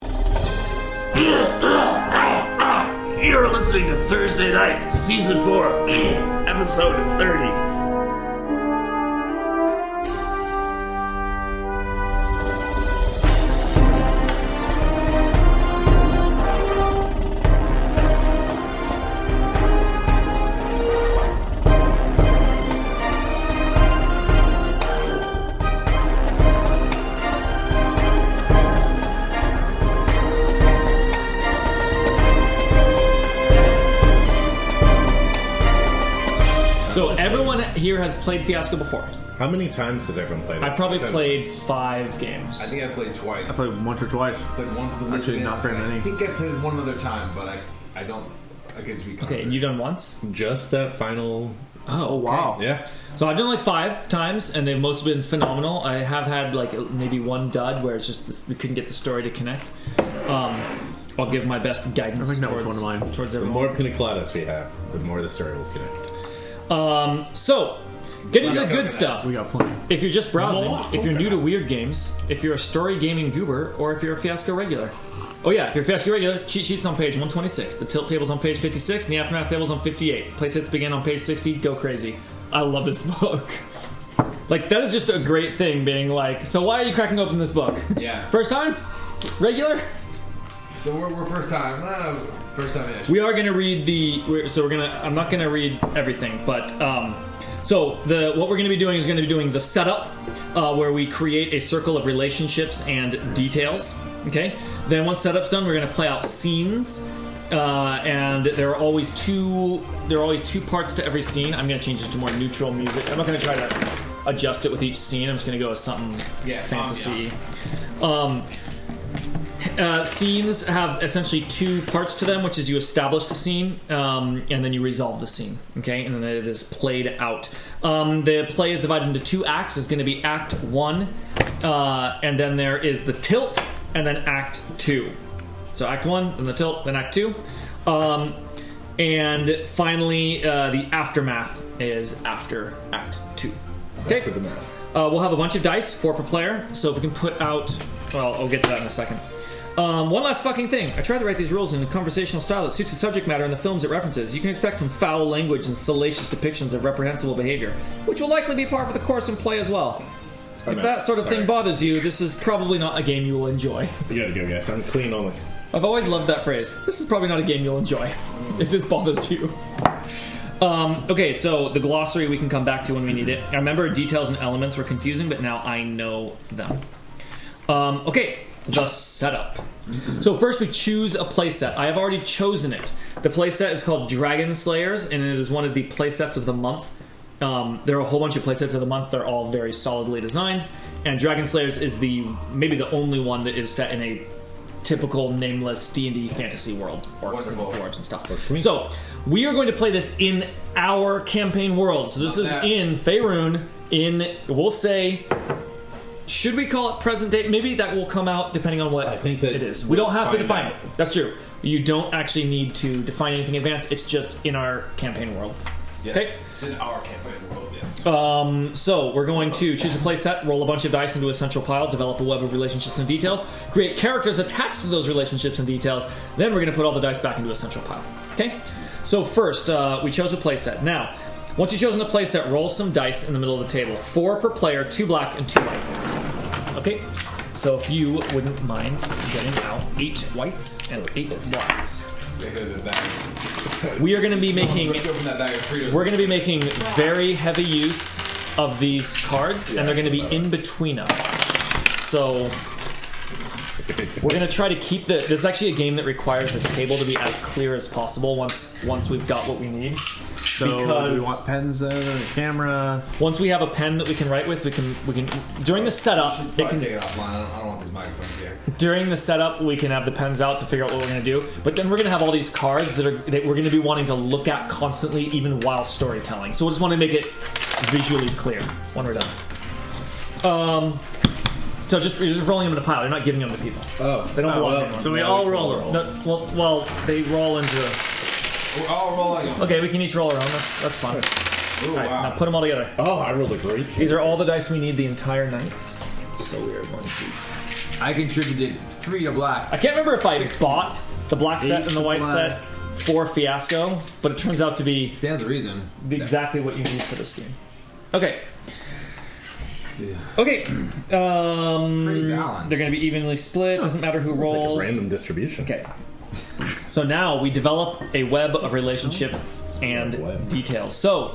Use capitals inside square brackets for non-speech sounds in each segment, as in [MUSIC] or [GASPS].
[LAUGHS] You're listening to Thursday Nights, Season 4, [CLEARS THROAT] Episode 30. So everyone here has played Fiasco before. How many times has everyone played it? I probably Done. played five games. I think I played twice. I played it once or twice. played once with the Actually, Lisbon, not very and many. I think I played one other time, but I I don't. I can be okay, you done once? just that final. Oh, wow. Yeah, So I've done like five times, and they've mostly been phenomenal. I have had like maybe one dud where it's just we couldn't get the story to connect. Um, I'll give my best guidance. I think that was towards, one of mine. Towards the everyone. more pina coladas we have, the more the story will connect. So, getting to the good coconut. stuff. We got plenty. If you're just browsing, if you're new to weird games, if you're a story gaming goober, or if you're a Fiasco regular. Oh yeah, if you're a Fiasco regular, cheat sheets on page 126, the tilt tables on page 56, and the aftermath tables on 58. Play sets begin on page 60. Go crazy. I love this [LAUGHS] book. Like that is just a great thing. Being like, so why are you cracking open this book? Yeah. First time, regular. So we're, we're first time. Uh, first time ish. We are going to read the. We're, so we're gonna. I'm not going to read everything, but um, so the what we're going to be doing is going to be doing the setup, uh, where we create a circle of relationships and details. Okay. Then once setup's done, we're going to play out scenes, uh, and there are always two. There are always two parts to every scene. I'm going to change it to more neutral music. I'm not going to try to adjust it with each scene. I'm just going to go with something Yeah, fantasy. Um, uh, scenes have essentially two parts to them, which is you establish the scene um, and then you resolve the scene. Okay, and then it is played out. Um, the play is divided into two acts. It's going to be Act One, uh, and then there is the tilt, and then Act Two. So Act One, then the tilt, then Act Two, um, and finally uh, the aftermath is after Act Two. Okay. After the math. Uh, we'll have a bunch of dice, four per player. So if we can put out, well, I'll get to that in a second. Um, one last fucking thing. I tried to write these rules in a conversational style that suits the subject matter and the films it references. You can expect some foul language and salacious depictions of reprehensible behavior, which will likely be par for the course in play as well. Oh, If no. that sort of Sorry. thing bothers you, this is probably not a game you will enjoy. [LAUGHS] You gotta go, guys. I'm clean only. I've always loved that phrase. This is probably not a game you'll enjoy [LAUGHS] if this bothers you. Um, okay, so the glossary we can come back to when we need it. I remember details and elements were confusing, but now I know them. Um, okay, the setup. So first we choose a playset. I have already chosen it. The playset is called Dragon Slayers, and it is one of the playsets of the month. Um, there are a whole bunch of playsets of the month. They're all very solidly designed, and Dragon Slayers is the maybe the only one that is set in a typical nameless D and D fantasy world, orcs and Wonderful. dwarves and stuff. So we are going to play this in our campaign world. So this is that. in Faerun. In we'll say should we call it present day? Maybe that will come out depending on what I think that it is. We don't have to we'll define find it. That's true. You don't actually need to define anything in advance. It's just in our campaign world. yes. okay. It's in our campaign world. Yes. Uh, So we're going to choose a playset, roll a bunch of dice into a central pile, develop a web of relationships and details, create characters attached to those relationships and details. Then we're going to put all the dice back into a central pile. Okay. So first, uh, we chose a playset. Now, once you've chosen a playset, roll some dice in the middle of the table. Four per player, two black and two white. Okay. So if you wouldn't mind getting out eight whites and eight blacks, Take a bit back. we are going to be making Break open that bag of freedom. we're going to be making very heavy use of these cards, and they're going to be in between us. So we're going to try to keep the. This is actually a game that requires the table to be as clear as possible once once we've got what we need. So do we Because- want pens there, a camera? Once we have a pen that we can write with, we can we can during the setup it Probably can take it offline. I don't, I don't want these microphones here. during the setup we can have the pens out to figure out what we're going to do but then we're going to have all these cards that are that we're going to be wanting to look at constantly even while storytelling so we just want to make it visually clear when we're done um so just you're just rolling them in a pile you're not giving them to people Oh, they don't oh, belong well, to anyone. So we now all can roll a roll. No, well, well, they roll into. We're all rolling. Okay, we can each roll our own. That's that's fine. Ooh, All right, wow. now put them all together. Oh, I rolled a great. These are all the dice we need the entire night. So weird. One, two, I contributed three to black. I can't remember if I bought the black set and the white black. set for Fiasco, but it turns out to be Stands to reason. the- exactly what you need for this game. Okay. Okay. Um, Pretty balanced. They're going to be evenly split. Doesn't matter who Like a rolls. random distribution. Okay. So now we develop a web of relationships and Web. details. So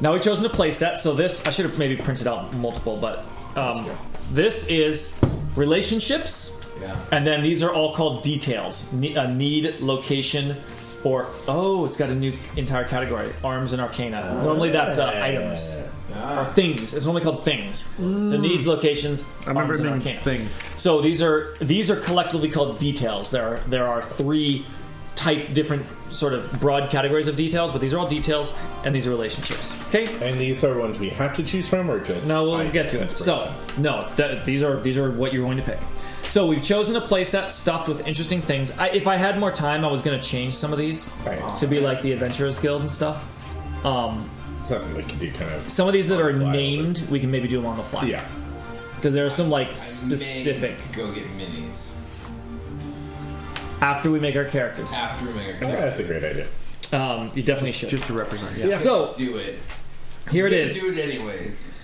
now we've chosen a playset. So this, I should have maybe printed out multiple, but um, this is relationships, Yeah. and then these are all called details. Ne- a need, location, or oh, it's got a new entire category: arms and arcana. Normally that's uh, items or Ah, things. It's normally called things. So Mm. needs, locations, I remember arms, and being arcana. things. So these are these are collectively called details. There are there are three type different sort of broad categories of details, but these are all details and these are relationships. Okay. And these are ones we have to choose from, or just Now we'll by get to it. So inspiration? no, it's that- these are these are what you're going to pick. So we've chosen a playset stuffed with interesting things. I, if I had more time, I was going to change some of these Right. to be like the Adventurers Guild and stuff. Um, something we can do, kind of. some of these that are fly a little named, we can maybe do them on the fly. Yeah, Because there are some like specific May Go get minis after we make our characters. after we make our Yeah, that's a great idea. Um, you definitely should. Just to represent, yeah. So Do it. Here it is. Do it anyways.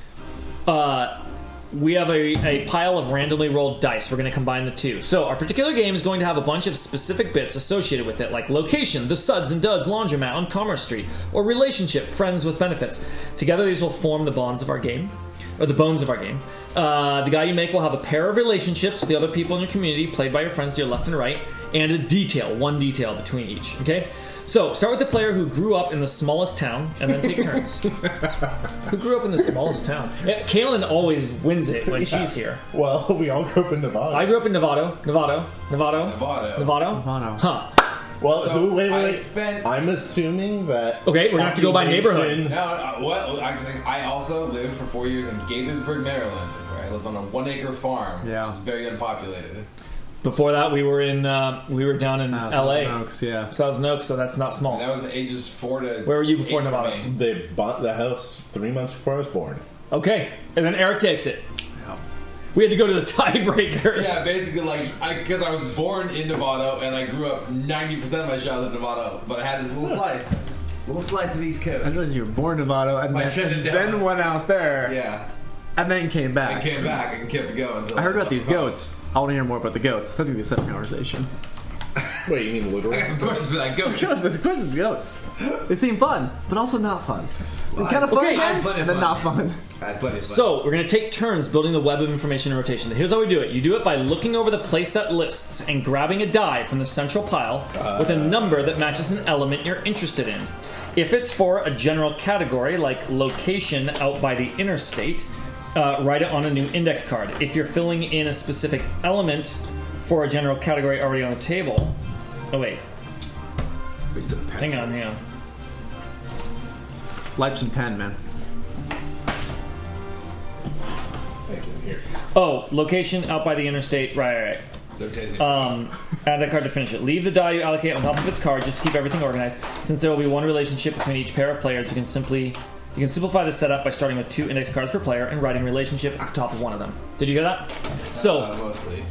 Uh, we have a, a pile of randomly rolled dice. We're going to combine the two. So, our particular game is going to have a bunch of specific bits associated with it, like location, the suds and duds laundromat on Commerce Street, or relationship, friends with benefits. Together, these will form the bonds of our game, or the bones of our game. Uh, the guy you make will have a pair of relationships with the other people in your community, played by your friends to your left and right, and a detail, one detail between each. Okay? So, start with the player who grew up in the smallest town, and then take turns. Who grew up in the smallest town? Yeah, Kaylin always wins it when she's here. Well, [LAUGHS] we all grew up in Nevada. I grew up in Novato, Novato, Novato, Nevada. Novato. Bono. Huh. well, So who, wait, wait, I wait. spent- I'm assuming that. Okay, we're gonna have to go by population- No, uh, well, actually, I also lived for four years in Gaithersburg, Maryland, where I lived on a one-acre farm. Yeah. which is very unpopulated. Before that, we were in uh, we were down in Uh, L.A. Thousand Oaks, yeah. Thousand Oaks, so that's not And small. that was the ages four to. Where were you before eight for Nevada? me. They bought the house three months before I was born. Okay, and then Eric takes it. We had to go to the [LAUGHS] tiebreaker. Yeah, basically, like, because I, was born in Nevada and I grew up 90% of my childhood in Nevada, but I had this little slice. Little slice of East I Coast. realized you were born Nevada and My then, and Shenandoah. then went out there Yeah. and then came I back. came back and kept going. until- I heard about these goats. I want to hear more about the goats. That's gonna be a separate conversation. [LAUGHS] Wait, you mean literal? I got some questions for that goat. Goats, the question's goats. They seem fun, but also not fun. They're kind of fun, Okay. then, But and then fun. not fun. I put it. So we're gonna take turns building the web of information and rotation. Here's how we do it: you do it by looking over the playset lists and grabbing a die from the central pile with a number that matches an element you're interested in. If it's for a general category like location out by the interstate, uh, write it on a new index card. If you're filling in a specific element for a general category already on the table, oh wait, hang on, hang on. Life's in pen, man. Here. Oh, location out by the interstate, right, right, right. Um, add that card to finish it. Leave the die you allocate on top of its card just to keep everything organized. Since there will be one relationship between each pair of players, you can simply you can simplify the setup by starting with two index cards per player and writing relationship at the top of one of them. Did you hear that? Uh, So mostly.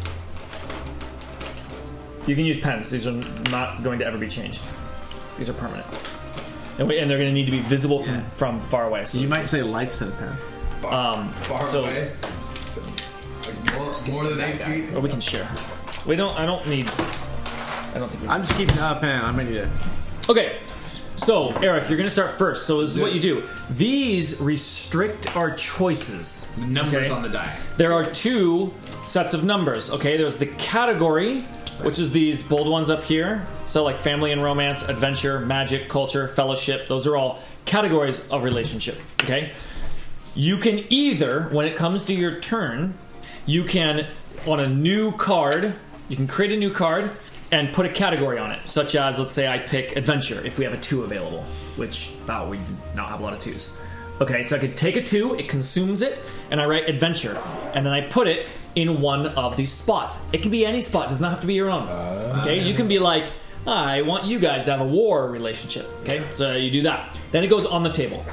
you can use pens. These are not going to ever be changed. These are permanent, and, we, and they're going to need to be visible from, Yeah. from far away. So You might say life's in pen. um, Far so away. Like more, more than eight feet. or we can share. We don't. I don't need. I don't think we. I'm just keeping up, man. I might need it. Okay. So, Eric, you're going to start first. So, this is what you do. These restrict our choices. The Numbers on the die. There are two sets of numbers. Okay, there's the category, which is these bold ones up here. So, like family and romance, adventure, magic, culture, fellowship. Those are all categories of relationship. Okay. You can either, when it comes to your turn, you can, on a new card, you can create a new card and put a category on it, such as, let's say I pick adventure if we have a two available, which, wow, we do not have a lot of twos. Okay, so I could take a two, it consumes it, and I write adventure, and then I put it in one of these spots. It can be any spot, it does not have to be your own. Okay, you can be like, I want you guys to have a war relationship. Okay, so you do that. Then it goes on the table.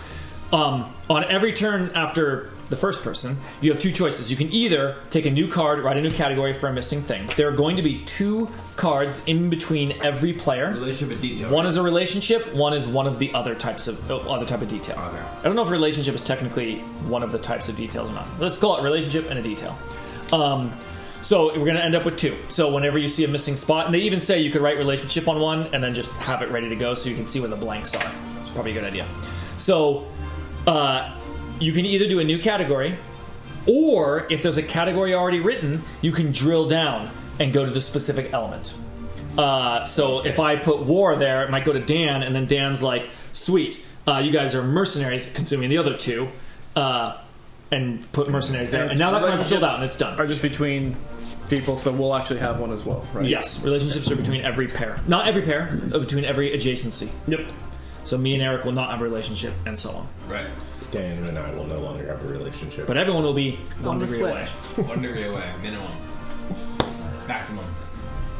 Um, on every turn after the first person, you have two choices. You can either take a new card, write a new category for a missing thing. There are going to be two cards in between every player. Relationship with detail. One is a relationship. One is one of the other types of oh, other type of detail. Okay. I don't know if relationship is technically one of the types of details or not. Let's call it relationship and a detail. Um, so we're going to end up with two. So whenever you see a missing spot, and they even say you could write relationship on one and then just have it ready to go so you can see where the blanks are. It's probably a good idea. So uh, you can either do a new category, or if there's a category already written, you can drill down and go to the specific element. Uh, so if I put war there, it might go to Dan, and then Dan's like, "Sweet, uh, you guys are mercenaries, consuming the other two, uh, and put mercenaries there." And now that card's filled out and it's done. Are just between people, so we'll actually have one as well, right? Yes, relationships are between every pair, not every pair, uh, between every adjacency. Yep. So me and Eric will not have a relationship, and so on. Right. Dan and I will no longer have a relationship. But everyone will be one On the degree switch. away. One degree away. Minimum. Maximum.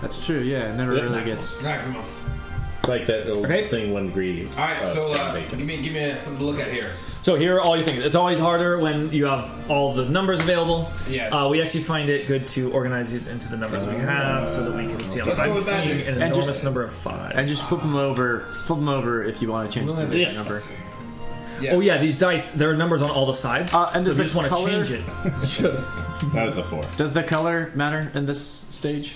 That's true. Yeah, it never Yeah, really that's gets. Maximum. like that old Okay. thing one greedy. All right. so town uh, bacon. give me give me something to look at here. So here are all your things. It's always harder when you have all the numbers available. Yes. Uh, we actually find it good to organize these into the numbers we have so that we can see how Let's I'm go with seeing magic. an And just- enormous number of five. And just flip them over. Flip them over if you want to change the Yes. number. oh yeah, these dice. There are numbers on all the sides. Uh, and so if you does the just want to color- change it. Just that was a four. Does the color matter in this stage?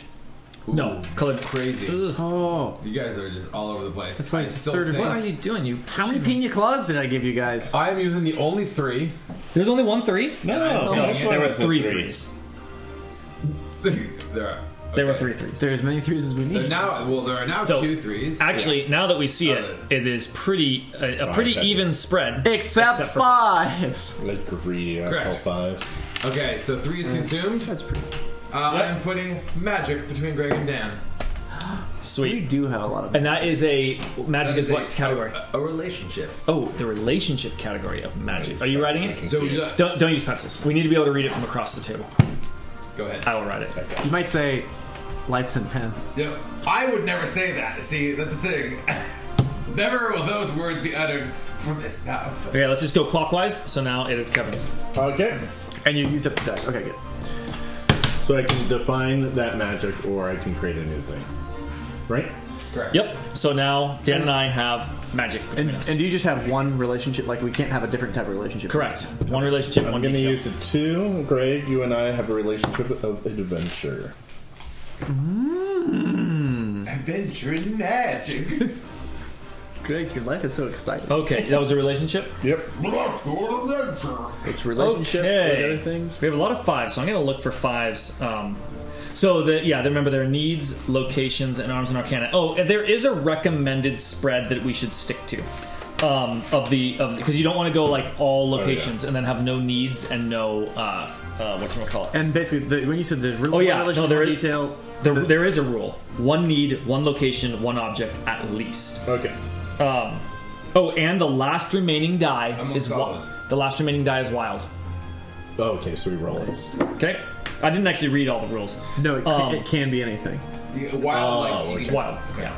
No, colored. Crazy. Oh, You guys are just all over the place. It's like I still third of think- what? you doing? You. how many pina coladas did I give you guys? I am using the only three. [LAUGHS] There's only one three. No, Oh, No, that's why there were it's a three threes. there are. There were three threes. There are as many threes as we There are need. now, well, there are now So, two threes. Uh, Actually, now that we see it, it is pretty a, a pretty that'd be- even spread. Except, Except for fives. Like greedy. That's all Correct. five. Okay, so three Mm. is consumed. That's pretty. Uh, I'm putting magic between Greg and Dan. We Sweet. do have a lot of. And that is a magic That is a- what category? A, a relationship. Oh, the relationship category of magic. Are you writing it? So you got, Don't, don't use pencils. We need to be able to read it from across the table. go ahead. I will write it. You might say, life's in pen. Yep. I would never say that. See, that's the thing. [LAUGHS] never will those words be uttered from this mouth. Okay, let's just go clockwise. So now it is Kevin. Okay. And you used up the deck. Okay, good. So I can define that magic, or I can create a new thing. Right? Correct. Yep. So now Dan and I have magic between And, us. and do you just have one relationship? Like we can't have a different type of relationship. Correct. One relationship, I'm one going to detail. use a two. Greg, you and I have a relationship of adventure. Adventure in magic. [LAUGHS] Greg, your life is so exciting. Okay, that was a relationship. Yep. It's [LAUGHS] relationships Okay. and other things. We have a lot of fives, so I'm going to look for fives. Um, so the yeah, remember there are needs, locations, and arms and arcana. Oh, and there is a recommended spread that we should stick to. Um, of the of because you don't want to go like all Oh, locations and then have no needs and no uh, uh, what call it And basically, the, when you said the real Oh, yeah. No, relationship there is- detail, There, there is a rule: one need, one location, one object at least. Okay. Um, oh, and the last remaining die Amongst is wild. others. The last remaining die is wild. Okay, so we roll it. Okay, I didn't actually read all the rules. no, it, Um, can, it can be anything. Yeah, Wild Oh, like it's It's wild. Yeah.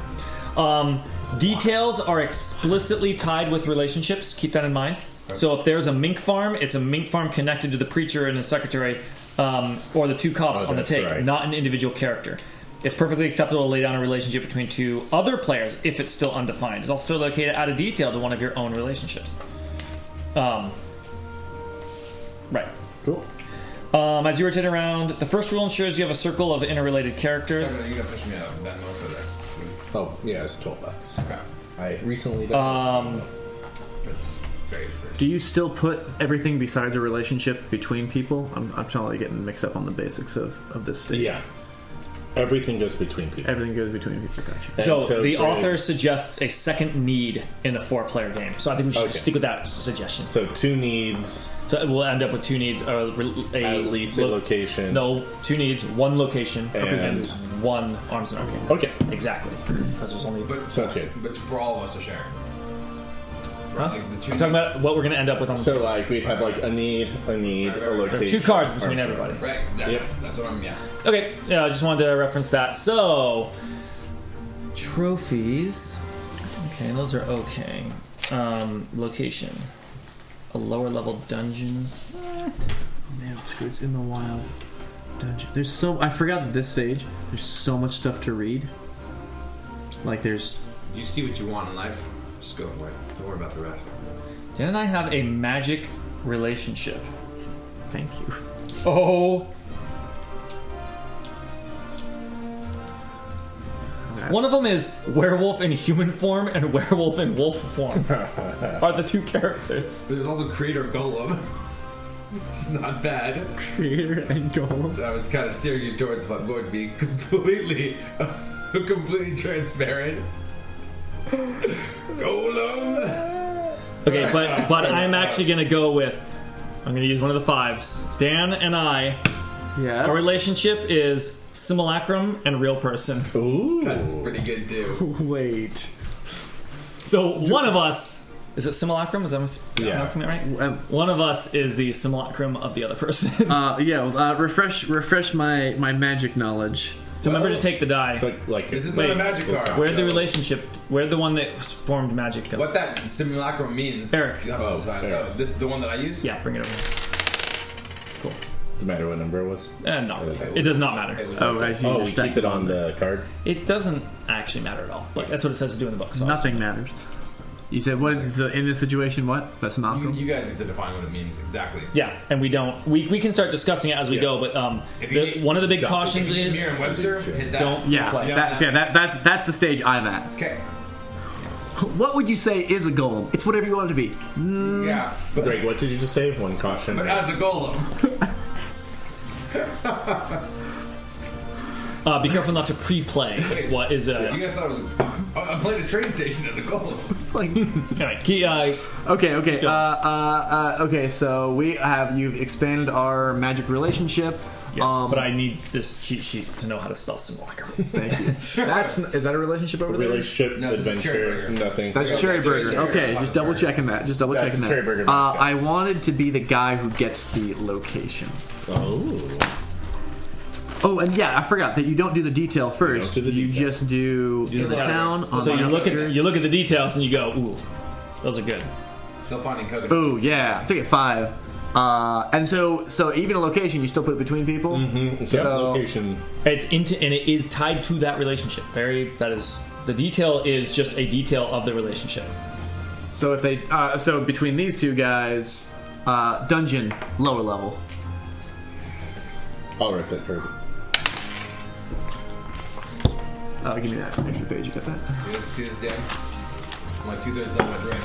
Um, details are explicitly tied with relationships. Keep that in mind. So if there's a mink farm, it's a mink farm connected to the preacher and the secretary, um, or the two cops Oh, on the that's take, right. not an individual character. It's perfectly acceptable to lay down a relationship between two other players if it's still undefined. It's also okay to add a detail to one of your own relationships. Um, right. Cool. Um, as you rotate around, the first rule ensures you have a circle of interrelated characters. You gotta push me out. That most of that. Oh, yeah, it's 12 bucks. Okay. I recently Um, That's very Do you still put everything besides a relationship between people? I'm, I'm totally getting mixed up on the basics of, of this stage. Yeah. Everything goes between people. Everything goes between people. Gotcha. So Until the Greg- author suggests a second need in a four-player game. So I think we should Okay. stick with that suggestion. So two needs, So we'll end up with two needs, or a, at least a lo- location. No, two needs, one location, And- and one arms and arcane. Okay. Exactly, because there's only. But Sounds good. But for all of us to share. Huh? Like the two I'm talking about what we're going to end up with on the So, like, we'd have, like, a need, a need, a table. location. two cards between Arms. everybody. Right. That, Yep. That's what I'm. Yeah. Okay, yeah, I just wanted to reference that. So, trophies. Okay, those are okay. Um, location. A lower level dungeon. Eh, Man, Scrooge in the Wild Dungeon. There's so I forgot that this stage. There's so much stuff to read. Like there's You see what you want in life. Just go for it. Don't worry about the rest. Didn't I have a magic relationship? thank you. [LAUGHS] Oh. One of them is werewolf in human form and [LAUGHS] werewolf in wolf form are the two characters. There's also Creator Golem. [LAUGHS] It's not bad. Creator and Golem. I was kind of steering you towards if I'm going to be completely, [LAUGHS] completely transparent. Golem. Okay, but but I'm actually gonna go with I'm gonna use one of the fives. Dan and I, Yes. our relationship is simulacrum and real person. That's pretty good too. Wait. So one of us is it simulacrum? Is that am I pronouncing that right? Um, One of us is the simulacrum of the other person. [LAUGHS] uh, yeah. Uh, refresh refresh my my magic knowledge. Oh. so remember to take the die. It's like, like This is Wait, not a magic card. Where the so- relationship? Where the one that was formed magic? Go. What that simulacrum means. Eric. You have to Oh, decide. Eric. Oh, This is the one that I use. Yeah, bring it over. here. doesn't matter what number it was. Eh, not really. Okay. It does not matter. It was Oh, I see. Oh, You're we stacking keep it on the card. It doesn't actually matter at all. Like that's what it says to do in the book. So Nothing matters. You said what is the, in this situation? What? That's not you, you guys need to define what it means exactly. Yeah, and we don't. We, we can start discussing it as we Yeah. go. But um, If you the, need- one of the big Don't- cautions is Merriam Webster. Hit that. don't Yeah, play. that's, yeah, that, that's that's the stage I'm at. Okay. What would you say is a goal? It's whatever you want it to be. Yeah. But, Greg, what did you just say? One caution. but as a golem. Uh, be careful [LAUGHS] not to pre-play. Is what is uh, You a guys thought it was. I I played a train station as a golem. Like, anyway, key, uh, okay, okay, uh, uh, uh, okay. So we have you've expanded our magic relationship. yeah, um, But I need this cheat sheet to know how to spell simulacrum. thank you. That's is that a relationship over there? relationship, No, this is adventure, Cherry Burger. nothing. That's Yeah, Cherry that's Burger. Cherry Burger. okay, Fucking just double burger. checking that. Just double That's checking that. Cherry Burger, Uh, man. I wanted to be the guy who gets the location. oh, Oh, and yeah, I forgot that you don't do the detail first. do the you detail. just do in the the town. letter. on so the you look at outskirts. you look at the details and you go, ooh, those are good. Still finding coconut. Ooh, yeah, I took it five. Uh, and so, so even a location, you still put it between people. Mm-hmm. so, So- location. It's into and it is tied to that relationship. Very that is the detail is just a detail of the relationship. So if they, uh, so between these two guys, uh, dungeon lower level. I'll write that for. Uh, give me that extra page. You got that? See this damn. My two thirds of my drink.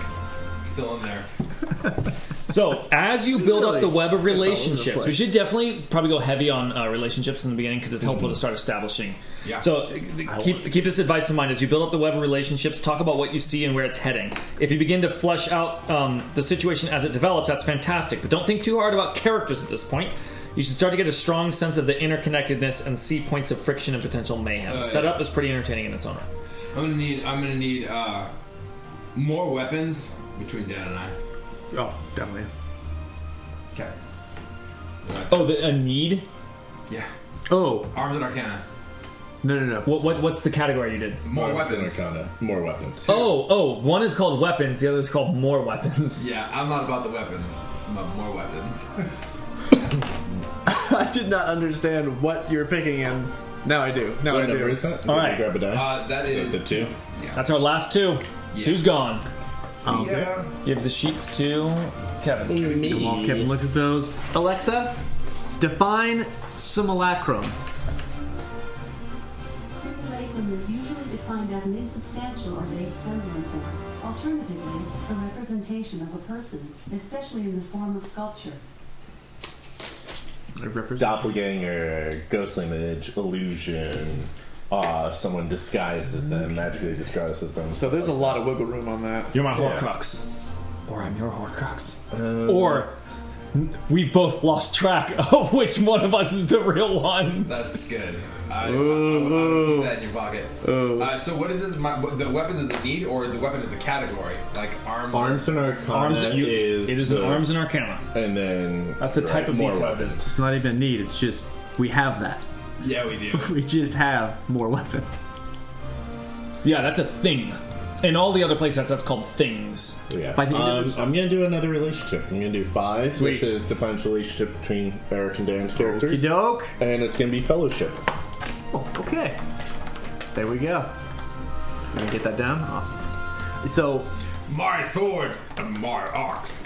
Still in there. So as you build up the web of relationships, we place. should definitely probably go heavy on uh, relationships in the beginning because it's helpful to start establishing. Yeah. So uh, keep keep this advice in mind as you build up the web of relationships. Talk about what you see and where it's heading. If you begin to flesh out um, the situation as it develops, that's fantastic. But don't think too hard about characters at this point. You should start to get a strong sense of the interconnectedness and see points of friction and potential mayhem. Oh, Setup is pretty entertaining in its own right. I'm gonna need. I'm gonna need uh, more weapons between Dan and I. Oh, definitely. Okay. Oh, the, a need. Yeah. Oh Arms and Arcana. no no no. [LAUGHS] What, what what's the category you did? More weapons. Arcana. More weapons. Oh, oh, one is called weapons, the other is called more weapons. Yeah, I'm not about the weapons. I'm about more [LAUGHS] weapons. I did not understand what you're picking in. Now I do. Now What I number do. is that? All Did we right. Grab a die. Uh, that is. the two. That's our last two. Yeah. Two's gone. Yeah. Give the sheets to Kevin. While Kevin looks at those, Alexa, define simulacrum. Simulacrum is usually defined as an insubstantial or vague semblance of, alternatively, a representation of a person, especially in the form of sculpture. I represent. Doppelganger, ghost image, illusion. Uh, someone disguised as them, magically disguised as them. So there's a lot of wiggle room on that. You're my Yeah. Uh, Horcrux. Or I'm your Horcrux. or we both lost track [LAUGHS] of which one of us is the real one. That's good. I, Ooh. I, I, I put that in your pocket. Uh, so what is this? My, the weapon is a need, or the weapon is a category, like arms. arms and arcana Arms and you, is it is an the, arms and arcana. and then That's the right, type of more detail it weapons. is. It's not even a need. It's just we have that. [LAUGHS] Yeah, we do. We just have more weapons. Yeah, that's a thing. In all the other place sets, that's called things. Yeah. By the end of Um, this- I'm gonna do another relationship. I'm gonna do five. Sweet. This is defines relationship between Eric and Dan's Okey characters, doke. and it's gonna be fellowship. Oh, okay. There we go. Let me get that down. Awesome. So, My sword and my ox.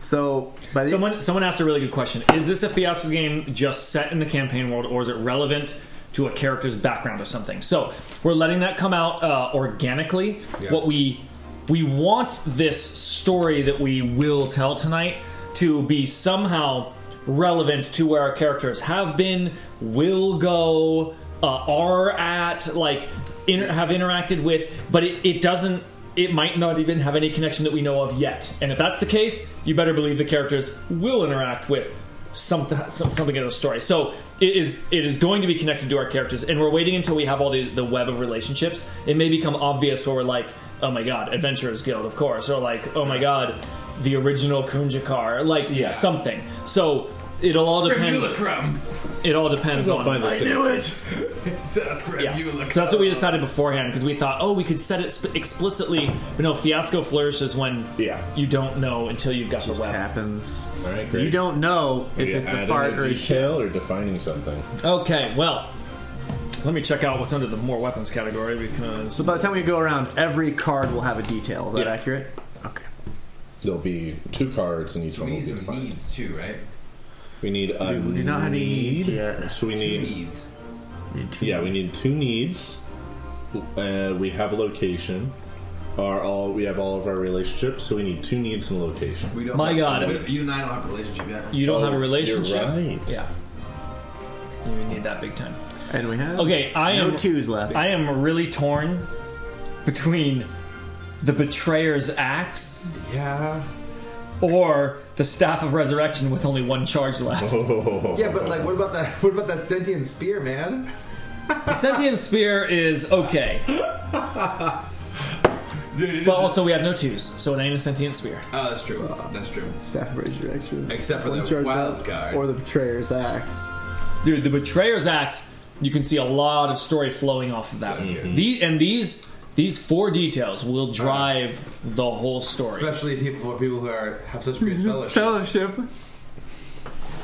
so by the Someone someone asked a really good question. Is this a fiasco game just set in the campaign world, or is it relevant to a character's background or something? So we're letting that come out uh, organically. What we we want this story that we will tell tonight to be somehow relevant to where our characters have been, will go, uh, are at, like inter- have interacted with, but it, it doesn't. It might not even have any connection that we know of yet. And if that's the case, you better believe the characters will interact with something some- something in the story. So it is it is going to be connected to our characters, and we're waiting until we have all the the web of relationships. It may become obvious where we're like, oh my god, Adventurers Guild, of course, or like, oh my god, the original Kunjakar, like Yeah. something. So it'll all depend. Crumb. It all depends on. Find the thing. it. That's Yeah. So that's what we decided beforehand because we thought, oh, we could set it sp- explicitly. But no, fiasco flourishes when Yeah. you don't know until you've got the just web. happens. All right, great. You don't know if Yeah, it's a adding fart or a shit. detail or defining something. Okay, well, let me check out what's under the more weapons category because So by the time we go around, every card will have a detail. Is that Yeah. accurate? Okay. There'll be two cards, and each one We will need be some defined. needs too, right? We need a We do not have any needs yet. So we Two need needs. yeah, we need two needs. Uh, we have a location. Are all we have all of our relationships? So we need two needs and a location. [LAUGHS] We don't. My have- God. we don't- you and I don't have a relationship yet. you don't have a Oh, relationship. You're right. Yeah, you need that big time. And we have Okay, I no am twos left. I am really torn between the betrayer's axe Yeah. or the staff of resurrection with only one charge Oh. left. Yeah, but like, what about that? [LAUGHS] What about that sentient spear, man? The [LAUGHS] sentient spear is okay, [LAUGHS] Dude, but also we have no twos, so it ain't a sentient spear. oh, that's true. That's true. Staff of Resurrection. Except for the charge wild up, card. Or the Betrayer's Axe. Dude, the Betrayer's Axe, you can see a lot of story flowing off of that. The- and these these four details will drive the whole story. Especially people for people who are have such [LAUGHS] great fellowship. Fellowship.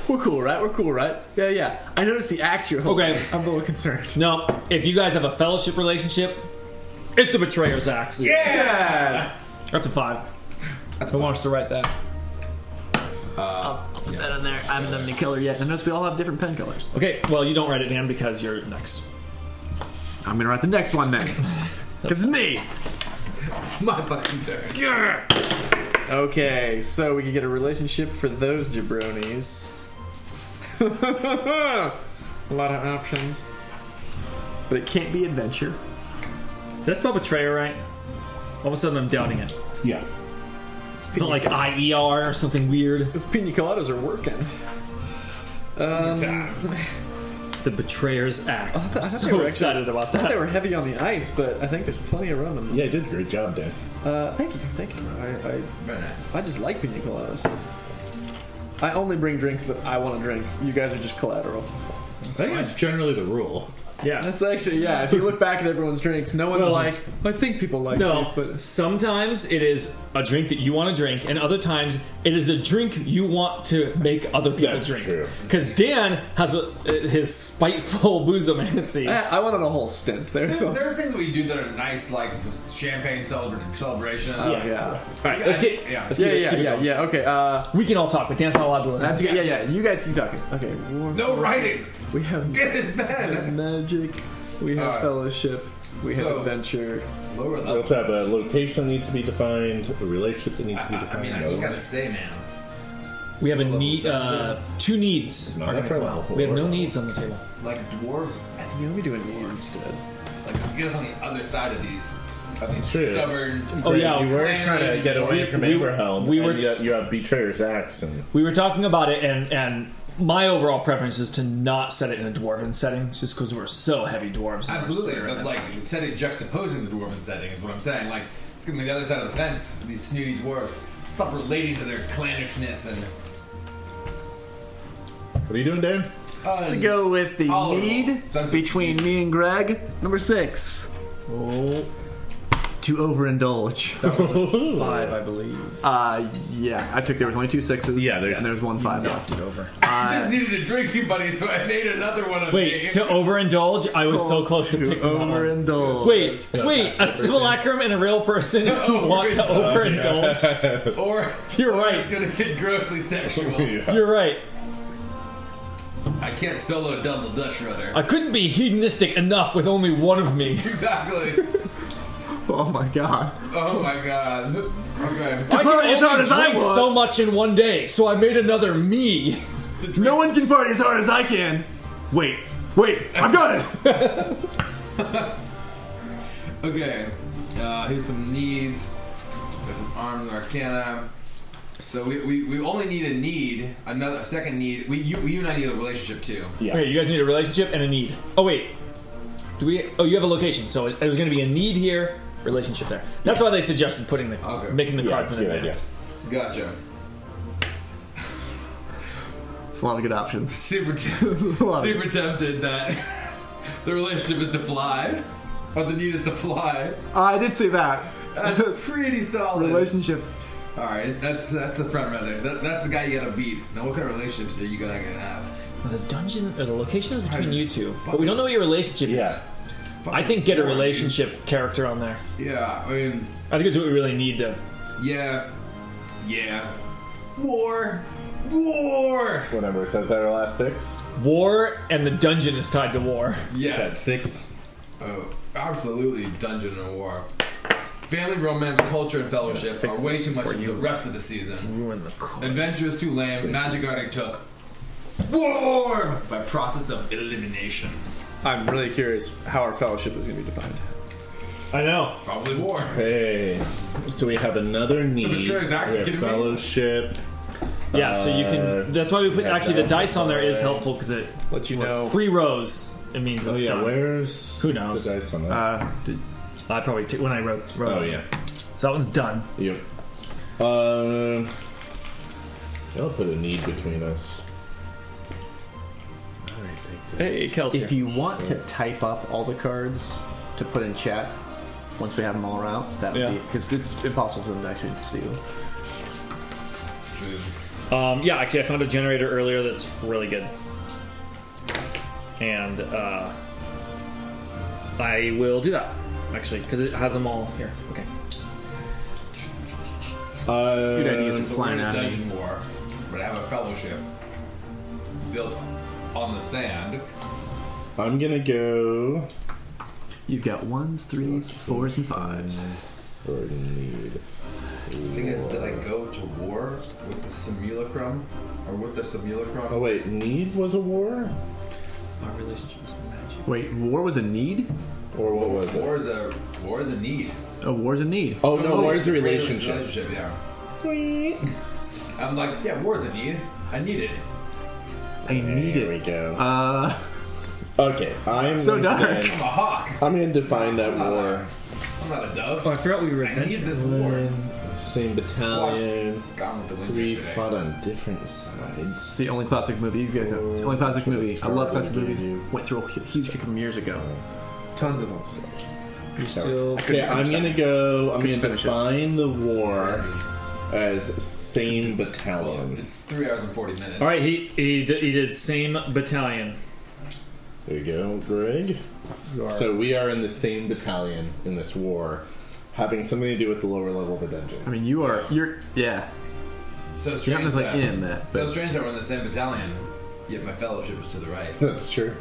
We're cool, right? We're cool, right? Yeah, yeah. I noticed the axe you're holding. Okay. I'm a little concerned. No, if you guys have a fellowship relationship, it's the Betrayer's Axe. yeah. That's a five. That's Who wants to write that? Put that in there. I haven't done any color yet. I notice we all have different pen colors. Okay, well, you don't write it, Dan, because you're next. I'm gonna write the next [LAUGHS] one then. Because it's me. My fucking turn. Okay, so we can get a relationship for those jabronis. [LAUGHS] a lot of options. But it can't be adventure. Did I spell Betrayer right? All of a sudden, I'm doubting it. Yeah. It's not like IER or something weird. Those pina coladas are working. Um, The Betrayer's Axe. I I'm thought they so were actually- excited about they that. were heavy on the ice, but I think there's plenty around them. Yeah, you did a great job, Dan. Uh, thank you, thank you. I, I, Very nice. I just like pina coladas. I only bring drinks that I want to drink. You guys are just collateral. I think that's generally the rule. Yeah. That's actually yeah. If you look back at everyone's drinks, no one's Well, like. I think people like No, these, but sometimes it is a drink that you want to drink, and other times it is a drink you want to make other people That's drink. true. Because Dan has a, his spiteful [LAUGHS] boozomancy. I, I wanted a whole stint there. So. There's, there's things we do that are nice, like champagne celebra- celebration. Yeah, yeah, All right, let's get. [LAUGHS] Yeah. let's yeah, keep it- yeah, keep it yeah, going. yeah. Okay, uh, We can all talk, but Dan's not allowed to listen. that's good. Yeah, yeah. You guys keep talking. Okay, war- No writing. we have Get his pen. magic. We have Alright. fellowship. We have So- adventure. Lower We level. also have a location that needs to be defined, a relationship that needs I, to be I- defined. I mean, I another just one. gotta say, man. We have a need, uh, two needs. No, are gonna that's right come level. out. We have no We're needs on the table. Like dwarves, You know, we doing war instead. like get us on the other side of these, of these True. stubborn. Oh yeah, You were trying to get away We- from we- Abraham. we We were- were. You, you have Betrayer's Axe, and we were talking about it, and and my overall preference is to not set it in a dwarven setting, just because we're so heavy dwarves. in our Absolutely, story but right like setting juxtaposing the dwarven setting is what I'm saying. Like it's gonna be the other side of the fence. These snooty dwarves, stop relating to their clannishness and. what are you doing, Dan? Uh, We go with the Tolerable. need Sense of between me and Greg. Number six. now. Oh, [LAUGHS] to overindulge. Five, I believe. Uh, yeah, I took there was only two sixes. Yeah, there's- and there was one five left. over. I just needed a drinking buddy, so I made another one of Wait, these. to overindulge, I was oh, so close to Oh. To picking that one. overindulge. Wait, wait, a simulacrum and a real person want to overindulge? or You're or [LAUGHS] right. It's gonna get grossly [LAUGHS] sexual. Yeah. You're right. I can't solo double Dutch rudder. I couldn't be hedonistic enough with only one of me. [LAUGHS] exactly. Oh my god. Oh my god. Okay. I [LAUGHS] can party as hard only as I drink want. so much in one day, so I made another me. No one can party as hard as I can. Wait, wait, I've got it. Okay. Uh, here's some needs. There's some arms and arcana. So we, we, we only need a need, another a second need. We you, you and I need a relationship too. Yeah. Okay, you guys need a relationship and a need. Oh wait, do we? Oh, you have a location, so it, there's going to be a need here, relationship there. That's why they suggested putting the Okay. making the Yeah, cards it's in a good advance. Gotcha. It's a lot of good options. [LAUGHS] Super t- [LAUGHS] Wow. super tempted that [LAUGHS] the relationship is to fly, or the need is to fly. I did see that That's pretty solid. [LAUGHS] relationship. All right, that's that's the front runner. That, that's the guy you gotta beat. Now, what kind of relationships are you gonna gonna have? Now, The dungeon, uh, the location is between you two, but we don't know what your relationship is. Yeah. I think get a relationship character on there. Yeah, I mean, I think it's what we really need to. yeah, yeah. War, war. Whatever. So is that our last six? War and the dungeon is tied to war. That's Yes. six. Oh, absolutely, dungeon and war. Family, romance, culture, and fellowship fix are way this too much before of the you- rest of the season. Ruin the card. Adventure is too lame. Magic already took. War by process of elimination. I'm really curious how our fellowship is going to be defined. I know. Probably war. Hey. So we have another need. betrayer's actually we have kidding me. fellowship. Yeah, so you can. That's why we put Uh, yeah, actually the that dice on there is applies. helpful because it Let you well, it's know. three rows. It means Oh it's yeah, done. where's Who knows? the dice on that? Uh, did, I probably took when I wrote. wrote oh it. yeah. So that one's done. Yep. Um. I'll put a need between us. Hey, Kelsey. if you want to type up all the cards to put in chat once we have them all out, that would Yeah. be because it's impossible for them to actually see them. Um, yeah, actually, I found a generator earlier that's really good, and uh, I will do that actually because it has them all here. Okay. Uh, Good ideas are flying We're in out a of me. dungeon war, but I have a fellowship built on the sand. Uh, I'm gonna go You've got ones, threes, fours, and fives. for need. The thing is, did I go to war with the simulacrum or with the simulacrum? Oh wait, need was a war, Our relationship is magic. Wait, war was a need? or what was War it? is a war is a need. Oh, war's a need. Oh no, war is a Rela- relationship. Relationship, yeah. [LAUGHS] I'm like, yeah, war is a need. I need it. I need There we it. go. Uh, okay, I'm so gonna dark. Uh, define- I'm a hawk. I'm gonna define that war. I'm not a dove. Oh, I forgot we were I need adventurous. this war. Same battalion. Gone with the wind We yesterday. fought on different sides. it's the only classic movie these guys know. It's the only classic movie. I love classic movies. Went through a huge kick from years ago. Tons of them. You're still. Okay, I'm gonna go. I'm gonna finish it. define the war Crazy. as same Well, battalion. It's three hours and forty minutes. All right, he he did, he did same battalion. There you go, Greg. So we are in the same battalion in this war, having something to do with the lower level of the dungeon. I mean, you are. You're. Yeah. So strange. You're not just like that- in that. So But strange that we're in the same battalion, yet my fellowship is to the right. [LAUGHS] That's true.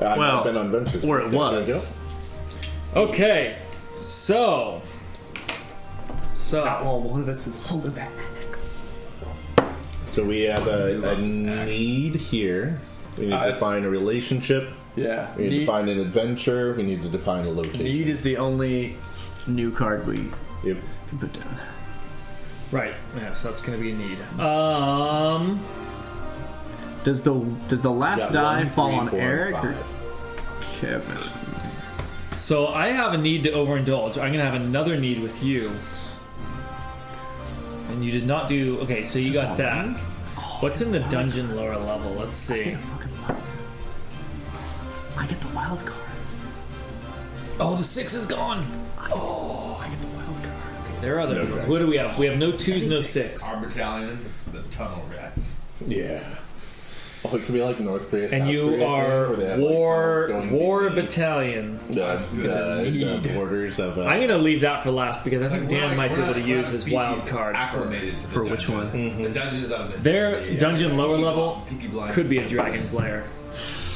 I've Well, been on ventures. or since it then. was. Okay, so so well, one of us is holding back. So we have a, a need here. We need Uh, to it's- define a relationship. Yeah. We need, to Need, find an adventure. We need to define a location. Need is the only new card we Yep. can put down. right, yeah, so that's gonna be a need. Um, Does the does the Got last die one, fall three, on four, Eric five. or Kevin? so I have a need to overindulge. I'm gonna have another need with you, and you did not do. Okay, so you got that. What's in the dungeon lower level? Let's see. Fucking wild. I get the wild card. Oh, the six is gone. Oh, I get the wild card. Okay, there are other No people. dragons. What do we have? We have no twos, no six. Our battalion, the tunnel rats. Yeah. Oh, it could be like North Korea. And South you Korea, are where they have, like, war tunnels going war between battalion. the, the, the borders of. Uh, I'm gonna leave that for last because I think Like, we're Dan not- might we're be able not- to we're use not his species wild card for acclimated to the for which dungeon. one? The Mm-hmm. dungeon is out of this. Their city. It's dungeon like lower Peaky level Blind- Peaky Blinders. could be a dragon's lair,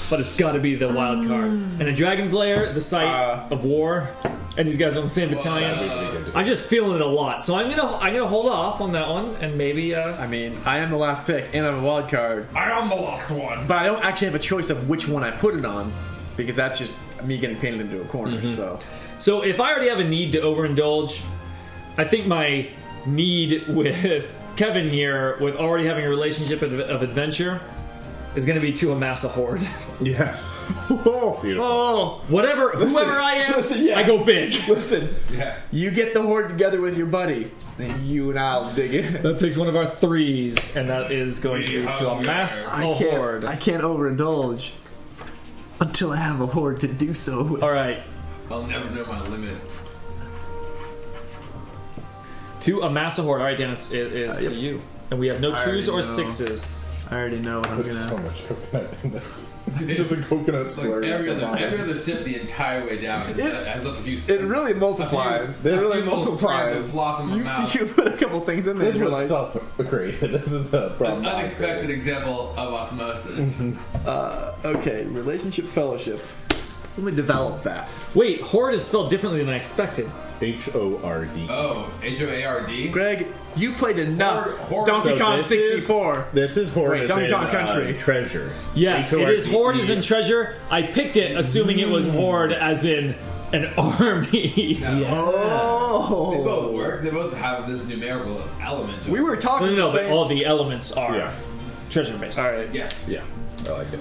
but it's got to be the wild card. And a dragon's lair, the site Uh, of war, and these guys are on the same uh, battalion. Pretty good. I'm just feeling it a lot, so I'm gonna I'm gonna hold off on that one and maybe uh, I mean, I am the last pick, and I'm a wild card, I am the last [LAUGHS] one. but I don't actually have a choice of which one I put it on because that's just me getting painted into a corner. Mm-hmm. So So if I already have a need to overindulge, I think my need with [LAUGHS] Kevin here, with already having a relationship of, of adventure, is going to be to amass a [LAUGHS] horde. Yes. [LAUGHS] Beautiful. Oh, whatever, whoever I am, listen, yeah. I go big. [LAUGHS] listen, Yeah. you get the horde together with your buddy, then you and I'll dig [LAUGHS] in. That takes one of our threes, and that is going to be to amass I a can't, horde. I can't overindulge until I have a horde to do so. with. All right, I'll never know my limit. to amass a horde. All right, Dan, it's, it is Uh, yep. to you, and we have no I twos already or know. sixes. I already know what I'm There's so [LAUGHS] gonna. much coconut in this. [LAUGHS] There's It's a coconut like slurry. at every the other bottom. every other sip the entire way down has, It- has left a few. It really multiplies. It really multiplies. Lost in my mouth. You put a couple things in there. This and you're was like, self-created. [LAUGHS] This is the An problem. I unexpected created. example of osmosis. Mm-hmm. uh, okay, relationship fellowship. Let me develop that. Wait, horde is spelled differently than I expected. H O R D. oh, H O A R D. Greg, you played enough Horde- horde- Donkey So Kong this is- 64. This is horrid. Wait, Donkey Kong Country. treasure. Yes, it is H O R D E. horde as in treasure. I picked it assuming it was Hmm. horde as in an [LAUGHS] army. No. They Oh, both work. They both have this numerical element. To we it. were No, talking. no, no, the but same- all the elements are Yeah, treasure based. all right, Yes. yeah. I like it.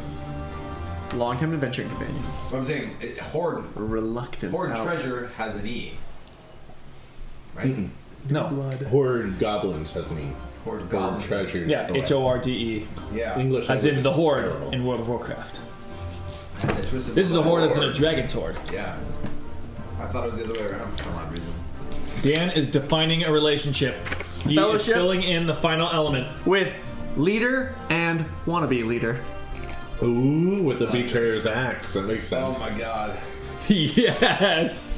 long-time adventuring companions. What I'm saying, it, horde, Reluctant. horde out. treasure has an E. Right? Mm-hmm. No. Blood. Horde goblins has me. Horde Horde goblin. treasures. Oh, Yeah, H O R D E. Yeah. English As language in the is horde terrible. in World of Warcraft. The twisted This is a blood. horde that's in a dragon's horde. Yeah. I thought it was the other way around for some odd reason. Dan is defining a relationship. He Fellowship? is filling in the final element. [LAUGHS] with leader and wannabe leader. Ooh, with the betrayer's axe. That makes Oh sense. my god. yes.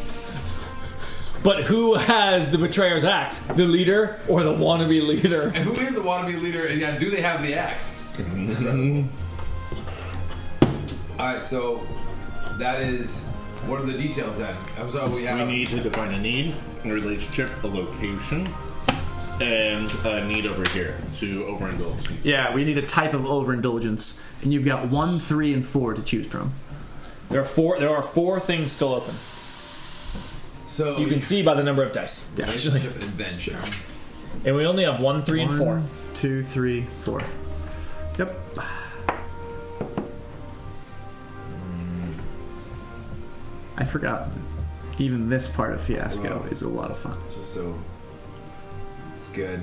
But who has the betrayer's axe? The leader or the wannabe leader? And who is the wannabe leader? And yeah, do they have [LAUGHS] the axe? Alright, so that is. What are the details then? So we have. We need to define a need, a relationship, a location, and a need over here to overindulge. Yeah, we need a type of overindulgence, and you've got one, three, and four to choose from. There are four there are four things still open. so You can see by the number of dice. relationship adventure. And we only have one, three, and four. One, two, three, four. Yep. I forgot. Even this part of Fiasco Wow. is a lot of fun. Just so it's good.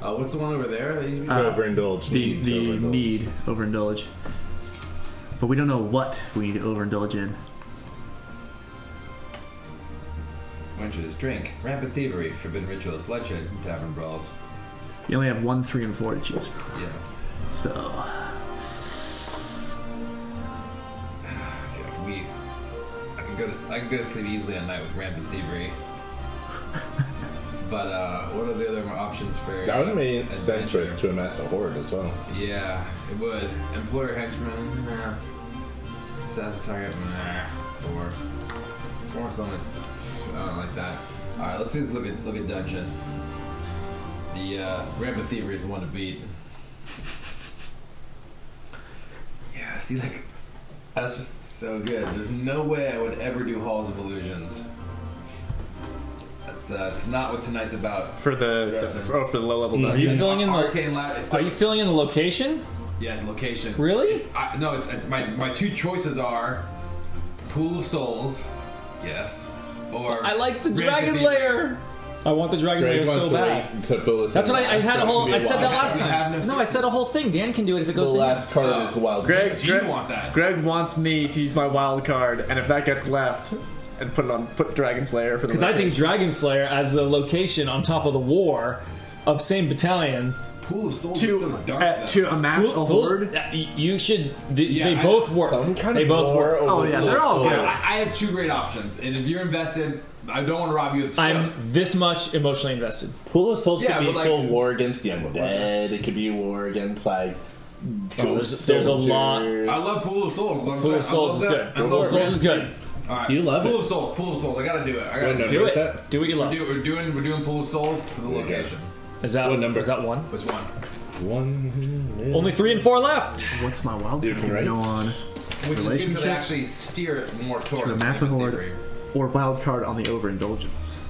Uh, what's the one over there? that you- To overindulge. The need to the overindulge. need overindulge, but we don't know what we need to overindulge in. Wenches, drink, rampant thievery, forbidden rituals, bloodshed, tavern brawls. You only have one, three, and four to choose from. Yeah. So [SIGHS] Okay, I can be. I can go to. s- I can go to sleep easily at night with rampant [LAUGHS] thievery. but uh, what are the other options for? That would make adventure? sense with- to amass a horde as well. Yeah, it would. Employer henchman. Nah. Assassin target. Nah. Or former summon. I don't like that. All right, let's just look at look at dungeon. The uh, rampant thievery is the one to beat. Yeah, see, like that's just so good. There's no way I would ever do halls of illusions. That's uh, it's not what tonight's about. For the, Yes. oh, for the low level Mm-hmm. Are dungeon. you filling in the Arcane la- Are you filling in the location? Yes, location. Really? It's, I, no, it's, it's my my two choices are Pool of Souls, yes, or I like the Rampant dragon Beaver. layer. I want the dragon layer Greg wants so to, bad. wait to fill us That's in what I, I last, had so a it whole. can be I said wild that card. last You time. have no No, I said a whole thing. Dan can do it if it The goes to him. last card is wild. Greg, Do you Greg, want that? Greg wants me to use my wild card, and if that gets left, and put it on put Dragon Slayer for the Because I think location. Dragon Slayer as the location on top of the war of same battalion. Pool of souls is so to dark. uh, to amass a those- horde. uh, y- you should. They, Yeah, they I- both work. Some kind they of both war work. over Oh, yeah, they're all Little I, good. Souls. I have two great options, and if you're invested, I don't want to rob you of I'm stuff. this much emotionally invested. Pool of Souls Yeah, could be but, like- full war against the undead. It could be a war against like there's- ghost there's a lot- soldiers. I love Pool of Souls. I'm Pool trying- of I Souls love is that. good. I Pool of love Souls is it. good. All right. You love Pool it. of Souls. Pool of Souls. I gotta do it. I gotta What do number Do is it. that? Do what you love. Dude, we're doing we're doing pool of souls for the location. Is that What number? Is that one? Which one? One. Only three and four left. What's my wild Dude, card right? go on? Which is good to Relationship? actually steer it more towards To amass a in horde. theory. Or wild card on the overindulgence.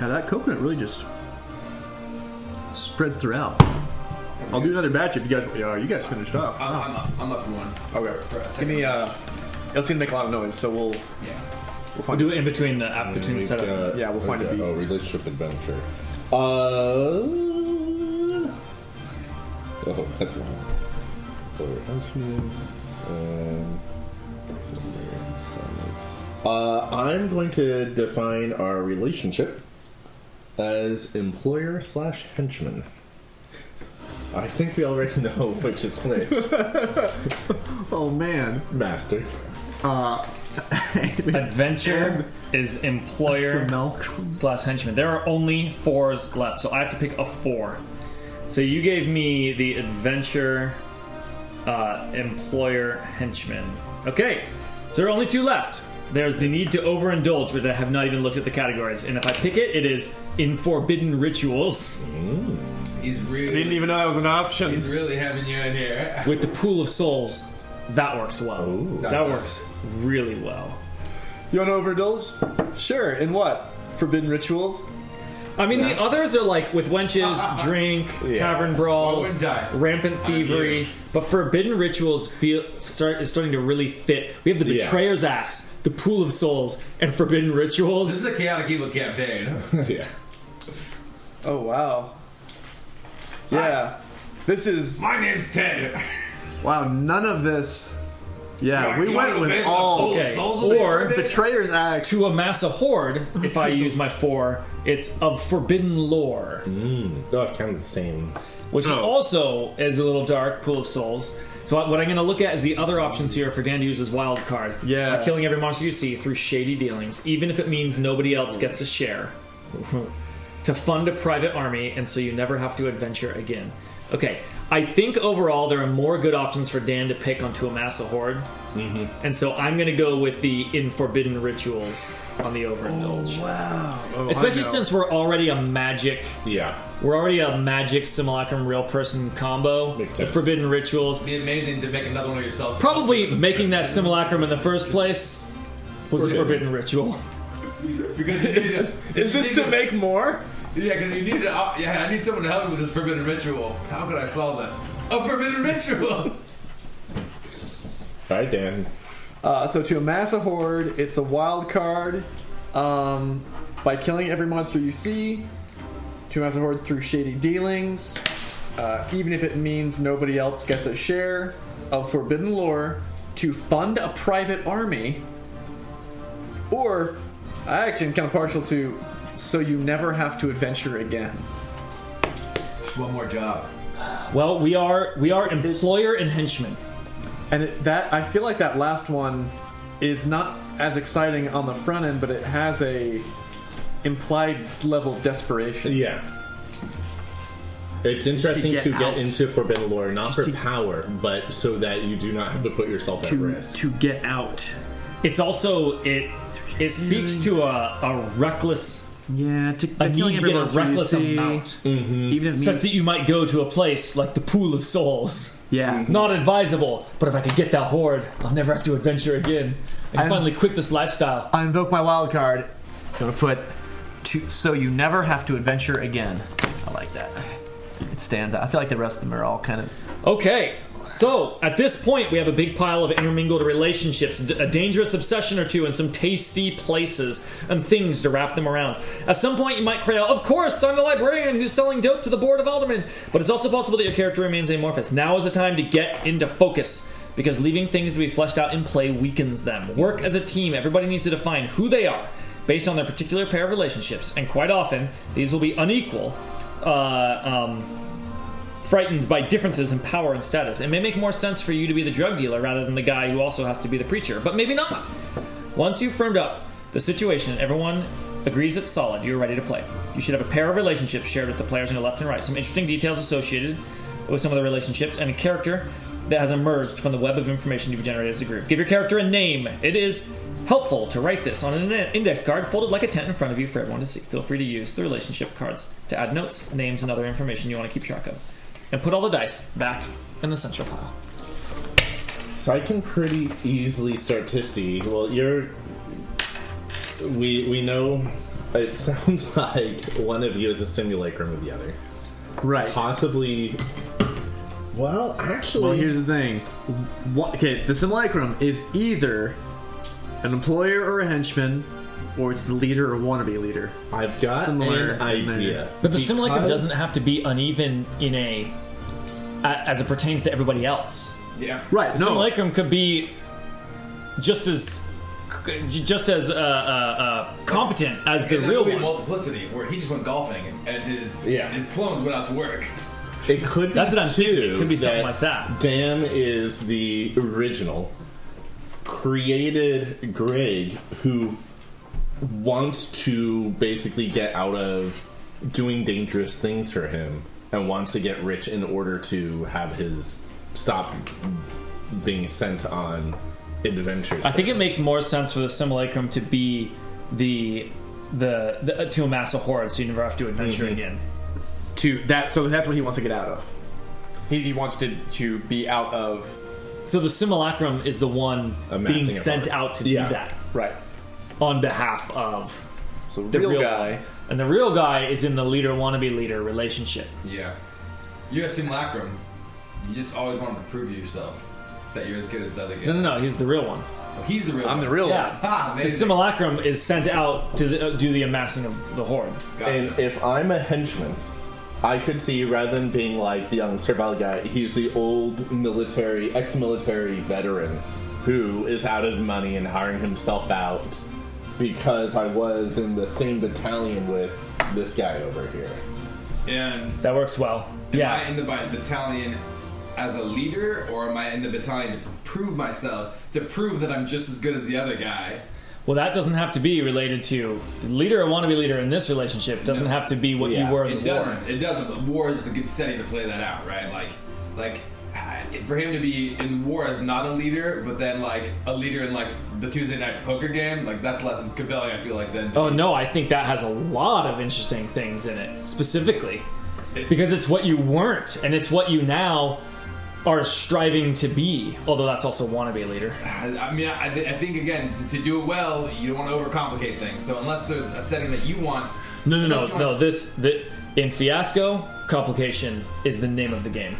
Now that coconut really just spreads throughout. I'll do another batch if you guys. Yeah, you guys finished up. I'm, I'm up. I'm up for one. For a Okay. Uh, Give second. me. Uh, it's gonna make a lot of noise, so we'll Yeah. we'll We'll find do it in between the app between We've setup. got- Yeah, we'll find a okay, beat. Oh, relationship adventure. Uh. Oh, that's one. Over Huntsman, um, over Silent. Uh, I'm going to define our relationship as employer slash henchman. I think we already [LAUGHS] know which is which. Oh man. [LAUGHS] Master. Uh, Adventure is Some employer Malcolm. slash henchman. There are only fours left, so I have to pick a four. So you gave me the adventure, uh, employer, henchman. Okay, so there are only two left. There's the need to overindulge, which I have not even looked at the categories. And if I pick it, it is in forbidden rituals He's really Didn't even know that was an he's option. really having you in here. [LAUGHS] with the pool of souls. That works well. Ooh. that That works really well. You want to overindulge? Sure. In what? Forbidden rituals. I mean, the others are like with [LAUGHS] wenches, drink, tavern I brawls, wouldn't die. rampant thievery. huge. But forbidden rituals feel start is starting to really fit. We have the Yeah. betrayer's axe, the pool of souls, and forbidden This rituals. is a chaotic evil campaign. [LAUGHS] yeah. Oh wow. Yeah. This is My name's Ted. wow. None of this. Yeah, we You went wanna with invade all the [LAUGHS] pool of Okay, souls with me or for a bit? betrayers act. To amass a horde, if [LAUGHS] I use my four, it's of forbidden lore, Oh, it's kind of the same. which also is a little dark. Pool of souls. So what I'm going to look at is the other options here for Dan to use his wild card. Yeah. Uh, killing every monster you see through shady dealings, even if it means nobody else gets a share. [LAUGHS] to fund a private army, and so you never have to adventure again. Okay, I think overall there are more good options for Dan to pick onto amass a horde, mm-hmm. and so I'm going to go with the in forbidden rituals on the overindulge. wow! Especially since we're already a magic, Yeah. we're already a magic simulacrum real person combo. Makes The sense. forbidden rituals, It'd be amazing to make another one of yourself. probably making that simulacrum in the first place was a forbidden ritual. because you need to, [LAUGHS] Is this to make more? Yeah, because you need to. Uh, yeah, I need someone to help me with this forbidden ritual. How could I solve that? A forbidden ritual. [LAUGHS] All right, Dan. Uh, so to amass a horde, it's a wild card. Um, by killing every monster you see, to amass a horde through shady dealings, uh, even if it means nobody else gets a share of forbidden lore, to fund a private army, or I actually am kind of partial to so you never have to adventure again. Just one more job. Well, we are we are employer and henchman. And it, that I feel like that last one is not as exciting on the front end, but it has a implied level of desperation. Yeah. It's interesting get to get out. into Forbidden Lore, not for to- power, but so that you do not have to put yourself at risk. to get out. It's also it it speaks to a, a reckless Yeah, to a need to get a reckless amount, even if such that you might go to a place like the Pool of Souls. yeah. Not advisable, but if I could get that horde, I'll never have to adventure again. I can I'm- finally quit this lifestyle. I invoke my wild card. I'm gonna put to so you never have to adventure again. I like that. It stands out. I feel like the rest of them are all kind of Okay, so at this point, we have a big pile of intermingled relationships, d- a dangerous obsession or two, and some tasty places and things to wrap them around. At some point, you might cry out, Of course, I'm the librarian who's selling dope to the Board of Aldermen, but it's also possible that your character remains amorphous. Now is the time to get into focus. Because leaving things to be fleshed out in play weakens them. Work as a team, everybody needs to define who they are based on their particular pair of relationships, and quite often, these will be unequal. Uh, um, frightened by differences in power and status. It may make more sense for you to be the drug dealer rather than the guy who also has to be the preacher, but maybe not. Once you've firmed up the situation, everyone agrees it's solid, you're ready to play. You should have a pair of relationships shared with the players on your left and right, some interesting details associated with some of the relationships, and a character that has emerged from the web of information you've generated as a group. Give your character a name. It is helpful to write this on an in- index card folded like a tent in front of you for everyone to see. Feel free to use the relationship cards to add notes, names, and other information you want to keep track of and put all the dice back in the central pile. So I can pretty easily start to see. Well, you're. We we know. It [LAUGHS] sounds like one of you is a simulacrum of the other. Right. Possibly. Well, actually, Well, here's the thing. What, okay, the simulacrum is either an employer or a henchman, or it's the leader or wannabe leader. I've got similar an idea. But the simulacrum Because- doesn't have to be uneven in a a- as it pertains to everybody else. Yeah. Right. The No. simulacrum could be just as just as uh, uh, uh, competent as the And that real would be one. multiplicity, where he just went golfing and his Yeah. his clones went out to work. It could. That's be what I'm thinking. It could be too, something like that. Dan is the original created Greg who wants to basically get out of doing dangerous things for him and wants to get rich in order to have his stop being sent on adventures. I think it makes more sense for the simulacrum to be the the, the uh, to amass a horde, so you never have to adventure Mm-hmm. again. to that so that's what he wants to get out of he, he wants to to be out of So the simulacrum is the one Amassing being a sent horde. out to Yeah. do that right on behalf of so the real, guy And the real guy is in the leader wannabe leader relationship. Yeah. You're a simulacrum. You just always want to prove to yourself that you're as good as the other guy. No, no, no, he's the real one. no. He's the real. i'm the one. real Yeah. Ha! The Ah, Amazing. simulacrum is sent out to the, uh, do the amassing of the horde. Gotcha. And if I'm a henchman, I could see rather than being like the young survival guy, he's the old military, ex-military veteran who is out of money and hiring himself out because I was in the same battalion with this guy over here. and That works well. Am I Yeah. in the bi- battalion as a leader, or am I in the battalion to prove myself, to prove that I'm just as good as the other guy? Well, that doesn't have to be related to leader or wannabe leader in this relationship. Doesn't have to be what Yeah, you were in It the war. doesn't. It doesn't. But war is just a good setting to play that out, right? Like, like I- for him to be in war as not a leader, but then like a leader in like the Tuesday night poker game, like that's less compelling. I feel like then. Oh no, I think that has a lot of interesting things in it specifically because it's what you weren't and it's what you now are striving to be. Although that's also wannabe leader. I, I mean, I, I think again to, to do it well, you don't want to overcomplicate things. So unless there's a setting that you want. No, no, no, unless you want no. This the in Fiasco, complication is the name of the game.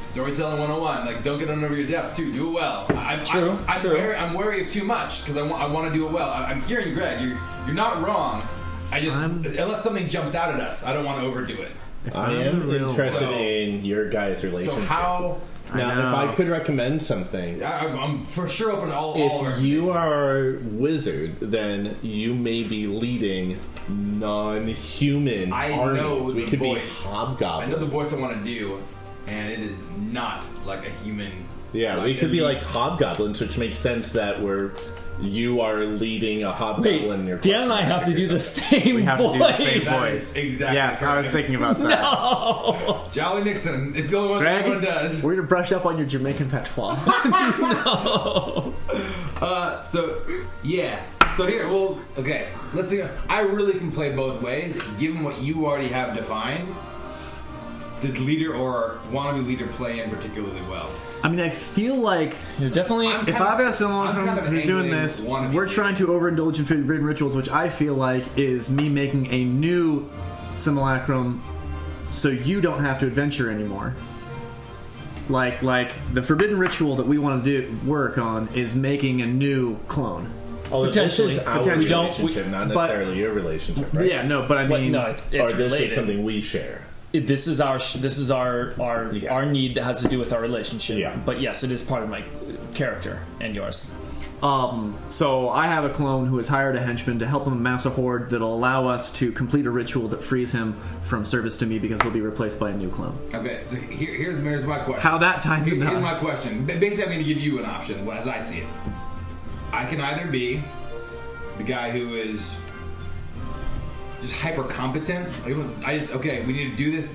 Storytelling 101, like don't get on over your depth too. Do it well. I, I, True, I, am true. Wary, I'm wary of too much because I want I want to do it well. I, I'm hearing Greg. You're you're not wrong. I just I'm- unless something jumps out at us, I don't want to overdo it. I I'm am the real- interested So- in your guys' So relationship. how? now, I if know. I could recommend something, I, I'm- I'm for sure open to all. all of if our- you are a wizard, then you may be leading non-human I know armies. We the could be voice. I hobgoblins. know the voice I want to do, and it is not like a human. Yeah, we a could be human- like hobgoblins, which makes sense that we're you are leading a Wait, hobgoblin. your Dan and I have to do the same We have to do the same voice. voice. That's exactly. Yes, I was correct. thinking about [LAUGHS] that. Jolly Nixon is the only one that Greg, everyone does. We're gonna brush up on your Jamaican patois. Uh, so yeah. So here, well, okay. Let's see. I really can play both ways, given what you already have defined. Does leader or wannabe leader play in particularly well? I mean, I feel like There's definitely I'm if kind I've of- got someone I'm from- kind of who's doing angling this, wannabe we're trying to overindulge in forbidden rituals, which I feel like is me making a new simulacrum, so you don't have to adventure anymore. Like like the forbidden ritual that we want to do work on is making a new clone. Although this Potentially. is our Potentially. We don't- we- relationship, not but- necessarily your relationship, right? Yeah, no, but I But mean, no, it- Or it's this related. is something we share. It- this is our sh- this is our our Yeah. our need that has to do with our relationship. Yeah. But yes, it is part of my character and yours. Um, so I have a clone who has hired a henchman to help him amass a horde that'll allow us to complete a ritual that frees him from service to me because he'll be replaced by a new clone. Okay, so here, here's, here's my question. How that ties Here- into Here's my us. question. Ba- Basically, I'm going to give you an option well, as I see it. I can either be the guy who is just hyper competent. Like, I just okay. We need to do this.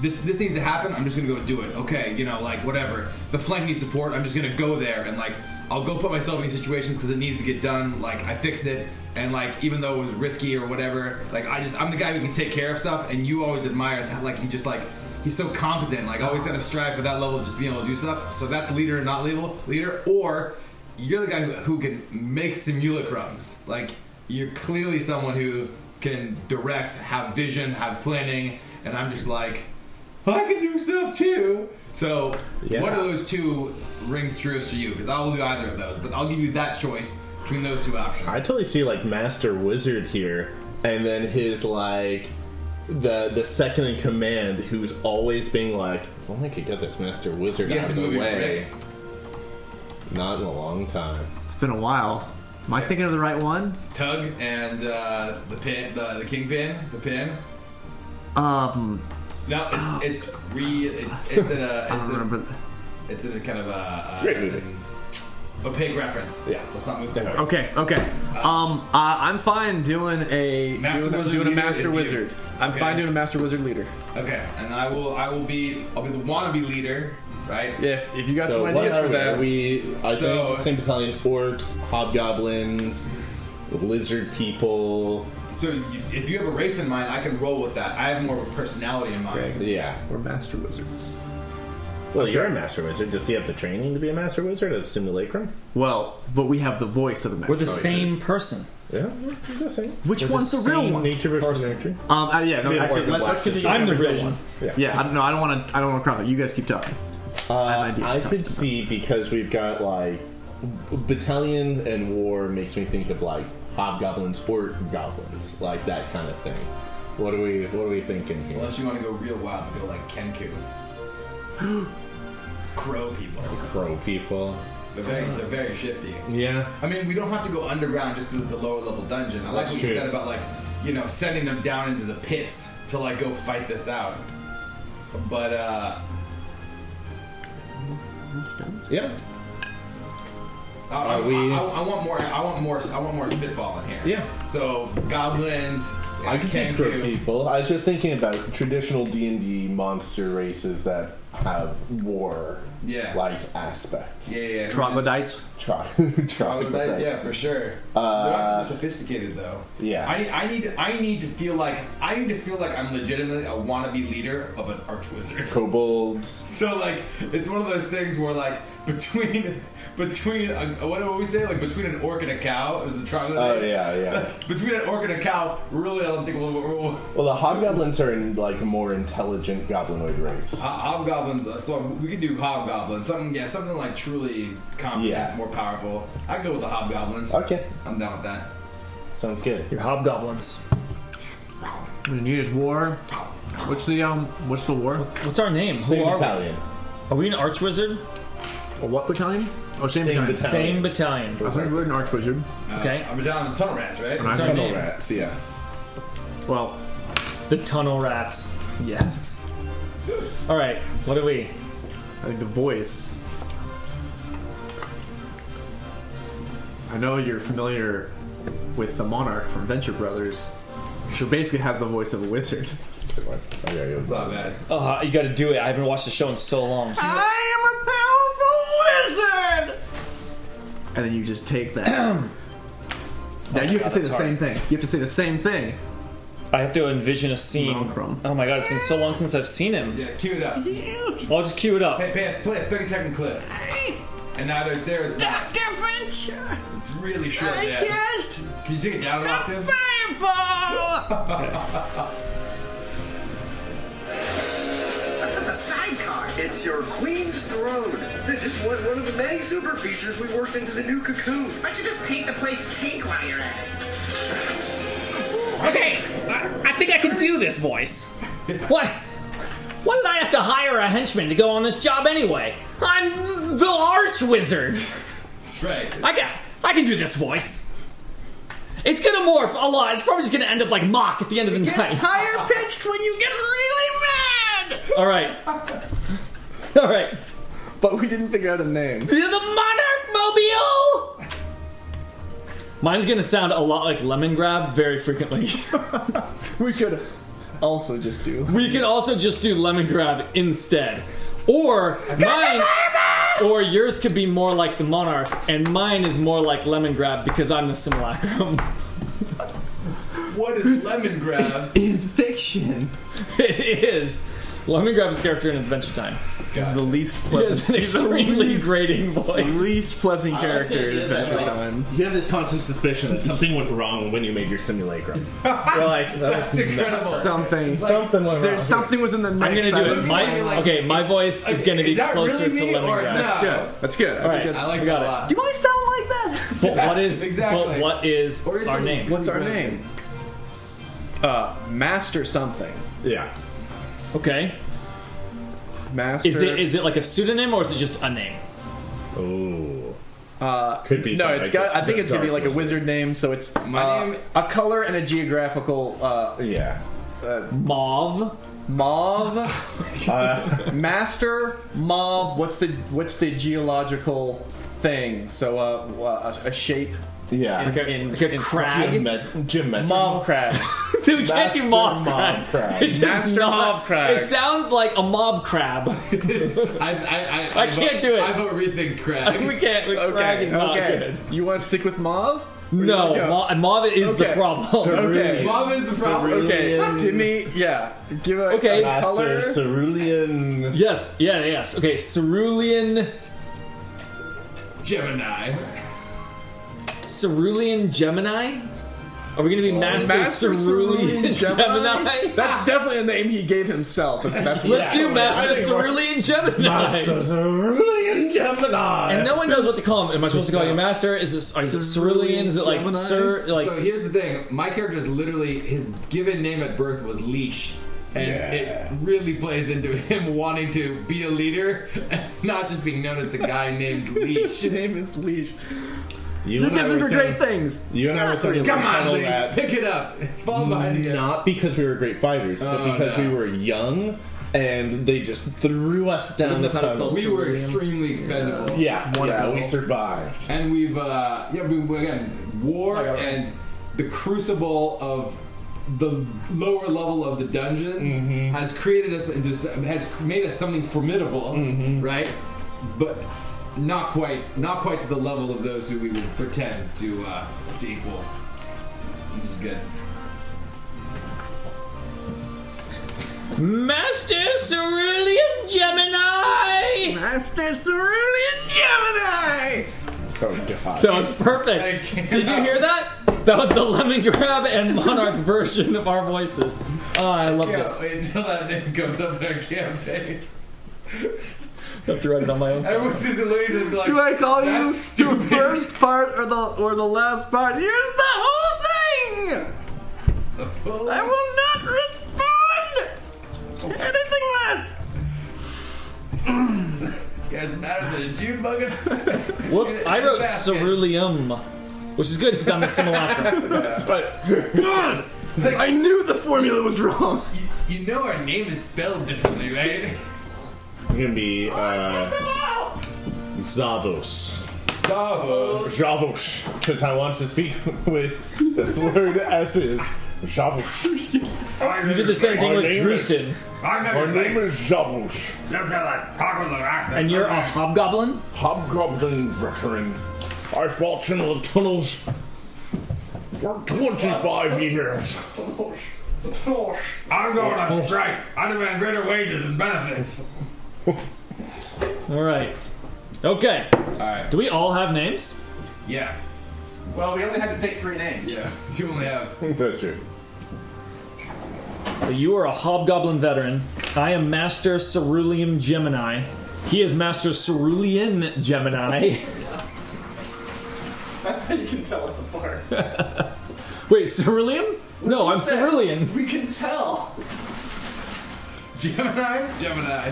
This this needs to happen. I'm just going to go do it. Okay, you know, like whatever. The flank needs support. I'm just going to go there and like I'll go put myself in these situations because it needs to get done. Like I fix it. And like, even though it was risky or whatever, like I just I'm the guy who can take care of stuff. And you always admire that. Like he just like he's so competent. Like I always kind of strive for that level of just being able to do stuff. So that's leader and not label leader. Or you're the guy who, who can make simulacrums. Like you're clearly someone who can direct, have vision, have planning. And I'm just like, I can do stuff too. So Yeah. one of those two rings truest for you because I will do either of those. But I'll give you that choice between those two options. I totally see like Master Wizard here, and then his like the the second in command who's always being like, "If only I could get this Master Wizard Yes, out of the the movie way." Not in a long time. It's been a while. Am I thinking of the right one? Tug and uh, the pin, the, the kingpin, the pin. Um, No, it's it's re it's it's in a I it's don't in, remember. it's in a kind of a, a Great movie. an opaque reference. Yeah. let's not move forward. Okay, okay. Um, uh, I'm fine doing a. Master doing, Wizard doing a leader master is you. wizard. I'm Okay. fine doing a master wizard leader. Okay, and I will I will be I'll be the wannabe leader, right? If if you got So some what ideas are for we? that, Are we I So- think same battalion orcs, hobgoblins, lizard people. So you, if you have a race in mind, I can roll with that. I have more of a personality in mind. Greg, Yeah. we're master wizards. Well, you're a master wizard. Does he have the training to be a master wizard at simulacrum? Well, but we have the voice of the We're master. the same person. Yeah, I'm just saying. Which we're the one's the real same one? Nature versus nurture. Um, uh, yeah, no, Maybe actually, orphan let, black us continue. sister. I'm the real one. Yeah, I don't know. I don't want to. I don't want to cross it. You guys keep talking. Uh, idea. I Talk could to them. see because we've got like b- battalion and war makes me think of like hobgoblins or goblins, like that kind of thing. What are we? What are we thinking here? Unless you want to go real wild and go [GASPS] like Kenku, crow people. Crow people. They're very Uh-huh. they're very shifty. Yeah. I mean, we don't have to go underground just because it's a lower level dungeon. I like That's what you true. said about like, you know, sending them down into the pits to like go fight this out. But uh, Yeah. I, I, Are we- I, I want more. I want more. I want more spitball in here. Yeah. So goblins. I can see Kenku. crow people. I was just thinking about traditional D and D monster races that have war Yeah. like aspects. Yeah, yeah. yeah. Troglodytes. Try. [LAUGHS] Troglodytes, yeah, for sure. They're not super sophisticated though. Uh, yeah. I, I need I need to feel like I need to feel like I'm legitimately a wannabe leader of an archwizard. Kobolds. [LAUGHS] So like it's one of those things where like between [LAUGHS] between a, what do we say like between an orc and a cow is the Oh troglodytes. yeah, yeah. [LAUGHS] Between an orc and a cow, really, I don't think we'll. we'll, we'll Well, the hobgoblins are in like a more intelligent goblinoid race. Ho- hobgoblins. uh, So we could do hobgoblins. Something, yeah, something like truly competent, Yeah. more powerful. I go with the hobgoblins. Okay, I'm down with that. sounds good. Your hobgoblins. And you just war. What's the um? What's the war? What's our name? Who Same are battalion. we? Are we an archwizard? Or what battalion? Oh, same, Same battalion. battalion. Same battalion. I think we're an archwizard. Uh, Okay. I'm down with the tunnel rats, right? Right. What's our Tunnel name? rats. Yes. Well, The tunnel rats. Yes. All right. What are we? I think the voice. I know you're familiar with the monarch from Venture Brothers, who basically has the voice of a wizard. Good one. Oh, yeah, you're- Not bad. Uh, you got to do it. I haven't watched the show in so long. Ah. I am a powerful wizard. And then you just take [CLEARS THROAT] that. now you have to say the same thing. You have to say the same thing. I have to envision a scene. Malcolm. Oh my god, it's been so long since I've seen him. Yeah, cue it up. I'll just cue it up. Hey, play, a- play a 30 second clip. And either it's there or it's not. Dr. Fincher! It's really short, yeah. Can you take it down an octave? I took a sidecar. It's your queen's throne. This is one, one of the many super features we worked into the new cocoon. Why don't you just paint the place pink while you're at it? Okay, I, I think I can do this voice. What? Why did I have to hire a henchman to go on this job anyway? I'm the arch wizard. That's right. I can I can do this voice. It's gonna morph a lot. It's probably just gonna end up like mock at the end of the It's night. higher pitched when you get really mad. All right. All right. But we didn't figure out a name. To the Monarch Mobile! Mine's gonna sound a lot like Lemon Grab very frequently. [LAUGHS] We could also [LAUGHS] just do. we can also just do Lemon Grab instead. Or mine. Or yours could be more like the Monarch, and mine is more like Lemon Grab because I'm the Simulacrum. [LAUGHS] What is lemon grab? In fiction. it is. Lemon Grab's character in Adventure Time. He's the least He has pleasant. an he's the extremely least, grating [LAUGHS] voice. least pleasant character in Yeah, that's Adventure right. Time. You have this constant suspicion that something went wrong when you made your [LAUGHS] simulacrum. You're like, that was nuts. Something. Something went There's something was in the I'm mix. gonna do it. I- My, okay, my voice is gonna be Is that closer really to me Lemon or Grab. no? Good. That's good. All right. I like got that it. a lot. Do I sound like that? But what is Exactly. But what is our name? What's our name? Uh, Master something. Yeah. Okay. Master. Is it is it like a pseudonym or is it just a name? Oh. Uh, Could be No, something it's got. like I think the it's gonna be Dark like a wizard name. So it's My uh, name- a color and a geographical uh, Yeah. Mauve. mauve. [LAUGHS] Uh, Master mauve. What's the what's the geological thing? So uh, a, a shape. Yeah. Ah, Like a, In- like a in- crag. Geomet- geometric. Mauve [LAUGHS] crab. Dude, we can't do Master mauve crag. [LAUGHS] mauve crag. It does Master not- mauve crag. It sounds like a mob crab. [LAUGHS] I, I, I, I can't vote- do it. I vote rethink crab. we can't. We, Crag is not good. You want to stick with mauve? No, go. ma- mauve is the Okay. problem. Cerulean. Bob is the problem. Cerulean. Okay, give me yeah. Give a Okay. a Master color. Cerulean. [LAUGHS] Yes, yeah, yes. Okay, cerulean, Gemini. cerulean Gemini. Are we gonna be master, Oh, Master cerulean, Cerulean [LAUGHS] Gemini? Gemini? That's definitely a name he gave himself. if That's what Let's do Master Cerulean Gemini. Master Cerulean Gemini. And no one knows what to call him. Am I supposed to call you Master? Is this are you Cerulean? Is it like Gemini? Sir? Like so here's the thing. My character is literally his given name at birth was Leash. And Yeah. it really plays into [LAUGHS] him wanting to be a leader and not just being known as the [LAUGHS] guy named Leash. His name is Leash. you Who and I doesn't were for great thinking- things? You and I were thinking Come on, tunnel Leash. rats. Pick it up. Fall behind again. Not because we were great fighters, Oh, but because no. we were young and they just threw us down the Wouldn't have had us tunnel. spell We were extremely expendable. Yeah, yeah, we survived. And we've, uh, yeah, we, we- again, war I got it. and the crucible of the lower level of the dungeons has created us into, s- has made us something formidable, right? But not quite, not quite to the level of those who we would pretend to, uh, to equal. Which is good. Master Cerulean Gemini. Master Cerulean Gemini! Oh god. That was I perfect. can't- Did you hear that? That was the lemon grab and monarch version of our voices. Oh, I love Yeah, this. wait [LAUGHS] until that name comes up in our campaign. I have to write it on my own. side. Everyone's just looking like, Do I call you That's the stupid. first part or the or the last part? Here's the whole thing. I will not respond anything less. guys mad at the June bugger? Whoops! I wrote ceruleum, which is good because I'm a simulacrum. But God, I knew the formula was wrong. You know our name is spelled differently, right? I'm gonna be uh, Zavos. Davos. Javos, because I want to speak [LAUGHS] with the slurred S's. Javos. You did the same thing Our with name is- Drustin, I've My never name is Javos, and you're a hobgoblin. hobgoblin veteran. I fought in the tunnels for 25 years. I'm going on strike. I demand greater wages and benefits. All right. Okay. Alright. Do we all have names? Yeah. Well, we only had to pick three names. Yeah. You only have. That's true. So you are a hobgoblin veteran. I am Master Ceruleum Gemini. He is Master Cerulean Gemini. [LAUGHS] That's how you can tell us apart. [LAUGHS] Wait, Ceruleum? No, I'm What's that? Cerulean. We can tell. Gemini? Gemini.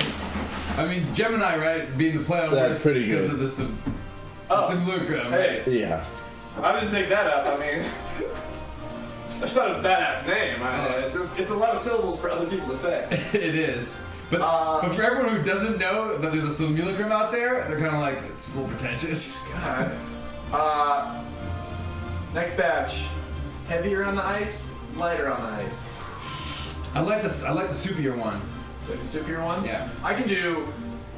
I mean, Gemini, right? Being the play on That's words pretty because good. of the sim- Oh. simulacrum. Hey, Yeah. I didn't make that up. I mean, that's not a badass name. I, it's, just, it's a lot of syllables for other people to say. [LAUGHS] It is. But, Uh, but for everyone who doesn't know that there's a simulacrum out there, they're kind of like, it's a little pretentious. Alright. Uh, next batch. Heavier on the ice, lighter on the ice. I like the I like the soupier one. Like the soupier one? Yeah. I can do,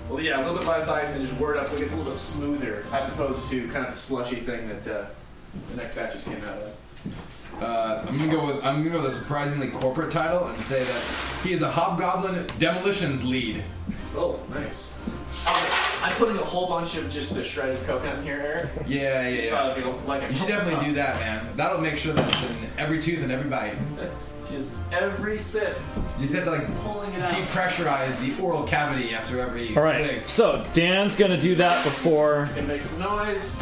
well, yeah, a little bit less ice and just word up so it gets a little bit smoother as opposed to kind of the slushy thing that uh, the next batch just came out as. Uh, I'm gonna go with I'm gonna go with a surprisingly corporate title and say that he is a hobgoblin demolitions lead. Oh, nice. Um, I'm putting a whole bunch of just the shredded coconut in here, Eric. Yeah, yeah, Just yeah. thought it'd be like a You should coconut definitely do puff. that, man. That'll make sure that it's in every tooth and every bite. [LAUGHS] Just every sip, You just have to like pulling it out. depressurize the oral cavity after every All right, swig. so Dan's gonna do that before. It makes noise.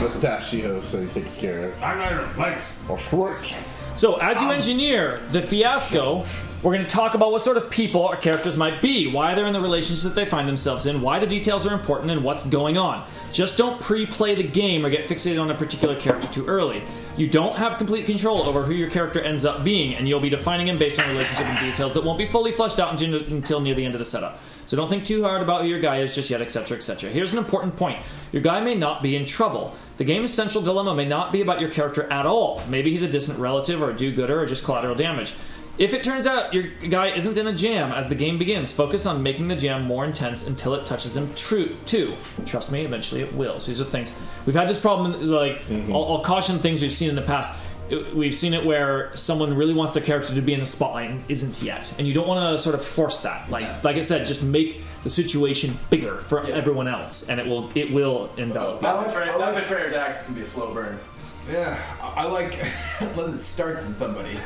Mustachio, so he takes care of. I'm not even like Or [LAUGHS] Schwartz. So, as you engineer the fiasco, we're going to talk about what sort of people our characters might be, why they're in the relationships that they find themselves in, why the details are important, and what's going on. Just don't pre play the game or get fixated on a particular character too early. You don't have complete control over who your character ends up being, and you'll be defining him based on relationship and details that won't be fully fleshed out until until near the end of the setup. So don't think too hard about who your guy is just yet, etc., etc. Here's an important point your guy may not be in trouble. The game's central dilemma may not be about your character at all. Maybe he's a distant relative, or a do gooder, or just collateral damage. If it turns out your guy isn't in a jam as the game begins, focus on making the jam more intense until it touches him true too. Trust me, eventually it will. So these are things we've had this problem. Like I'll, I'll caution things we've seen in the past. It- We've seen it where someone really wants their character to be in the spotlight and isn't yet, and you don't want to sort of force that. Like like I said, just make the situation bigger for everyone else, and it will it will envelop. That, like- betray- I that like- betrayer's axe can be a slow burn. Yeah, I I like [LAUGHS] unless it starts [LAUGHS] in somebody.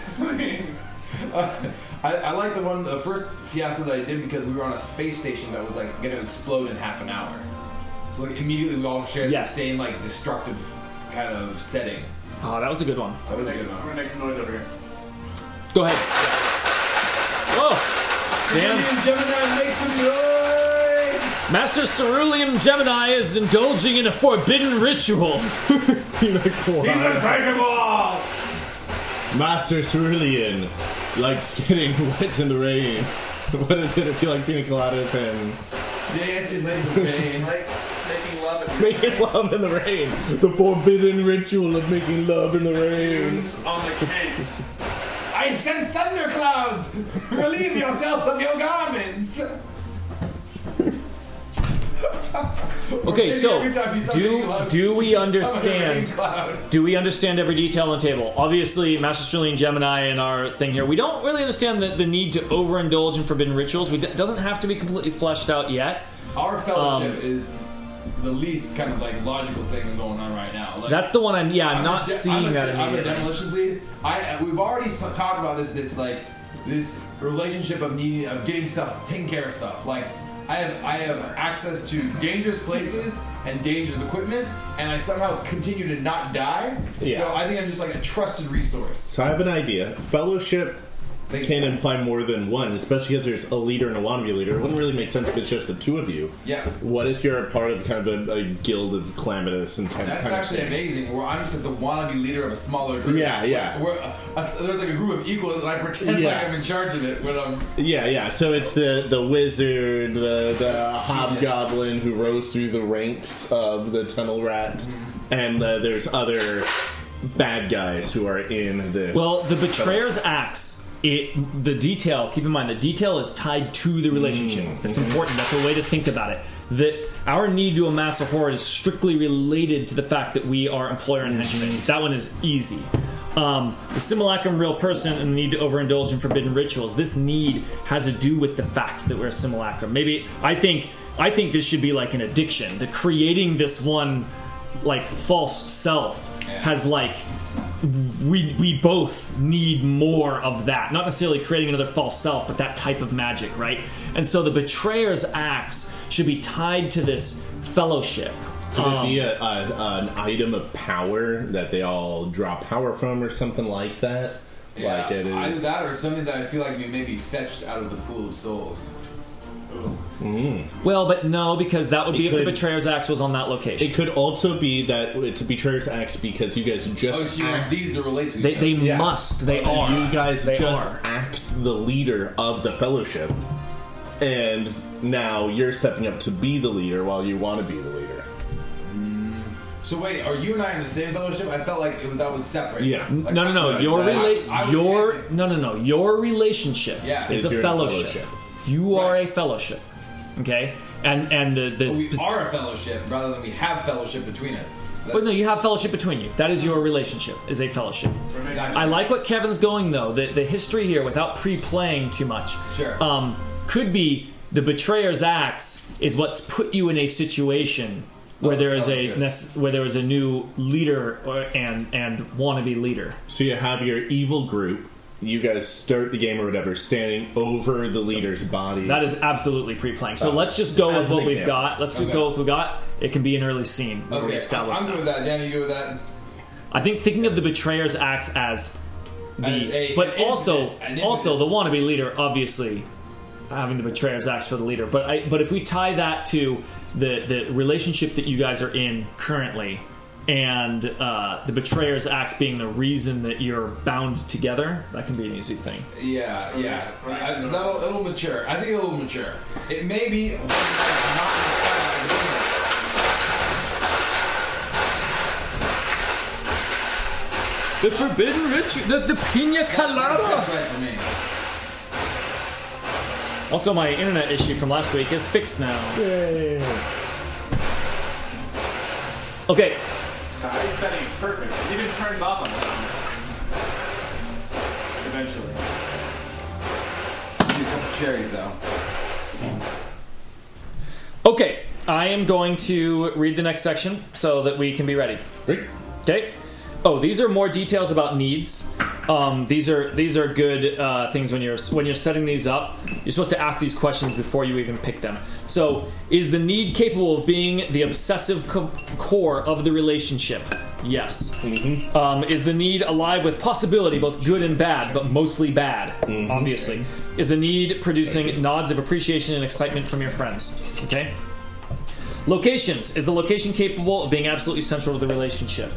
Uh, I, I like the one the first fiasco that I did because we were on a space station that was like going to explode in half an hour. So like immediately we all shared Yes. the same like destructive kind of setting. Oh, that was a good one. That was a Next- good I'm one. gonna make some noise over here. Go ahead. Whoa, Dan's Indian Gemini, make some [LAUGHS] noise! Master Ceruleum Gemini is indulging in a forbidden ritual. Unbreakable! Master Cerulean likes getting [LAUGHS] wet in the rain. What is it if you like pina coladas and Dancing Lady Pain. Likes making love at making love in the rain? The forbidden ritual of making love in the rain. dunes on the cake. I sense thunderclouds! Relieve yourselves of your garments! Okay, so Every time you summon a do cloud, do we you summon a rain understand? [LAUGHS] cloud. Do we understand every detail on the table? Obviously, Master Cerulean Gemini and our thing here, we don't really understand the, the need to overindulge in forbidden rituals. We, it doesn't have to be completely fleshed out yet. Our Um, fellowship is the least kind of like logical thing going on right now. Like, That's the one I'm. Yeah, I'm, I'm not a de- seeing I'm a, that I'm a immediately. demolition lead. I we've already s- talked about this. This like this relationship of needing of getting stuff, taking care of stuff. Like I have I have access to dangerous places and dangerous equipment, and I somehow continue to not die. Yeah. So I think I'm just like a trusted resource. So I have an idea. Fellowship Makes can sense. imply more than one, especially because there's a leader and a wannabe leader. It wouldn't really make sense if it's just the two of you. Yeah. What if you're a part of kind of a, a guild of calamitous and kind That's kind actually of thing? amazing. Where I'm just like the wannabe leader of a smaller group. Yeah, yeah. Where uh, us- there's like a group of equals, and I pretend Yeah. like I'm in charge of it um, when I'm. Yeah, yeah. So it's the the wizard, the the hobgoblin who rose through the ranks of the tunnel rat, Mm-hmm. and uh, there's other bad guys who are in this. Well, the betrayer's axe. It, the detail. Keep in mind, the detail is tied to the relationship. It's important. That's a way to think about it. That our need to amass a horde is strictly related to the fact that we are employer and henchman. That one is easy. Um, the simulacrum, real person, and the need to overindulge in forbidden rituals. This need has to do with the fact that we're a simulacrum. Maybe I think I think this should be like an addiction. The creating this one like false self has like we we both need more of that. Not necessarily creating another false self, but that type of magic, right? And so the betrayer's acts should be tied to this fellowship. Could Um, it be a, a, an item of power that they all draw power from, or something like that? like it is. Either that or something that I feel like we may be fetched out of the pool of souls. Mm. well, but no, because that would It be if could- the betrayer's acts was on that location. It could also be that it's a betrayer's acts because you guys just Oh, so you want axed- these to relate to They, each they other. must. They are. you guys They just are. axed the leader of the fellowship, and now you're stepping up to be the leader while you want to be the leader. So wait, are you and I in the same fellowship? I felt like it, that was separate. Yeah. No, Like, no, no. I- Your I- rela- I was your guessing. no, no, no. Your relationship Yeah. is, Is a your fellowship. fellowship. You are a fellowship. Okay, and and the, the But we spec- are a fellowship rather than we have fellowship between us. That- But no, you have fellowship between you. That is your relationship, is a fellowship. Gotcha. I like what Kevin's going though. The the history here, without pre-playing too much, Sure. um, could be the betrayer's acts is what's put you in a situation where Of there is a Oh, fellowship. nece- where there is a new leader or, and and wannabe leader. So you have your evil group. You guys start the game or whatever, standing over the leader's body. That is absolutely pre-playing. So Oh. Uh, let's just go as with an what we've example. got. Let's just Okay. go with what we got. It can be an early scene where we okay, establish I'm good that. with that. Dan, you good with that? I think thinking of the betrayer's acts as the, As a- an but impetus, also an also impetus. the wannabe leader, obviously having the betrayer's acts for the leader. But I, but if we tie that to the the relationship that you guys are in currently. And uh, the betrayer's acts being the reason that you're bound together, that can be an easy thing. Yeah, yeah. Right. I- that'll, it'll mature. I think it'll mature. It may be. Not, The forbidden ritual, the, the pina that's right for me. Also, my internet issue from last week is fixed now. Okay, The height setting is perfect. It even turns off on the sound. Eventually. Need a couple cherries though. okay. I am going to read the next section so that we can be ready. Great. Okay. Oh, these are more details about needs. Um, these are these are good uh, things when you're when you're setting these up. You're supposed to ask these questions before you even pick them. So, is the need capable of being the obsessive co- core of the relationship? Yes. Mm-hmm. Um, is the need alive with possibility, both good and bad, but mostly bad? Obviously. Is the need producing nods of appreciation and excitement from your friends? Okay. Locations. Is the location capable of being absolutely central to the relationship?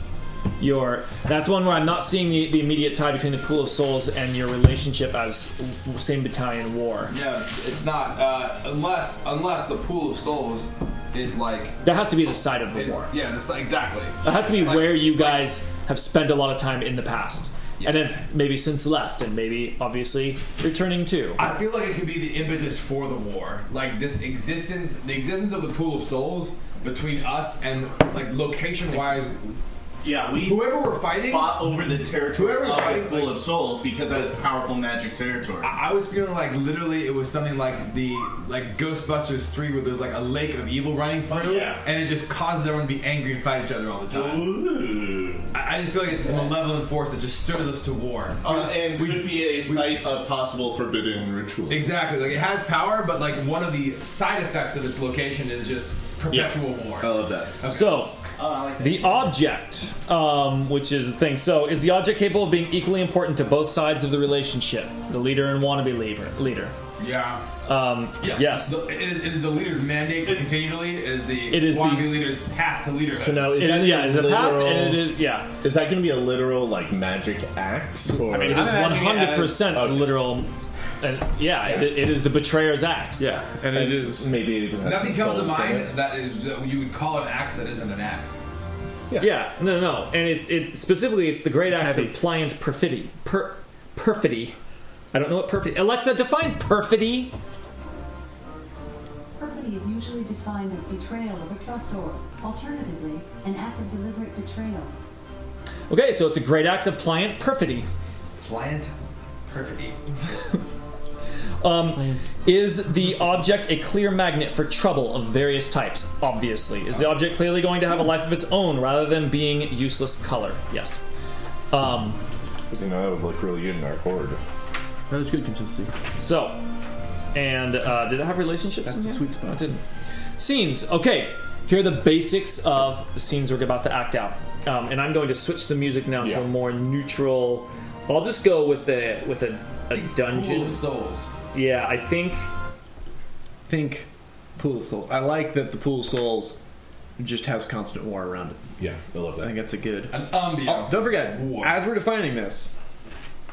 Your that's one where I'm not seeing the, the immediate tie between the pool of souls and your relationship as w- same battalion war. No, it's it's not. Uh, unless unless the pool of souls is like That has to be the side of the is, war. yeah, that's exactly. That has to be Like- where you guys have spent a lot of time in the past. And then maybe since left, and maybe obviously returning to. I feel like it could be the impetus for the war, like this existence, the existence of the pool of souls between us and like location-wise, Yeah, we whoever we're fighting. fought over the territory Whoever of fighting, the Pool like- of Souls because that is powerful magic territory. I I was feeling like literally it was something like the like Ghostbusters three where there's like a lake of evil running through, yeah. and it just causes everyone to be angry and fight each other all the time. Ooh. I, I just feel like it's this malevolent force that just stirs us to war. Uh, and could be a site of possible forbidden rituals. Exactly, like it has power, but like one of the side effects of its location is just perpetual war. Oh. I love that. So, the object, um, which is the thing. So, is the object capable of being equally important to both sides of the relationship? The leader and wannabe leader. Leader. yeah. Um, Yes. So it, is, it is the leader's mandate to continue to lead. It is the It is the- wannabe leader's path to leadership. So now is It- that yeah, a it's a path, literal? and it is yeah. Is that going to be a literal like magic axe? Or I mean, it is I'm one imagining it hundred percent as- Okay. literal, and yeah, It, it is the betrayer's axe. Yeah, and it is. maybe it even has Nothing some comes to souls in mind it. that, is, that you would call an axe that isn't an axe. yeah, no, no, and it's it specifically it's the great axe heavy. of pliant perfidy, per, perfidy. I don't know what perfidy. Alexa, define perfidy. Perfidy is usually defined as betrayal of a trustor, alternatively, an act of deliberate betrayal. Okay, so it's a great axe of pliant perfidy. Pliant perfidy. Um, is the object a clear magnet for trouble of various types? Obviously. Is the object clearly going to have a life of its own rather than being useless color? Yes. Um, you know, that would look really good in our horde. That's good consistency. So, and uh, did I have relationships? That's the sweet spot. I didn't. Scenes. Okay, here are the basics of the scenes we're about to act out, um, and I'm going to switch the music now to a more neutral. I'll just go with a with a, a dungeon. of Souls. Yeah, I think. Think Pool of Souls. I like that the Pool of Souls just has constant war around it. Yeah, I love that. I think that's a good. An ambiance. Oh, don't forget, as we're defining this,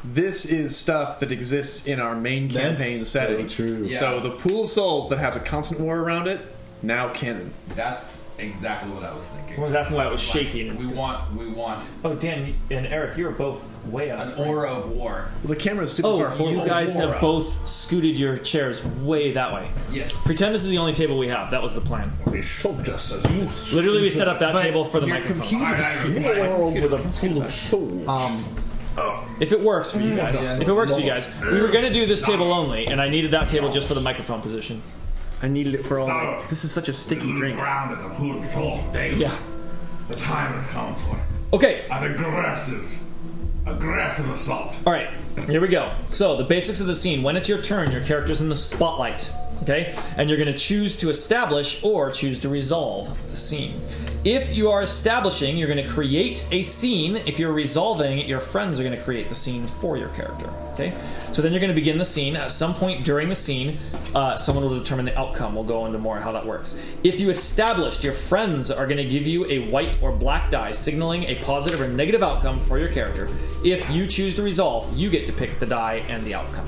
this is stuff that exists in our main campaign setting. So true. So the Pool of Souls that has a constant war around it, now canon. That's exactly what I was thinking. Someone was asking why it was shaky. And We want, we want Oh, Dan and Eric, you're both way up. an aura of war. Well, the camera's super far Oh, forward. you guys have both scooted your chairs way that way. Yes. Pretend this is the only table we have. That was the plan. We showed us as you. Literally, we set up that table for the microphone. with a pool of souls. Um, If it works for you guys, Yeah. if it works for you guys, we were gonna do this table only, and I needed that table just for the microphone positions. I needed it for all. my- This is such a sticky drink. Ground at the pool of souls daily. Yeah. The time has come for Okay. an aggressive, aggressive assault. All right, here we go. So, the basics of the scene. When it's your turn, your character's in the spotlight, okay? And you're gonna choose to establish or choose to resolve the scene. If you are establishing, you're gonna create a scene. If you're resolving, your friends are gonna create the scene for your character, okay? So, then you're gonna begin the scene. At some point during the scene, uh, someone will determine the outcome. We'll go into more how that works. If you established, your friends are going to give you a white or black die, signaling a positive or negative outcome for your character. If you choose to resolve, you get to pick the die and the outcome.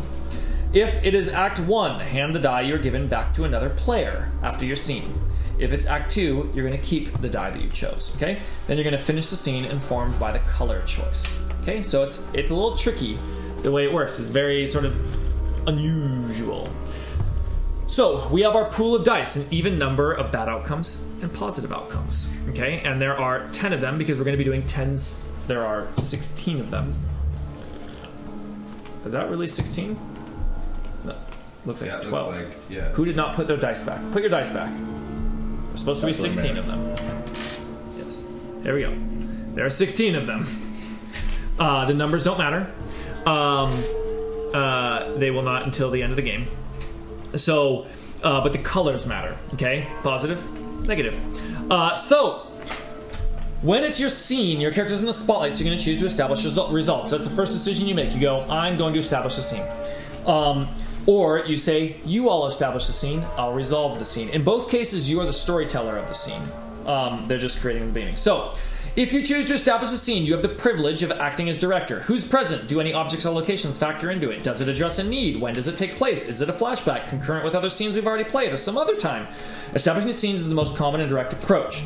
If it is Act 1, hand the die you're given back to another player after your scene. If it's Act 2, you're going to keep the die that you chose, okay? Then you're going to finish the scene informed by the color choice. Okay? So it's it's a little tricky the way it works. It's very sort of unusual. So we have our pool of dice, an even number of bad outcomes and positive outcomes. Okay, and there are ten of them because we're going to be doing tens. There are sixteen of them. Is that really sixteen? No, looks like That looks twelve. like, yeah. Who did not put their dice back? Put your dice back. There's supposed to be That's what 16 I of them. Yes. There we go. There are 16 of them. Uh, the numbers don't matter. Um, uh, they will not until the end of the game. So, uh, but the colors matter. Okay? Positive, negative. Uh, so, when it's your scene, your character's in the spotlight, so you're going to choose to establish result- results. That's the first decision you make. You go, I'm going to establish the scene. Um, or you say, You all establish the scene, I'll resolve the scene. In both cases, you are the storyteller of the scene. Um, they're just creating the beginning. So, if you choose to establish a scene, you have the privilege of acting as director. Who's present? Do any objects or locations factor into it? Does it address a need? When does it take place? Is it a flashback concurrent with other scenes we've already played or some other time? Establishing scenes is the most common and direct approach.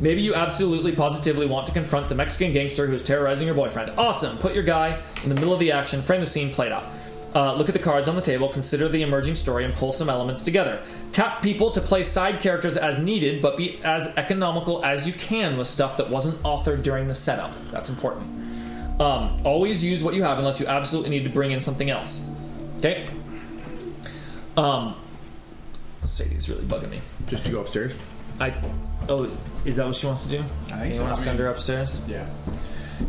Maybe you absolutely positively want to confront the Mexican gangster who's terrorizing your boyfriend. Awesome! Put your guy in the middle of the action, frame the scene, play it out. Uh, look at the cards on the table, consider the emerging story, and pull some elements together. Tap people to play side characters as needed, but be as economical as you can with stuff that wasn't authored during the setup. That's important. Um, always use what you have unless you absolutely need to bring in something else. Okay? Um, Sadie's really bugging me. Just to go upstairs. I oh, is that what she wants to do? I think you so. want to send her upstairs. Yeah.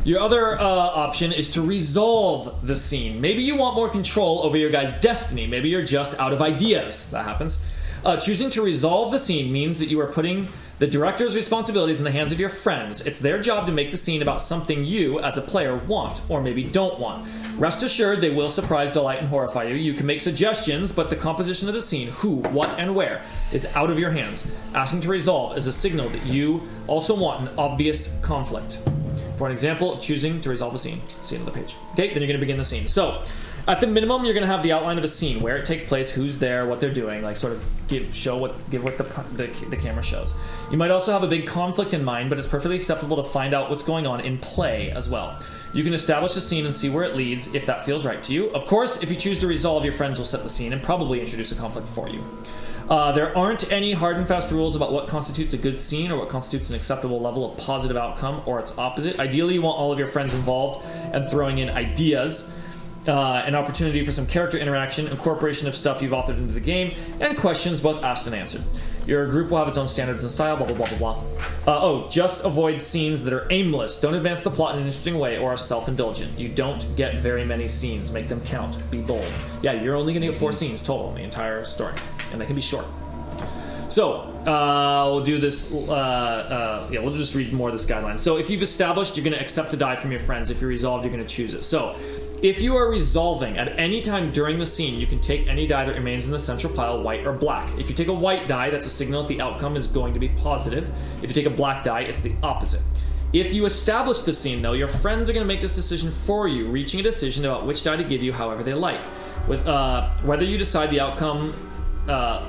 Your other uh, option is to resolve the scene. Maybe you want more control over your guy's destiny. Maybe you're just out of ideas. That happens. Uh, choosing to resolve the scene means that you are putting the director's responsibilities in the hands of your friends. It's their job to make the scene about something you, as a player, want or maybe don't want. Rest assured, they will surprise, delight, and horrify you. You can make suggestions, but the composition of the scene, who, what, and where, is out of your hands. Asking to resolve is a signal that you also want an obvious conflict. For an example, choosing to resolve a scene. See another page. Okay, then you're going to begin the scene. So, at the minimum, you're going to have the outline of a scene, where it takes place, who's there, what they're doing, like sort of give show what give what the the, the camera shows. You might also have a big conflict in mind, but it's perfectly acceptable to find out what's going on in play as well. You can establish a scene and see where it leads if that feels right to you. Of course, if you choose to resolve, your friends will set the scene and probably introduce a conflict for you. Uh, there aren't any hard and fast rules about what constitutes a good scene or what constitutes an acceptable level of positive outcome or its opposite. Ideally, you want all of your friends involved and throwing in ideas, uh, an opportunity for some character interaction, incorporation of stuff you've authored into the game, and questions both asked and answered. Your group will have its own standards and style, blah, blah, blah, blah, blah. Uh, oh, just avoid scenes that are aimless. Don't advance the plot in an interesting way or are self indulgent. You don't get very many scenes. Make them count. Be bold. Yeah, you're only going to get four scenes total in the entire story, and they can be short. So uh, we'll do this. Uh, uh, yeah, we'll just read more of this guideline. So if you've established, you're going to accept the die from your friends. If you're resolved, you're going to choose it. So if you are resolving at any time during the scene, you can take any die that remains in the central pile, white or black. If you take a white die, that's a signal that the outcome is going to be positive. If you take a black die, it's the opposite. If you establish the scene, though, your friends are going to make this decision for you, reaching a decision about which die to give you, however they like. With uh, whether you decide the outcome. Uh,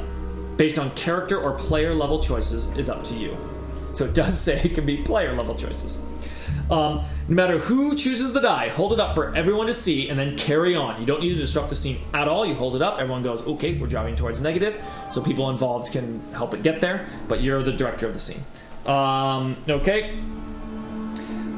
based on character or player level choices is up to you. So it does [LAUGHS] say it can be player level choices. Um, no matter who chooses the die, hold it up for everyone to see and then carry on. You don't need to disrupt the scene at all. You hold it up, everyone goes, okay, we're driving towards negative, so people involved can help it get there, but you're the director of the scene. Um, okay.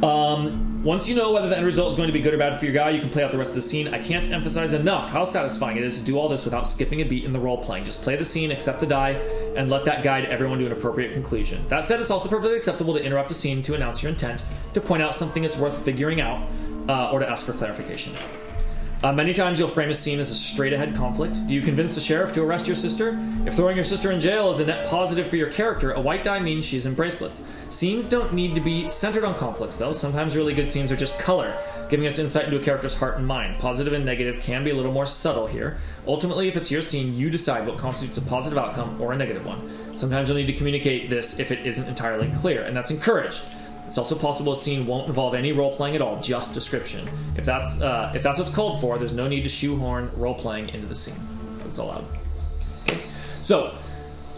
Um, once you know whether the end result is going to be good or bad for your guy, you can play out the rest of the scene. I can't emphasize enough how satisfying it is to do all this without skipping a beat in the role playing. Just play the scene, accept the die, and let that guide everyone to an appropriate conclusion. That said, it's also perfectly acceptable to interrupt a scene to announce your intent, to point out something that's worth figuring out, uh, or to ask for clarification. Uh, many times you'll frame a scene as a straight ahead conflict. Do you convince the sheriff to arrest your sister? If throwing your sister in jail is a net positive for your character, a white die means she's in bracelets. Scenes don't need to be centered on conflicts, though. Sometimes really good scenes are just color, giving us insight into a character's heart and mind. Positive and negative can be a little more subtle here. Ultimately, if it's your scene, you decide what constitutes a positive outcome or a negative one. Sometimes you'll need to communicate this if it isn't entirely clear, and that's encouraged. It's also possible a scene won't involve any role playing at all, just description. If that's uh, if that's what's called for, there's no need to shoehorn role playing into the scene. That's allowed. Okay. So,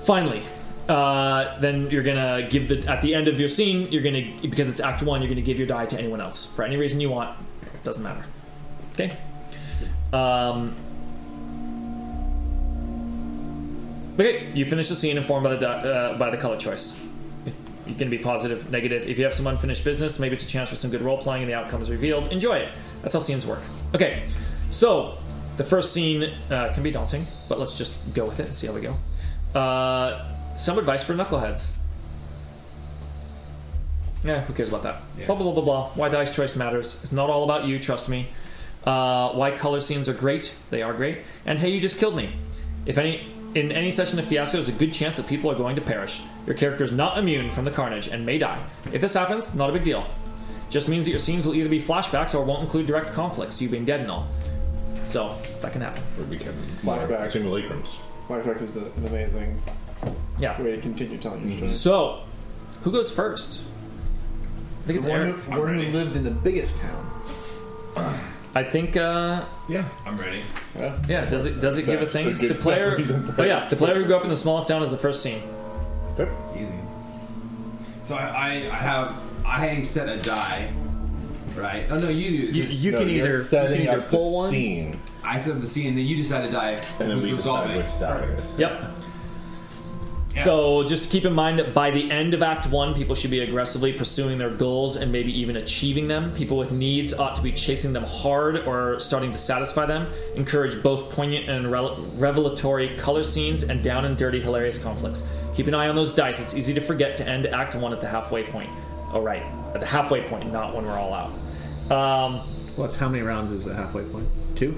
finally, uh, then you're gonna give the at the end of your scene, you're gonna because it's Act One, you're gonna give your die to anyone else for any reason you want. Doesn't matter. Okay. Um, okay, you finish the scene informed by the di- uh, by the color choice you can be positive, negative. If you have some unfinished business, maybe it's a chance for some good role playing and the outcome is revealed. Enjoy it. That's how scenes work. Okay, so the first scene uh, can be daunting, but let's just go with it and see how we go. Uh, some advice for knuckleheads. Yeah, who cares about that? Blah, blah, blah, blah, blah. Why dice choice matters. It's not all about you, trust me. Uh, why color scenes are great. They are great. And hey, you just killed me. If any, in any session of fiasco, there's a good chance that people are going to perish. Your character is not immune from the carnage and may die. If this happens, not a big deal. Just means that your scenes will either be flashbacks or won't include direct conflicts, you being dead and all. So that can happen. Or we can Flashbacks. simulacrums. Flashback is a- an amazing Yeah. way to continue telling your story. So, who goes first? I think it's the one Eric. who, one who lived in the biggest town. I think. Uh, Yeah. I'm ready. Yeah. yeah. Does it? Does it give a That's a thing? good The player. reason. Oh yeah. The player who grew up in the smallest town is the first scene. Yep. Easy. So I, I, I have I set a die, right? Oh no, you do. You, this. you No, can you're either you setting can either up pull the one. scene, I set up the scene, then you decide the die. and then who's we resolving. decide which die it is. Yep. So just keep in mind that by the end of Act One, people should be aggressively pursuing their goals and maybe even achieving them. People with needs ought to be chasing them hard or starting to satisfy them. Encourage both poignant and rel- revelatory color scenes and down and dirty hilarious conflicts. Keep an eye on those dice. It's easy to forget to end Act One at the halfway point. Oh right, at the halfway point, not when we're all out. Um, What's how many rounds is the halfway point? Two.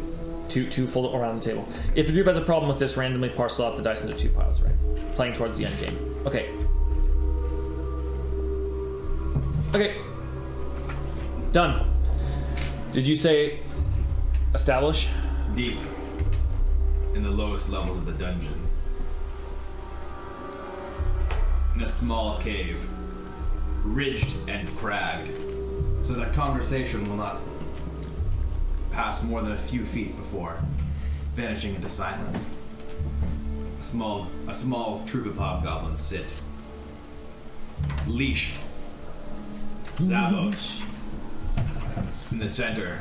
two two full around the table. If your group has a problem with this, randomly parcel out the dice into two piles, right? Playing towards the end game. Okay. Okay. Done. Did you say establish? Deep in the lowest levels of the dungeon, in a small cave, ridged and cragged, so that conversation will not pass more than a few feet before vanishing into silence. A small, a small troop of hobgoblins sit. Leash. Zavos. In the center.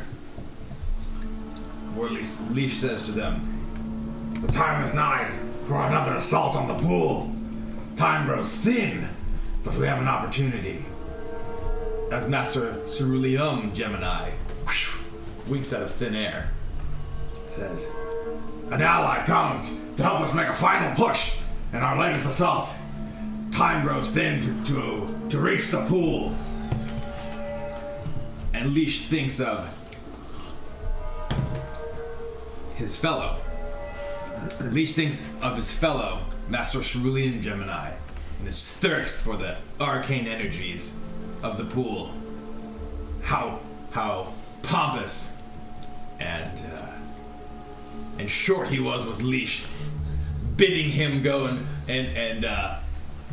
Where Leash, Leash says to them, The time is nigh for another assault on the pool. Time grows thin, but we have an opportunity. That's Master Ceruleum Gemini, winks out of thin air, says, an ally comes to help us make a final push and our latest assault. Time grows thin to, to, to reach the pool. And Leash thinks of his fellow. Leash thinks of his fellow, Master Cerulean Gemini, and his thirst for the arcane energies of the pool. How how pompous and uh, and short he was with Leash, bidding him go and and, and uh,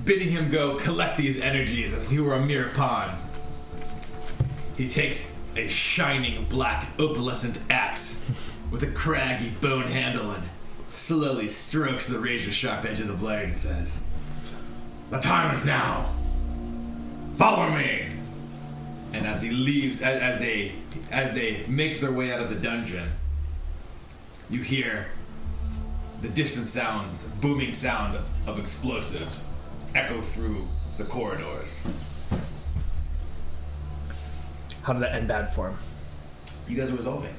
bidding him go collect these energies as if he were a mere pawn. He takes a shining black opalescent axe with a craggy bone handle and slowly strokes the razor sharp edge of the blade and says, The time is now. Follow me! And as he leaves, as, as they as they make their way out of the dungeon, you hear the distant sounds, booming sound of explosives, echo through the corridors. How did that end bad for him? You guys are resolving.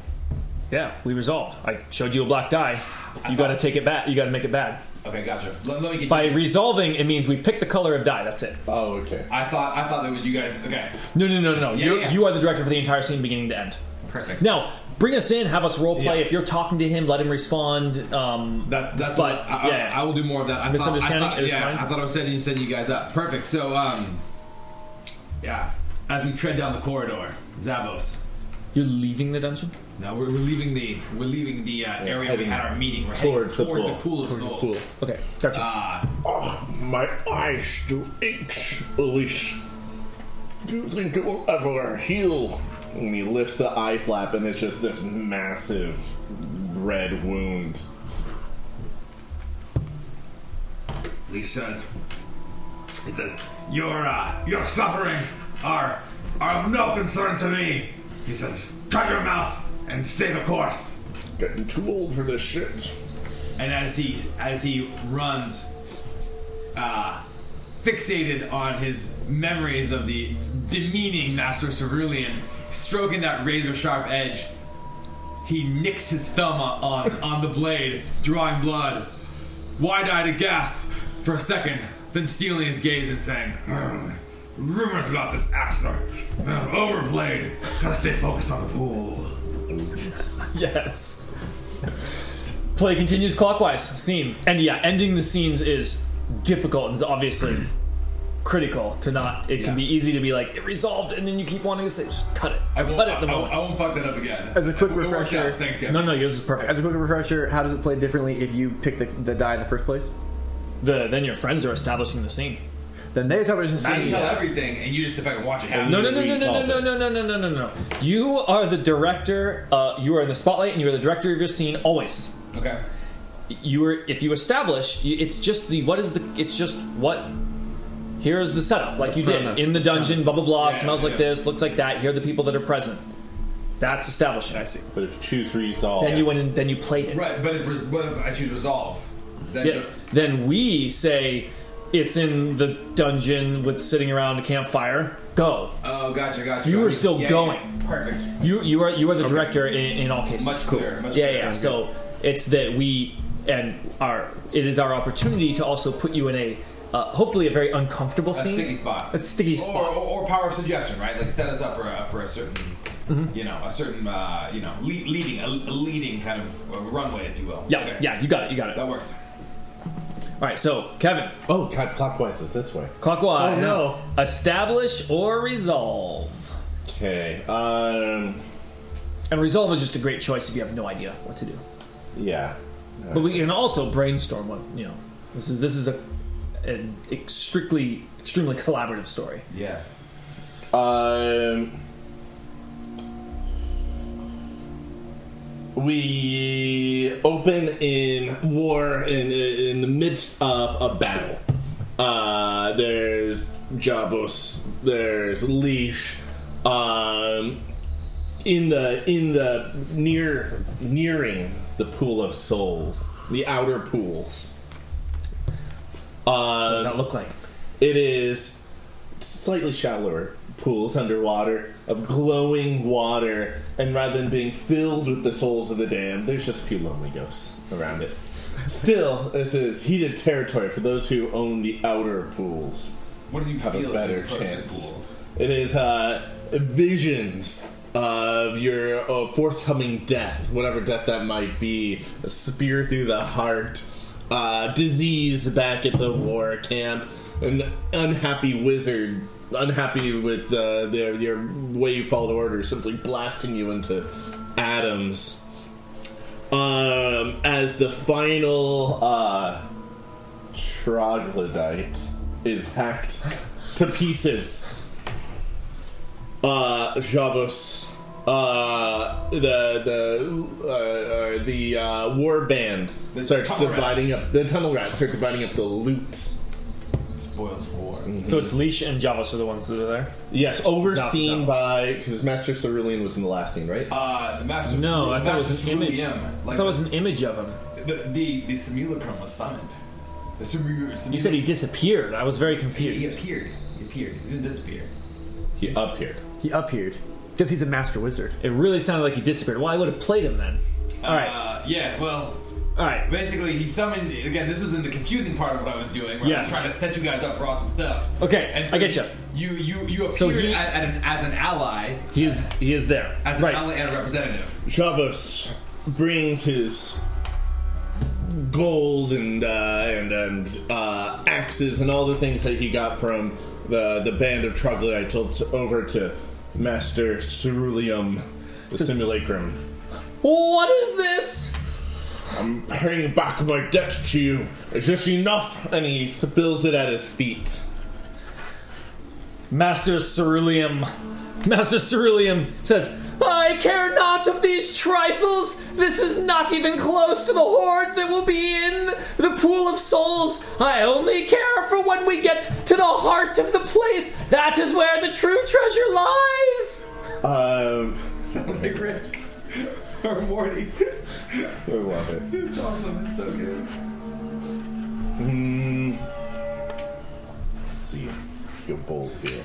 Yeah, we resolved. I showed you a black die. You got to take it back. You got to make it bad. Okay, gotcha. Let, let me get By resolving, it means we pick the color of die. That's it. Oh, okay. I thought I thought that was you guys. Okay, No, no, no, no, no. Yeah, You're, yeah. You are the director for the entire scene, beginning to end. perfect. Now, bring us in. Have us role play. If you're talking to him, let him respond. Um, that, that's but, what I, I- yeah, I will do more of that. I thought- Misunderstanding I thought, is yeah, fine. I thought I was setting setting you guys up. Perfect. So, um, yeah, as we tread down the corridor, Zabos. You're leaving the [LAUGHS] dungeon. No, we're, we're leaving the we're leaving the uh, area we heading had our meeting. We're towards the heading toward pool. the pool of Toward the souls. pool. Okay, gotcha. oh, my eyes do itch, Elise. Do you think it will ever heal? And he lifts the eye flap, and it's just this massive red wound. Lee says, It says, Your, uh, your suffering are, are of no concern to me. He says, Cut your mouth and stay the course. Getting too old for this shit. And as he as he runs, uh, fixated on his memories of the demeaning Master Cerulean, stroking that razor sharp edge, he nicks his thumb on on, on the blade, drawing blood. Wide eyed aghast for a second, then stealing his gaze and saying, "Hmm, Rumors about this axe are Hmm, uh, overplayed. Gotta stay focused on the pool. yes. [LAUGHS] Play continues clockwise. Scene. And yeah, ending the scenes is difficult and is obviously [CLEARS THROAT] critical to not. It can be easy to be like, it resolved, and then you keep wanting to say, just cut it. I cut it at the I- moment. I won't fuck that up again. As a quick It worked out. refresher, Thanks, Kevin. no, no, yours is perfect. As a quick refresher, how does it play differently if you pick the, the die in the first place? The then your friends are establishing the scene. Then they establish the I scene. sell everything, and you just sit back and watch it happen. No, no, no, no, no, no, no, no, no, no, no, no. You are the director. Uh, you are in the spotlight, and you are the director of your scene always. Okay. You are. If you establish, you- it's just the what is the. It's just what. Here's the setup, like you premise. did in the dungeon. Blah blah blah. smells like yeah. this. Looks like that. Here are the people that are present. That's establishing. I see. But if choose resolve, Then you went and then you played it. Right, but if, res- but if I should resolve, then Yeah. Then we say it's in the dungeon with sitting around a campfire. Go. Oh, gotcha, gotcha. You were Yeah, still yeah, going. Perfect. You you are you are the director in, in all cases. Much clearer, much yeah, clearer. yeah. Good. So it's that we and our it is our opportunity to also put you in a uh, hopefully a very uncomfortable A scene, sticky spot. a sticky Or, spot. or, or power of suggestion, right? Like set us up for a, for a certain, Mm-hmm. you know, a certain, uh, you know, le- leading, a, a leading kind of uh, runway, if you will. Yeah, yeah. You got it. You got it. That works. All right. So Kevin, Oh, God, clockwise is this way. clockwise. Oh, no. Establish or resolve. Okay. Um. And resolve is just a great choice if you have no idea what to do. Yeah. But we can also brainstorm what you know. This is this is a an ex- strictly extremely [LAUGHS] collaborative story. Yeah. Um, we open in war in in the midst of a battle. Uh, there's Javos. There's Leash. Um, in the in the near nearing the pool of souls, the outer pools. Uh, what Uh, does that look like? It is slightly shallower pools underwater. of glowing water, and rather than being filled with the souls of the damned, there's just a few lonely ghosts around it. Still, this is heated territory for those who own the outer pools. What do you have a feel as you better approach the chance? pools? It is uh, visions of your uh, forthcoming death, whatever death that might be, a spear through the heart, uh, disease back at the war camp, an unhappy wizard, unhappy with uh, their, their way you followed order, simply blasting you into atoms. Um, as the final uh, troglodyte is hacked to pieces uh, Javos, uh, the the uh, uh, the uh, war band starts tunnel dividing up the tunnel rats start dividing up the loot. Spoils war. So it's Leash and Javos are the ones that are there. Yes, overseen Zavos. by because Master Cerulean was in the last scene, right? Uh, the master. No, I thought it was Master an image. Cerulean, I Like thought it was an image of him. the the, the simulacrum was summoned. The simulacrum. You said he disappeared. I was very confused. He appeared. He appeared. He didn't disappear. He appeared. He appeared. Because he's a master wizard. It really sounded like he disappeared. Well, I would have played him then. All right. Uh, yeah. Well. All right. Basically, he summoned. Again, this was in the confusing part of what I was doing. Where I Yes. was trying to set you guys up for awesome stuff. Okay, And so I get ya. You you you appeared So he- at, at an, as an ally, He is he is there. as an right. ally and a representative. Javos brings his gold and uh, and and uh, axes and all the things that he got from the the band of troglodytes over to Master Ceruleum, [LAUGHS] the simulacrum. What is this? I'm paying back my debt to you. Is this enough? And he spills it at his feet. Master Ceruleum. Master Ceruleum says, I care not of these trifles. This is not even close to the hoard that will be in the pool of souls. I only care for when we get to the heart of the place. That is where the true treasure lies. Um, Sounds like Rips [LAUGHS] or Morty. I love it. it's awesome. It's so good. Mm. Let's [LAUGHS] see, you're bold here.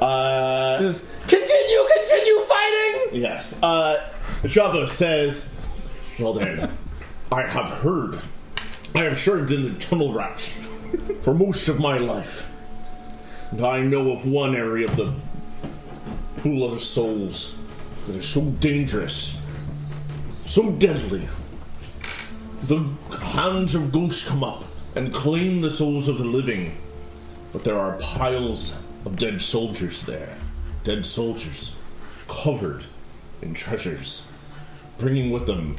Uh, Continue, continue fighting. Yes. Uh, Java says, Well then, I have heard. I have served in the tunnel rats for most of my life. And I know of one area of the pool of souls that is so dangerous, so deadly. The hands of ghosts come up and claim the souls of the living, but there are piles of dead soldiers there. Dead soldiers covered in treasures, bringing with them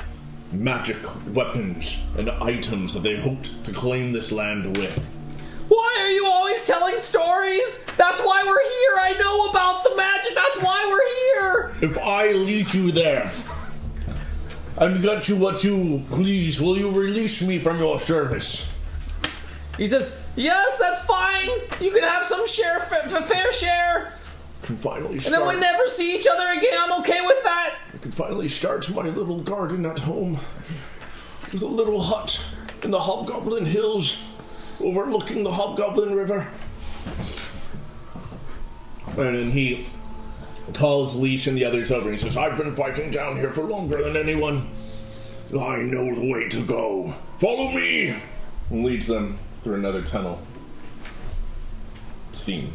magic weapons and items that they hoped to claim this land with. Why are you always telling stories? That's why we're here. I know about the magic. That's why we're here. If I lead you there and get you what you please, will you release me from your service? He says, Yes, that's fine. You can have some share, f- f- fair share. Can finally And then we start. never see each other again. I'm okay with that. I can finally start my little garden at home with a little hut in the Hobgoblin Hills overlooking the Hobgoblin River. And then he calls Leash and the others over and he says, I've been fighting down here for longer than anyone. I know the way to go. Follow me! And leads them through another tunnel. Scene.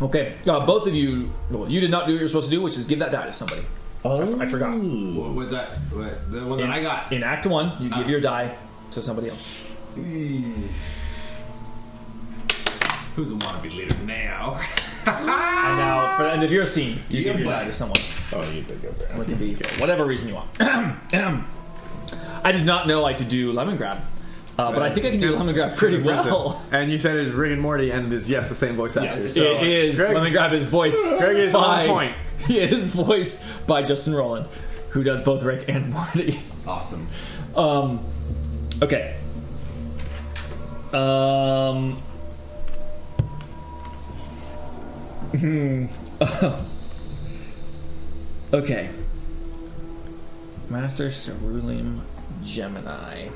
Okay, uh, both of you, well, you did not do what you're supposed to do, which is give that die to somebody. Oh. I forgot. What, what's that? What, the one that I got. In Act 1, you give your die to somebody else. Who's Hmm. the wannabe leader now? [LAUGHS] And now, for the end of your scene, you Yeah, give your but- die to someone. Oh, you did go there. What can be, for whatever reason you want. [CLEARS THROAT] I did not know I could do lemon grab, uh, but I think I can do lemon grab pretty well. And you said it's Rick and Morty, and it is, yes, the same voice actor. so it is. Greg's- Let me grab his voice. [LAUGHS] Greg is on by- point. [LAUGHS] He is voiced by Justin Roland, who does both Rick and Morty. Awesome. Um, okay. Um. hmm. [LAUGHS] okay. Master Ceruleum Gemini.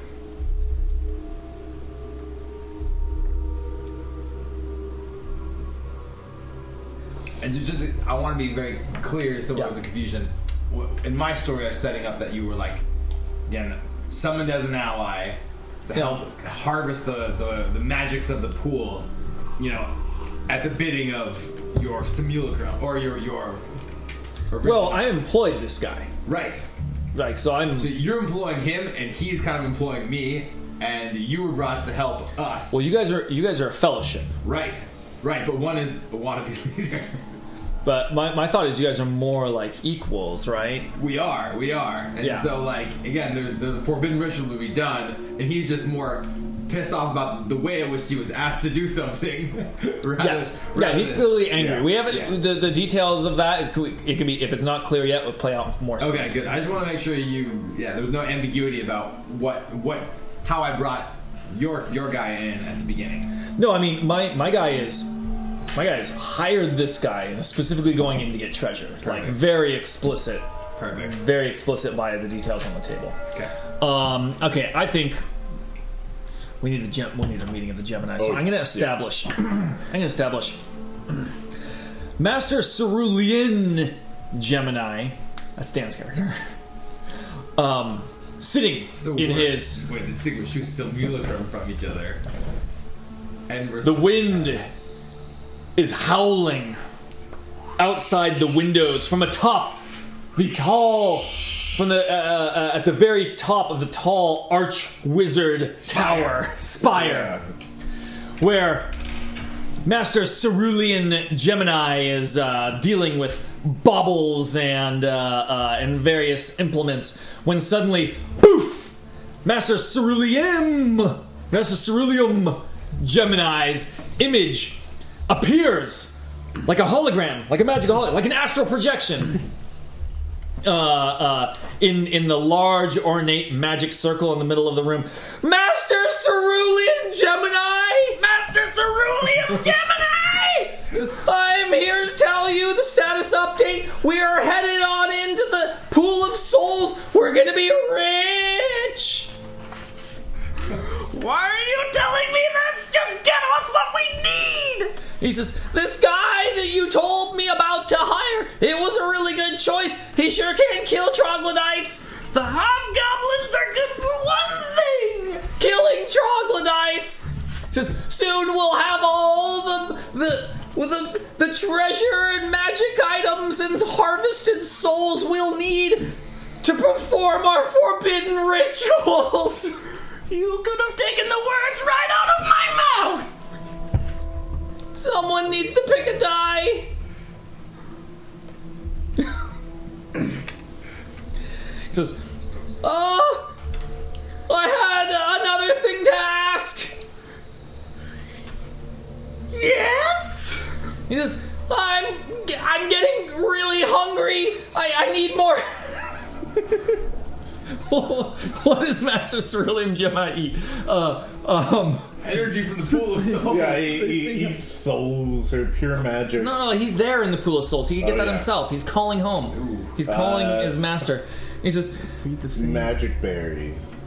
and just, just- I want to be very clear so there was a confusion. W- In my story, I was setting up that you were like, yeah, no, summoned as an ally to help harvest the, the, the magics of the pool, you know, at the bidding of your simulacrum or your your. or- Well, I employed this guy. Right. Like so, I'm. So you're employing him, and he's kind of employing me, and you were brought to help us. Well, you guys are you guys are a fellowship, Right, right. But one is a wannabe [LAUGHS] leader. but my, my thought is you guys are more like equals, right? We are, we are. And Yeah. so like again, there's there's a forbidden ritual to be done, and he's just more pissed off about the way in which he was asked to do something. [LAUGHS] rather- Yes. Yeah, rather he's than- clearly angry. Yeah. We haven't Yeah. the, the details of that. It could, it could be if it's not clear yet, would play out more. Okay, space. good. I just want to make sure you yeah, there was no ambiguity about what what how I brought your your guy in at the beginning. No, I mean my my guy is my guy has hired this guy and is specifically going in to get treasure. Like very explicit. Perfect. Very explicit by the details on the table. Okay. Um, okay, I think we need the gem- we need a meeting of the Gemini. Oh, So I'm going yeah. to establish. [CLEARS THROAT] I'm going to establish Master Cerulean Gemini. That's Dan's character. [LAUGHS] Um, sitting in his Wait, distinguish two simulacrum from each other. And we're The wind is howling outside the windows from atop the tall, from the uh, uh, uh, at the very top of the tall arch wizard tower spire, where Master Cerulean Gemini is uh, dealing with baubles and uh, uh, and various implements when suddenly, poof! Master Ceruleum, Master Ceruleum Gemini's image appears like a hologram, like a magical hologram, like an astral projection uh, uh, in in the large ornate magic circle in the middle of the room. Master Cerulean Gemini, Master [LAUGHS] Cerulean Gemini. I'm here to tell you the status update. We are headed on into the pool of souls. We're gonna be rich. Why are you telling me this? Just get us what we need! He says, This guy that you told me about to hire, it was a really good choice. He sure can kill troglodytes. The hobgoblins are good for one thing killing troglodytes. He says, Soon we'll have all the, the, the, the treasure and magic items and harvested souls we'll need to perform our forbidden rituals. You could have taken the words right out of my mouth! Someone needs to pick a die. He says, "Oh, I had another thing to ask." Yes. He says, "I'm I'm getting really hungry. I I need more." what does Master Cerulean Gemma eat? Uh, um, Energy from the pool of [LAUGHS] souls. Yeah, he, he, he souls her pure magic. No, no, he's there in the pool of souls. He can get Oh, that yeah. himself. He's calling home. He's calling Uh, his master. He says, magic berries. [LAUGHS]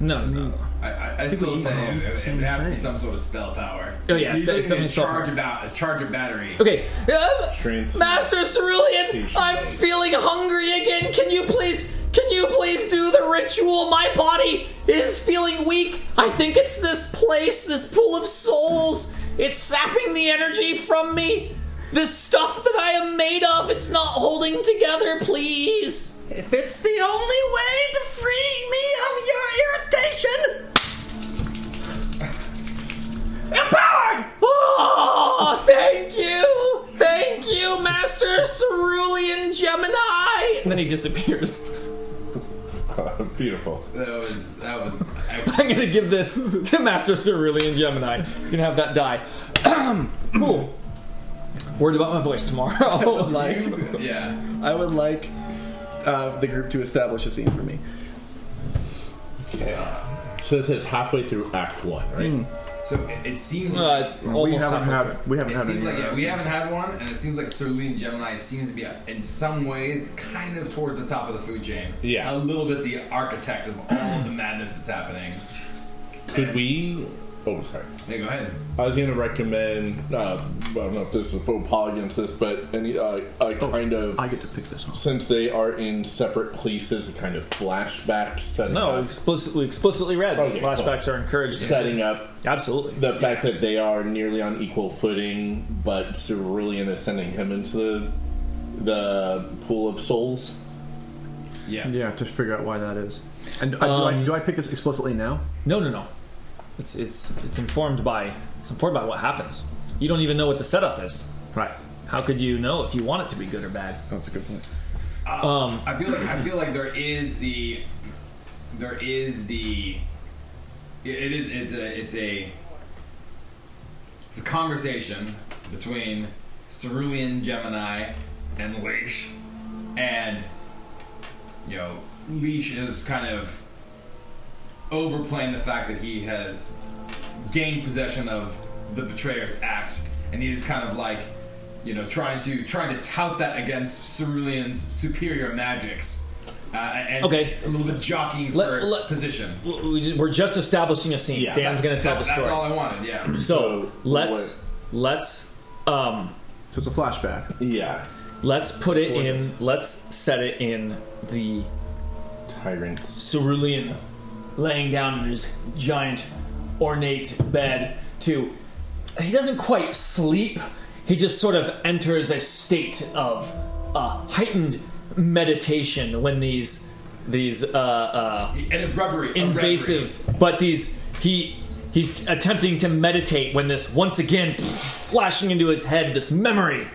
No, no. I, I, I People still eat say all it, the it, same it has to be some sort of spell power. Oh, yeah, You're it's- it's looking definitely at spell charge about a charge of battery. Okay. Um, Trans- master Cerulean, I'm feeling hungry again. Can you please, can you please do the ritual? My body is feeling weak. I think it's this place, this pool of souls. It's sapping the energy from me. This stuff that I am made of, it's not holding together, please. If it's the only way to free me of your irritation, empowered. Oh, thank you, thank you, Master Cerulean Gemini. And then he disappears. [LAUGHS] Beautiful. That was that was. I'm gonna give this to Master Cerulean Gemini. You can have that die. [CLEARS THROAT] cool. Worried about my voice I tomorrow. [LAUGHS] Uh, would [LAUGHS] like, yeah, I would like uh, the group to establish a scene for me. So this is halfway through Act One, right? So it, it seems. Uh, it's We almost haven't halfway had- through. we haven't it had any, seems Like, uh, yeah, we haven't had one, and it seems like Cerulean Gemini seems to be uh, in some ways kind of towards the top of the food chain. Yeah. a little bit the architect of all of the madness that's happening. Could we Oh, sorry. Hey, go ahead. I was going to recommend. Uh, I don't know if this is a faux pas against this, but any uh, a kind of. I get to pick this one since they are in separate places. A kind of flashback setting. No, up, explicitly explicitly read. Okay, cool. Flashbacks are encouraged. setting up absolutely the fact that they are nearly on equal footing, but Cerulean is sending him into the the pool of souls. Yeah. Yeah, to figure out why that is. And uh, do, I, Um, do I pick this explicitly now? No, no, no. It's it's it's informed by it's informed by what happens. You don't even know what the setup is. Right. How could you know if you want it to be good or bad? Oh, That's a good point. Um, I feel like I feel like there is the there is the it- it is it's a it's a it's a conversation between Cerulean Gemini and Leash, and you know Leash is kind of overplaying the fact that he has gained possession of the betrayer's axe, and he is kind of like, you know, trying to trying to tout that against Cerulean's superior magics, uh, and Okay. a little bit jockeying for position. w- we just, we're just establishing a scene. Yeah. Dan's going to tell That- the story. that's all I wanted, yeah. So, So, let's let's um. So it's a flashback. Yeah. Let's put it Before in. this. Let's set it in the tyrant cerulean laying down in his giant ornate bed to he doesn't quite sleep he just sort of enters a state of uh, heightened meditation when these these uh, uh, and a reverie a invasive but these he he's attempting to meditate when this once again flashing into his head this memory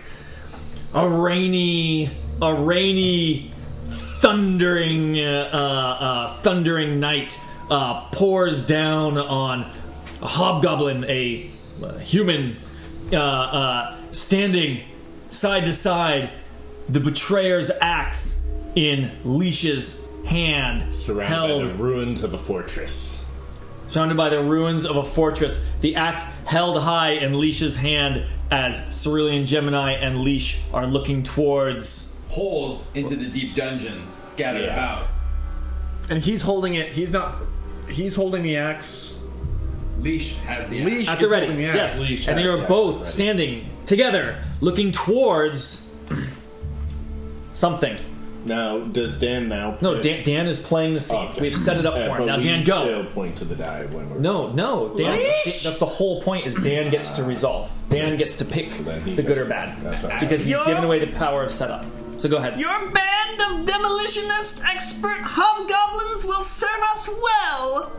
a rainy a rainy thundering uh, uh, thundering night uh, pours down on a hobgoblin, a, uh human uh, uh, standing side to side, the betrayer's axe in Leash's hand, surrounded held by the ruins of a fortress. surrounded by the ruins of a fortress, the axe held high in Leash's hand as Cerulean Gemini and Leash are looking towards. holes into the deep dungeons scattered Yeah. about. And he's holding it. He's not. He's holding the axe. Leash has the Leash at the is ready. holding the axe. yes, and they are both standing together, looking towards something. Now, does Dan now? No, Dan, Dan is playing the scene. We've set it up Uh, for him. but Now, we Dan, go. Still point to the die when we're No, no, Dan. Leash? That's the whole point. Is Dan gets to resolve. Dan gets to pick the good or bad because he's You're- given away the power of setup. So go ahead. Your band of demolitionist expert hobgoblins will serve us well.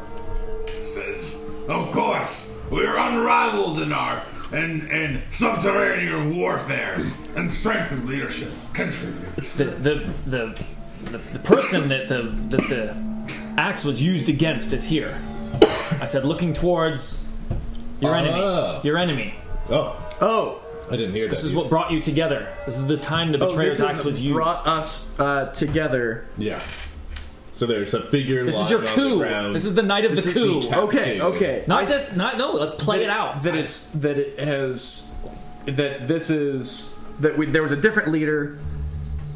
Says, of course, we're unrivaled in our in, in subterranean warfare and strength of leadership. Contribute. the the the, the, the person that the that the axe was used against is here. I said, looking towards your Ah. enemy. Your enemy. Oh, oh! I didn't hear This that. is what brought you together. This is the time the Oh, this betrayer's is axe was used. brought us uh, together. Yeah. So there's a figure. This is lying your on the coup. ground. This is the night of This the is coup. decapitated. Not I- just not no. Let's play that- it out. That it's that it has that this is that we, there was a different leader.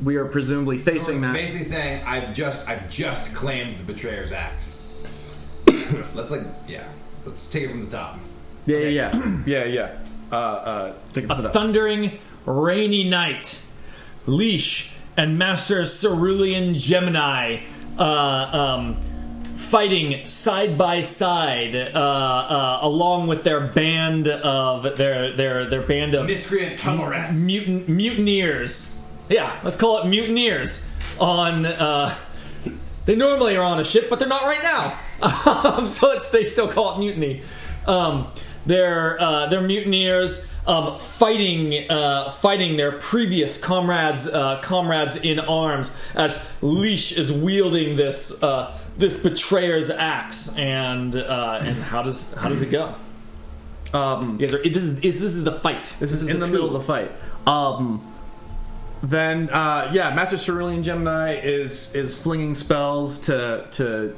We are presumably facing So it's that. Basically saying, I've just, I've just claimed the betrayer's axe. [COUGHS] let's like, yeah, let's take it from the top. Yeah, yeah, yeah, [CLEARS THROAT] yeah, yeah. Uh, uh, think a thundering, rainy night. Leash and Master Cerulean Gemini uh, um, fighting side by side, uh, uh, along with their band of their their their band of miscreant tunnel rats, mutant mutineers. Yeah, let's call it mutineers. On uh, they normally are on a ship, but they're not right now. [LAUGHS] Um, so it's, they still call it mutiny. Um, they're uh, they're mutineers um, fighting uh, fighting their previous comrades uh, comrades in arms as Leash is wielding this uh, this betrayer's axe. And uh, and how does how does it go? Um, you guys are, this is, is this is the fight. [LAUGHS] This, is, in the, coup. middle of the fight. Um, then uh, yeah, Master Cerulean Gemini is is flinging spells to to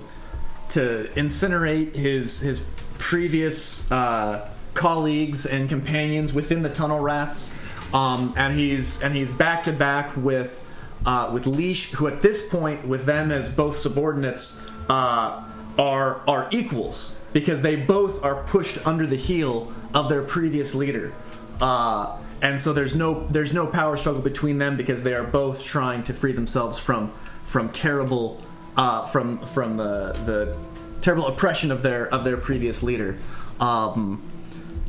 to incinerate his his previous uh, colleagues and companions within the tunnel rats, um, and he's and he's back to back with uh, with Leash, who at this point with them as both subordinates. Uh, are are equals because they both are pushed under the heel of their previous leader, uh, and so there's no there's no power struggle between them because they are both trying to free themselves from from terrible uh, from from the the terrible oppression of their of their previous leader, um,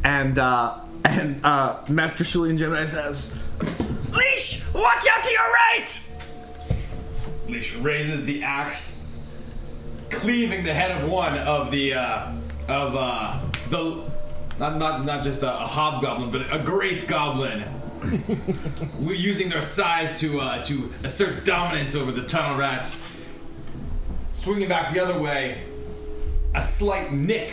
and uh, [LAUGHS] and uh, Master Julian Gemini says. Leash, watch out to your right! Leash raises the axe, cleaving the head of one of the uh, of uh, the not not not just a, a hobgoblin, but a great goblin. We're using their size to uh, to assert dominance over the tunnel rat. Swinging back the other way, a slight nick,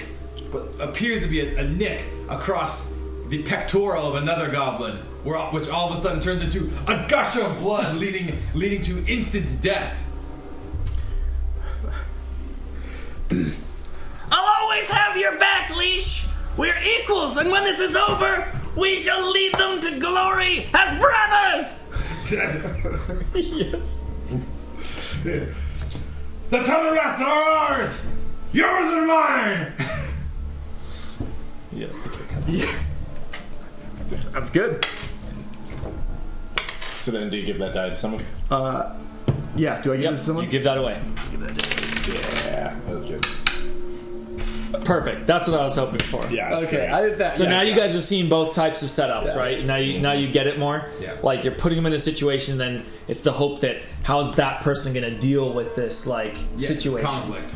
what appears to be a, a nick across the pectoral of another goblin, where, which all of a sudden turns into a gush of blood, leading leading to instant death. I'll always have your back, Leash! We're equals, and when this is over, we shall lead them to glory as brothers! yes. the tunnel rats are ours. Yours and [LAUGHS] mine. yeah. That's good. So then, do you give that die to someone? Uh, yeah. Do I give this to someone? You give that away. Yeah, that was good. Perfect. That's what I was hoping for. Yeah. that's Okay, great. I did that- So yeah, now you yeah. guys have seen both types of setups, Yeah. right? Now you now you get it more. Yeah. Like you're putting them in a situation, then it's the hope that how's that person going to deal with this like it's situation? conflict.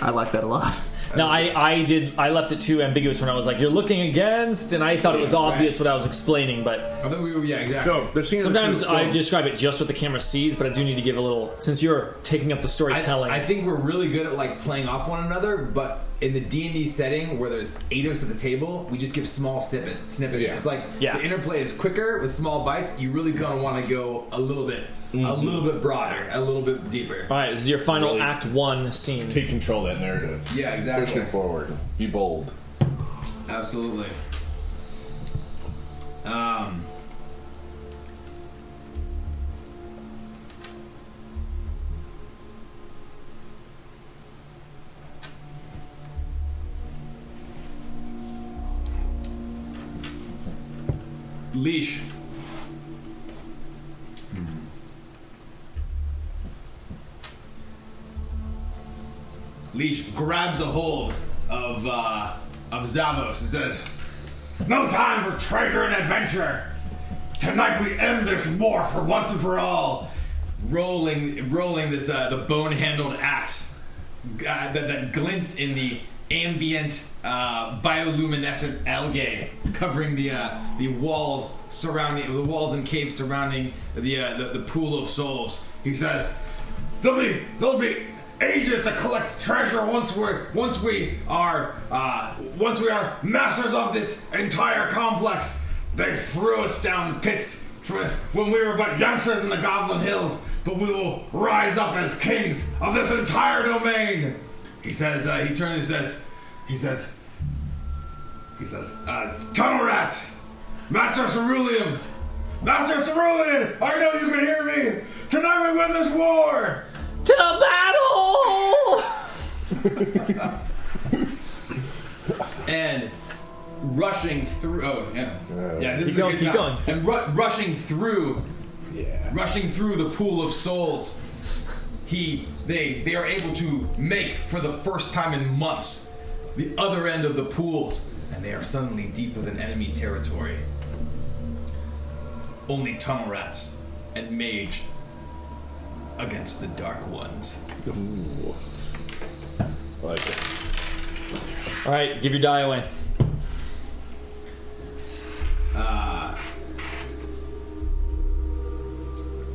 I like that a lot. Now I, I did I left it too ambiguous when I was like you're looking against and I thought it was Yeah, obvious what I was explaining but I thought we were yeah exactly. So, the scene of the sometimes film- I describe it just what the camera sees but I do need to give a little since you're taking up the storytelling I think we're really good at like playing off one another, but in the D and D setting where there's eight of us at the table, we just give small snippets. Snippets. It's like the interplay is quicker with small bites. You really gonna want to go a little bit, a Mhm. little bit broader, a little bit deeper. all right this is your final Really- act one scene take control that narrative Yeah, exactly. Push it forward. Be bold. Absolutely. Um. Leash. Leash grabs a hold of uh, of Zavos and says, "No time for treasure and adventure. Tonight we end this war for once and for all." Rolling, rolling this uh, the bone handled axe uh, that, that glints in the ambient uh, bioluminescent algae covering the uh, the walls surrounding the walls and caves surrounding the uh, the, the pool of souls. He says, "There'll be there'll be ages to collect treasure once we're once we are uh, once we are masters of this entire complex. They threw us down pits for, when we were but youngsters in the Goblin Hills, but we will rise up as kings of this entire domain." He says. Uh, he turns and says. He says. He says. Uh, Tunnel rats, Master Ceruleum, Master Cerulean, I know you can hear me. Tonight we win this war. To battle! and rushing through. Oh yeah, yeah. This Keep is going, a good keep time. And ru- rushing through, yeah, rushing through the pool of souls. He, they, they are able to make for the first time in months the other end of the pools, and they are suddenly deep within enemy territory. Only tunnel rats and mage against the dark ones. like it. all right give your die away Uh,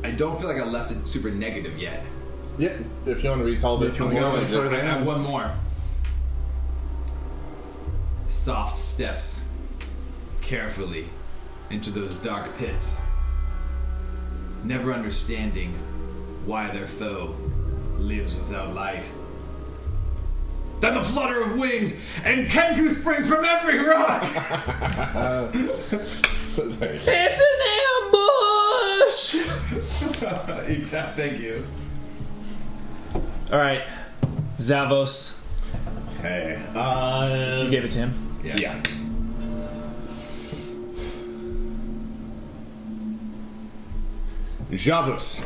I don't feel like I left it super negative yet. Yeah, if you want to resolve it, I'm going for further. I have one more. Soft steps, carefully, into those dark pits. Never understanding why their foe lives without light. Then the flutter of wings and Kenku spring from every rock. [LAUGHS] [LAUGHS] It's an exactly. Thank you. all right Zavos Okay. Uh, So you gave it to him? Yeah. Javus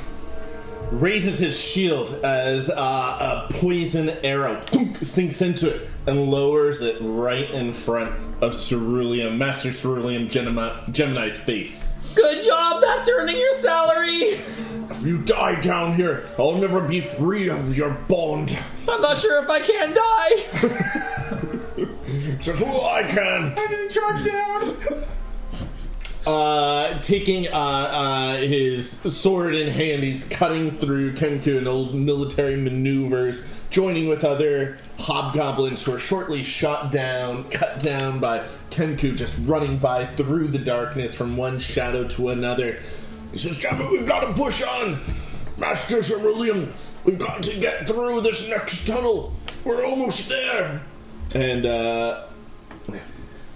raises his shield as uh, a poison arrow thunk, sinks into it and lowers it right in front of Cerulean, Master Cerulean Gemini, Gemini's face. Good job. That's earning your salary. If you die down here, I'll never be free of your bond. I'm not sure if I can die. Says, "Well, I can. I'm getting charged down. [LAUGHS] Uh, taking uh, uh, his sword in hand, he's cutting through Kenku and old military maneuvers, joining with other hobgoblins who are shortly shot down, cut down by Kenku, just running by through the darkness from one shadow to another. He says, Gentlemen, we've got to push on! Master Cerulean, we've got to get through this next tunnel! We're almost there! And, uh,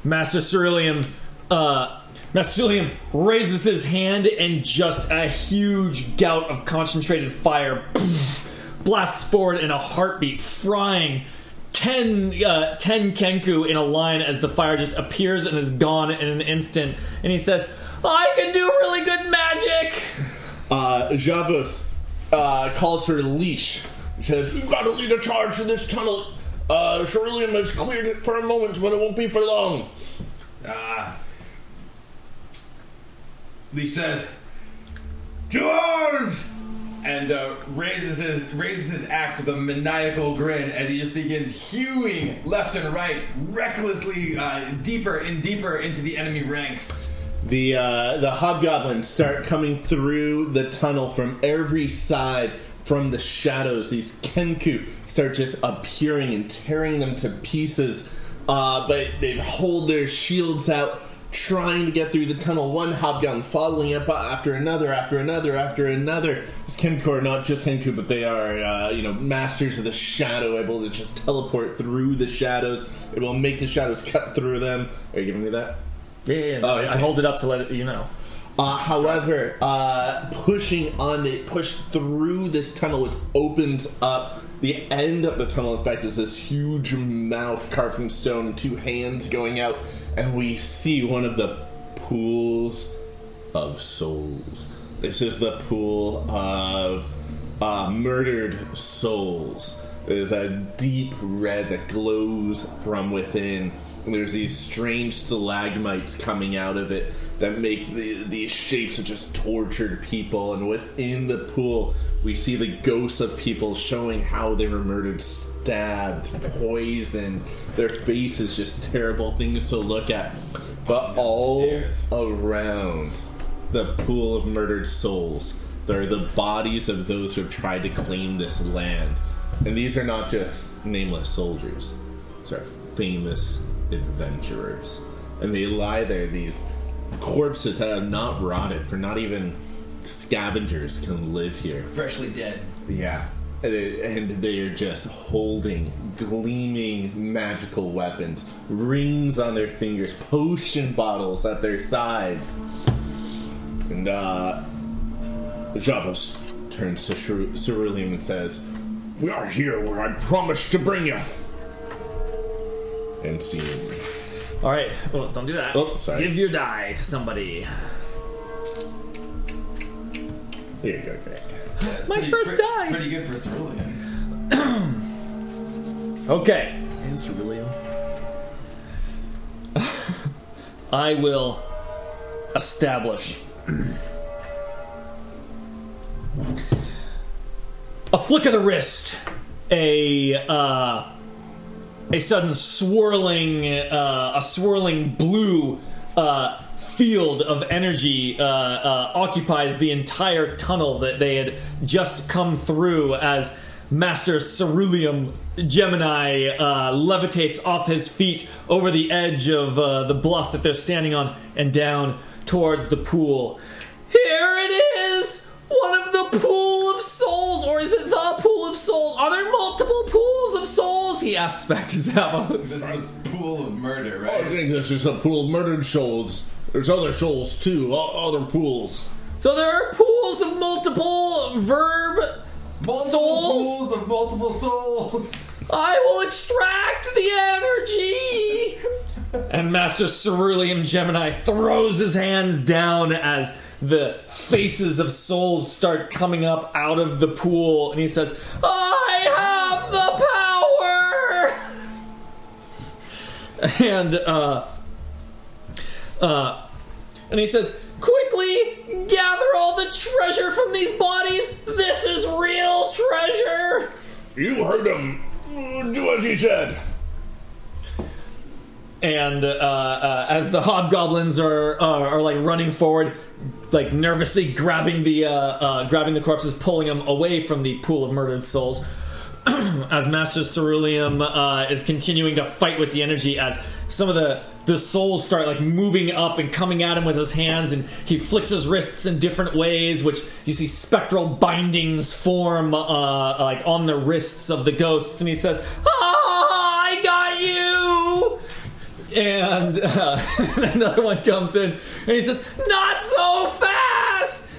Master Cerulean, uh, Master Cerulean raises his hand and just a huge gout of concentrated fire blasts forward in a heartbeat, frying 10, uh, 10 Kenku in a line as the fire just appears and is gone in an instant. And he says, I can do really good magic! Uh, Javos uh, calls her Leash. Says, You've got to lead a charge to this tunnel. Uh, Cerulean has cleared it for a moment, but it won't be for long. Ah. Lee says, "To arms!" and uh, raises his raises his axe with a maniacal grin as he just begins hewing left and right, recklessly uh, deeper and deeper into the enemy ranks. The uh, the hobgoblins start coming through the tunnel from every side, from the shadows. These kenku start just appearing and tearing them to pieces. Uh, but they hold their shields out, trying to get through the tunnel. One hobgoblin following up after another, after another, after another. These kenku are not just kenku, but they are uh, you know masters of the shadow, able to just teleport through the shadows. It will make the shadows cut through them. Are you giving me that? Yeah, yeah, yeah. Oh, I okay. hold it up to let it, you know. Uh, however, uh, pushing on, they push through this tunnel, which opens up. The end of the tunnel, in fact, is this huge mouth carved from stone and two hands going out, and we see one of the pools of souls. This is the pool of uh, murdered souls. There's a deep red that glows from within. And there's these strange stalagmites coming out of it that make the, these shapes of just tortured people. And within the pool, we see the ghosts of people showing how they were murdered, stabbed, poisoned. Their faces just terrible things to look at. But all around the pool of murdered souls. They're the bodies of those who have tried to claim this land. And these are not just nameless soldiers, these are famous adventurers. And they lie there, these corpses that have not rotted, for not even scavengers can live here. Freshly dead. Yeah. And it- and they are just holding gleaming magical weapons, rings on their fingers, potion bottles at their sides. And, uh, Javos turns to Ceru- Cerulean and says, We are here where I promised to bring you. And see. All right, well, don't do that. Oh, sorry. Give your die to somebody. Here you go, Greg. That's My first die. Pretty good for cerulean. Okay. And Sir William. [LAUGHS] I will establish a flick of the wrist, a uh, a sudden swirling, uh, a swirling blue uh, field of energy uh, uh, occupies the entire tunnel that they had just come through as Master Ceruleum Gemini uh, levitates off his feet over the edge of uh, the bluff that they're standing on and down towards the pool. Here it is! One of the pool of souls, or is it the pool of souls? Are there multiple pools of souls? He asks Bactizavos. This is the pool of murder, Oh, I right? think this is a pool of murdered souls. There's other souls too, o- other pools. So there are pools of multiple verb Multiple Souls? pools of multiple souls. [LAUGHS] I will extract the energy. And Master Cerulean Gemini throws his hands down as the faces of souls start coming up out of the pool, and he says, I have and uh, uh, the power. And he says, "Quickly gather all the treasure from these bodies. This is real treasure." You heard him. Do what he said. and uh, uh, as the hobgoblins are, are are like running forward, like nervously grabbing the uh, uh, grabbing the corpses, pulling them away from the pool of murdered souls. [CLEARS THROAT] as Master Ceruleum uh, is continuing to fight with the energy, as some of the the souls start like moving up and coming at him with his hands, and he flicks his wrists in different ways, which you see spectral bindings form uh, like on the wrists of the ghosts, and he says, Ah, I got you. and uh, [LAUGHS] another one comes in and he says Not so fast.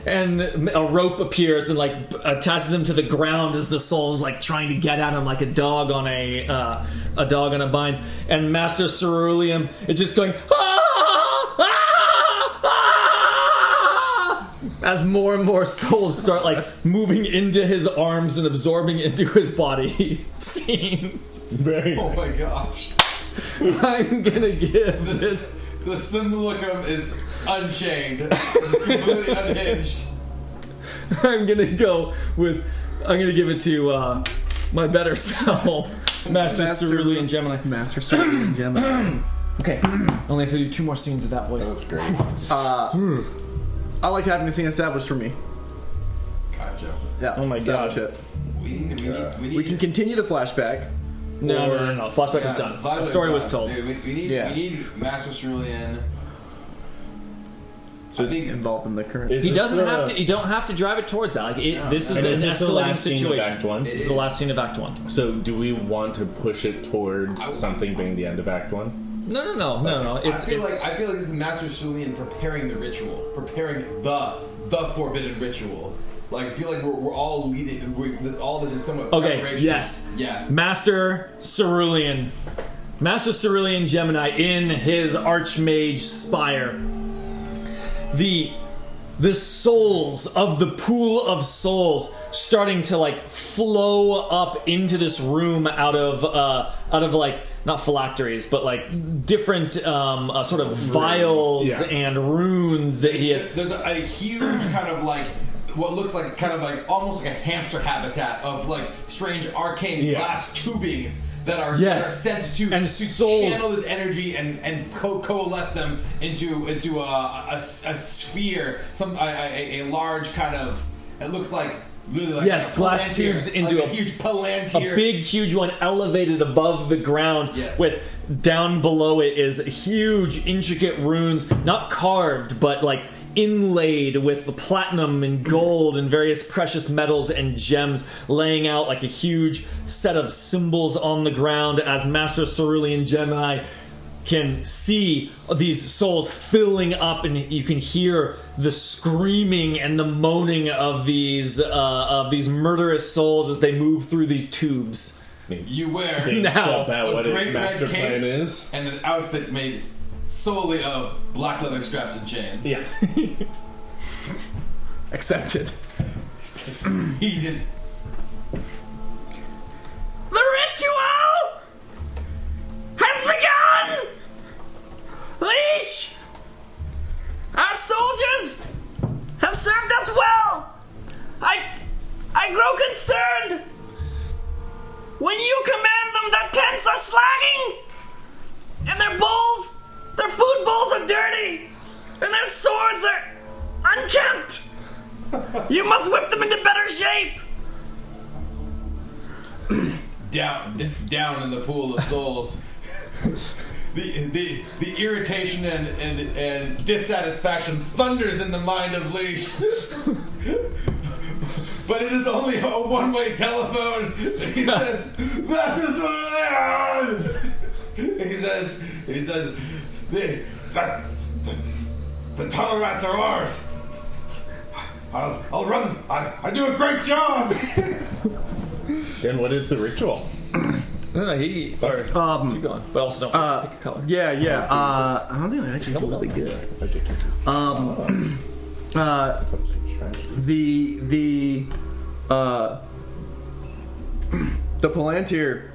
and a rope appears and like b- attaches him to the ground as the soul's like trying to get at him like a dog on a uh, a dog on a bind and master ceruleum is just going "Ah, ah, ah," as more and more souls start like moving into his arms and absorbing into his body [LAUGHS] scene very Oh my gosh. i'm gonna give [LAUGHS] this This the symbolicum is unchained. It's [LAUGHS] completely unhinged. I'm gonna go with. I'm gonna give it to uh, my better [LAUGHS] self, Master, Master- Cerulean Gemini. Master Cerulean Gemini. Okay, [CLEARS THROAT] only have to do two more scenes of that voice. That's great. Uh, I like having the scene established for me. God, Joe. Yeah. Oh my establish God. it. We need, we need, we need We can continue the flashback. No, or- no, no, no. Flashback is done. Vlad The story Vlad. was told. Dude, we, we need, Yeah. we need Master Cerulean. So I think Involved in the current. Is He this doesn't the- have to. You don't have to drive it towards that. Like it, this is And an is this the escalating last scene of situation. Act One? It's the last scene of Act One. So, do we want to push it towards something being the end of Act One? No, no, no, no, no. It's I feel it's. like I feel like this is Master Cerulean preparing the ritual, preparing the the forbidden ritual. Like I feel like we're, we're all leading. We, this all this is somewhat Okay, preparation. yes. Yeah. Master Cerulean. Master Cerulean Gemini in his Archmage Spire. The the souls of the pool of souls starting to like flow up into this room out of uh out of like not phylacteries but like different um uh, sort of vials yeah. and runes that he has There's a, a huge kind of like what looks like kind of like almost like a hamster habitat of like strange arcane Yeah. glass tubings that are, Yes. that are sent to And to souls. channel this energy and and co- coalesce them into into a, a, a sphere, some a, a, a large kind of it looks like. Really like Yes, a glass palantir, tubes like into a, a- huge palantir, a big, huge one elevated above the ground. Yes. With down below it is huge, intricate runes, not carved, but like inlaid with the platinum and gold and various precious metals and gems, laying out like a huge set of symbols on the ground as Master Cerulean Gemini can see these souls filling up and you can hear the screaming and the moaning of these uh, of these murderous souls as they move through these tubes you wear [LAUGHS] Now, about a what his great red master cape. plan is. and an outfit made solely of black leather straps and chains. Yeah. Accepted. He didn't. The ritual has begun! Leash! Our soldiers have served us well! I I grow concerned when you command them their tents are slagging! And their bowls, their food bowls are dirty! And their swords are unkempt! You must whip them into better shape! down d- down in the pool of souls. The, the, the irritation and, and, and dissatisfaction thunders in the mind of Leash. but it is only a one way telephone. He says, Master Cerulean! He says, he says, the, the, the, the tunnel rats are ours. I'll, I'll run them. I, I do a great job. And what is the ritual? No, no, he. Sorry. Um, keep going. But also, don't uh, pick a color. Yeah, yeah. Uh, I don't think I actually really good. Um, uh, the the uh, [CLEARS THROAT] the Palantir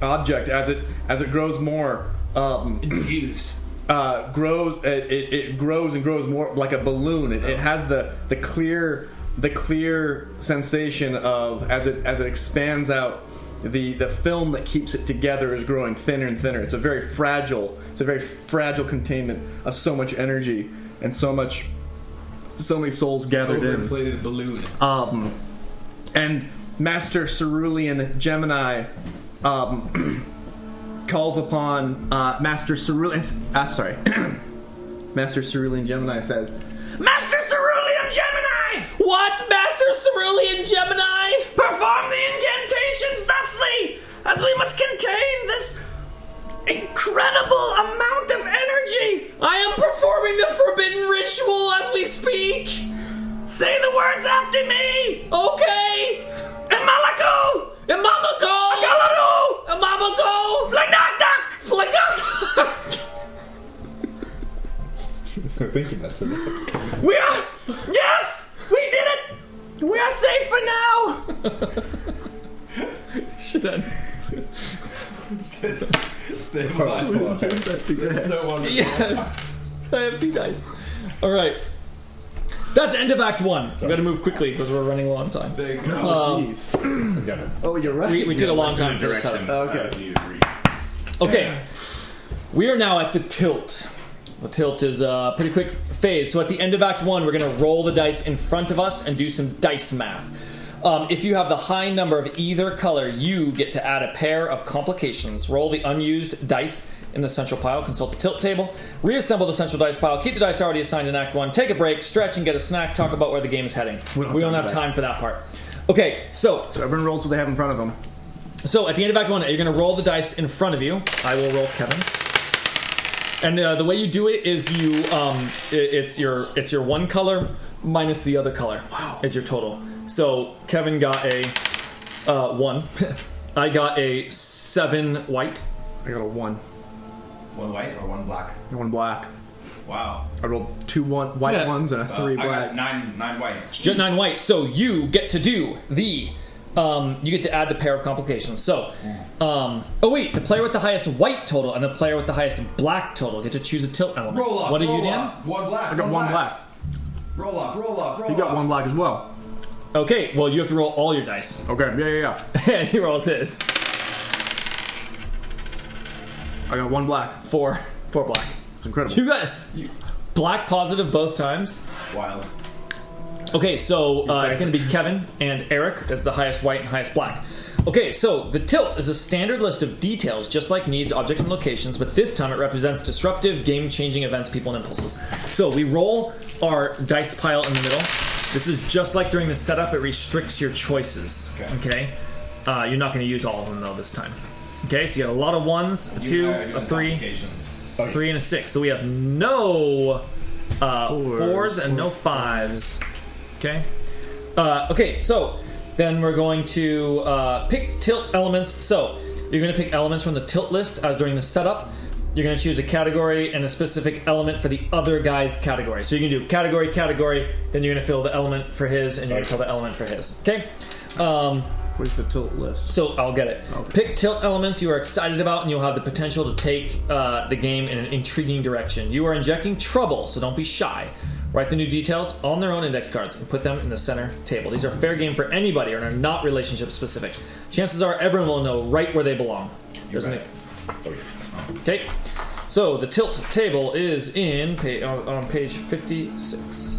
object as it as it grows more um, infused. Uh, grows it, it, it grows and grows more like a balloon. It, it has the the clear the clear sensation of as it as it expands out. The the film that keeps it together is growing thinner and thinner. It's a very fragile it's a very fragile containment of so much energy and so much so many souls gathered in. Overinflated balloon. Um, and Master Cerulean Gemini [CLEARS THROAT] um, calls upon uh, Master Cerulean. uh, Ah, [CLEARS THROAT] sorry. Master Cerulean Gemini says, Master Cerulean Gemini! What, Master Cerulean Gemini? Perform the incantations thusly, as we must contain this incredible amount of energy! I am performing the forbidden ritual as we speak! Say the words after me! Okay! Imalako! Imamako! Agalaro! Imamako! Flagdak! Flagdak! I think you messed it up. We are. Yes, we did it. We are safe for now. Should I? Save [LAUGHS] my Yes. I have two dice. All right. That's end of Act One. We got to move quickly because we're running low on time. Oh, Um, oh, you're right. We- we took a long time for this Directions, setup. uh, do you agree? Okay. We are now at the tilt. The tilt is a pretty quick phase. So at the end of Act 1, we're going to roll the dice in front of us and do some dice math. Um, if you have the high number of either color, you get to add a pair of complications. Roll the unused dice in the central pile, consult the tilt table, reassemble the central dice pile, keep the dice already assigned in Act 1, take a break, stretch and get a snack, talk about where the game is heading. We don't, have time for that part. Okay, so So everyone rolls what they have in front of them. so at the end of Act One, you're going to roll the dice in front of you. I will roll Kevin's. And uh, the way you do it is you um, i- it's your it's your one color minus the other color. Wow, is your total. So Kevin got a uh, one. [LAUGHS] I got a seven white. I got a one. One white or one black? One black. Wow. Uh, I rolled two one white Yeah. ones Uh, and a three I black. got nine, nine white. You got nine white. So you get to do the. Um, you get to add the pair of complications. So, Mm. um, oh wait, the player with the highest white total and the player with the highest black total get to choose a tilt element. Roll off. What are roll you, Dan? off. One black. I got one black. Roll off. Roll off. Roll You got off. one black as well. Okay, well, you have to roll all your dice. [LAUGHS] Okay. Yeah, yeah, yeah. and he rolls his. I got one black. Four. Four black. It's incredible. You got black positive both times. Wild. Okay, so uh, it's going to be Kevin and Eric as the highest white and highest black. Okay, so the tilt is a standard list of details, just like needs, objects, and locations, but this time it represents disruptive, game changing events, people, and impulses. So we roll our dice pile in the middle. This is just like during the setup, it restricts your choices. Okay. Uh, you're not going to use all of them, though, this time. Okay, so you got a lot of ones, a You two, are doing a the three, complications. a three, and a six. So we have no uh, fours and no fives. Okay. Uh, okay, so then we're going to uh, pick tilt elements. So you're going to pick elements from the tilt list as during the setup. You're going to choose a category and a specific element for the other guy's category. So you can do category, category, then you're going to fill the element for his, and you're going to fill the element for his. Okay? Um, Where's the tilt list? so I'll get it. Pick tilt elements you are excited about, and you'll have the potential to take uh, the game in an intriguing direction. You are injecting trouble, so don't be shy. Write the new details on their own index cards and put them in the center table. These are fair game for anybody and are not relationship specific. Chances are everyone will know right where they belong. Doesn't right. it? Okay. So the tilt table is in pa- on on page fifty-six.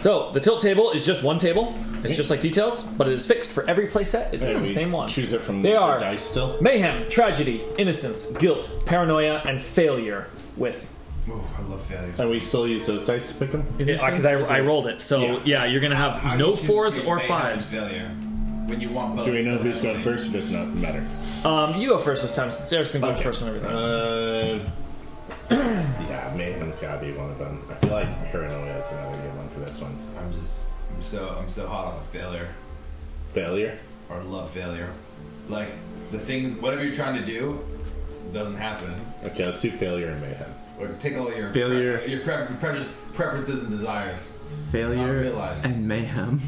So the tilt table is just one table. It's just like details, but it is fixed for every playset. It is And the we same one. Choose it from They the are- dice still. Mayhem, tragedy, innocence, guilt, paranoia, and failure. With Ooh, I love failures. And we still use those dice to pick them. because I, I rolled it, so yeah, Yeah. you're gonna have How do no you choose fours between or mayhem and fives. Failure. When you want both. Do we know who's simultaneously. going first? It does not matter. Um, you go first this time since Eric's gonna go first on everything. Uh, yeah, Mayhem's gotta be one of them. I feel like Paranoia is another good one for this one. I'm just I'm so I'm so hot off of failure. Failure? Or love failure. Like the things whatever you're trying to do doesn't happen. Okay, let's do failure and mayhem. Or take all your Failure. your pre- preferences, preferences and desires. Failure realized. and mayhem.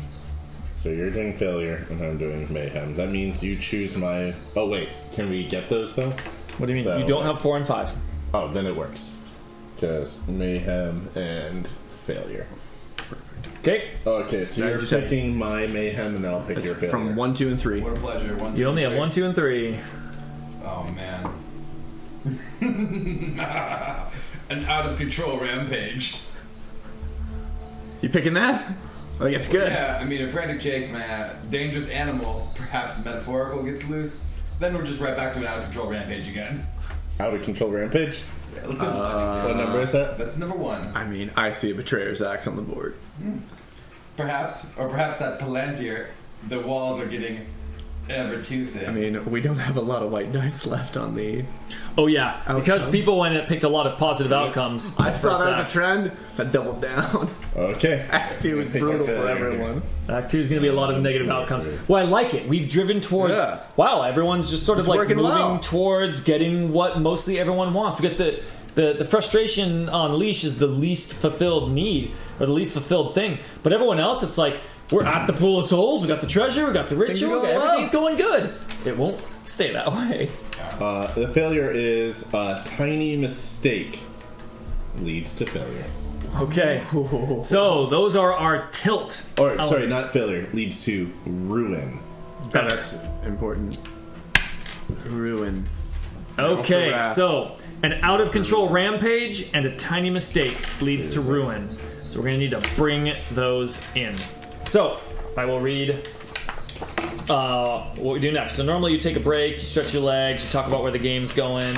So you're doing failure and I'm doing mayhem. That means you choose my. Oh wait, can we get those though? What do you mean? You don't have four and five. Oh, then it works. Because mayhem and failure. Okay. Okay, so Sorry, you're just checking. picking my mayhem and then I'll pick It's your failure. from one, two, and three. What a pleasure. One, You only have one, two, and three. Oh man. [LAUGHS] An out of control rampage. You picking that? I think it's good. Yeah, I mean, a frantic chase, man, dangerous animal, perhaps metaphorical, gets loose. Then we're just right back to an out of control rampage again. Out of control rampage. Yeah, let's do the findings here. what number is that? That's number one. I mean, I see a betrayer's axe on the board. Perhaps, or perhaps that Palantir, the walls are getting ever too thin. I mean, we don't have a lot of white dice left on the. Oh yeah, because Outcomes? people went and picked a lot of positive outcomes. I the saw first that as act. a trend. I doubled down. [LAUGHS] Okay. Act two was brutal for everyone. Act two is going to be a lot of negative outcomes. Well, I like it. We've driven towards. Yeah. Wow, everyone's just sort of It's like working moving well. towards getting what mostly everyone wants. We get the, the the frustration on leash is the least fulfilled need or the least fulfilled thing. But everyone else, it's like we're at the pool of souls. We got the treasure. We got the Things are ritual. going everything's going good. It won't stay that [LAUGHS] way. Uh, the failure is a tiny mistake leads to failure. Okay. So those are our tilt. Or sorry, elements. not failure leads to ruin. Oh, that's [LAUGHS] important. Ruin. Now for Okay, wrath. so an out of control rampage and a tiny mistake leads to ruin. So we're gonna need to bring those in. So I will read uh, what we do next. So normally you take a break, you stretch your legs, you talk about where the game's going.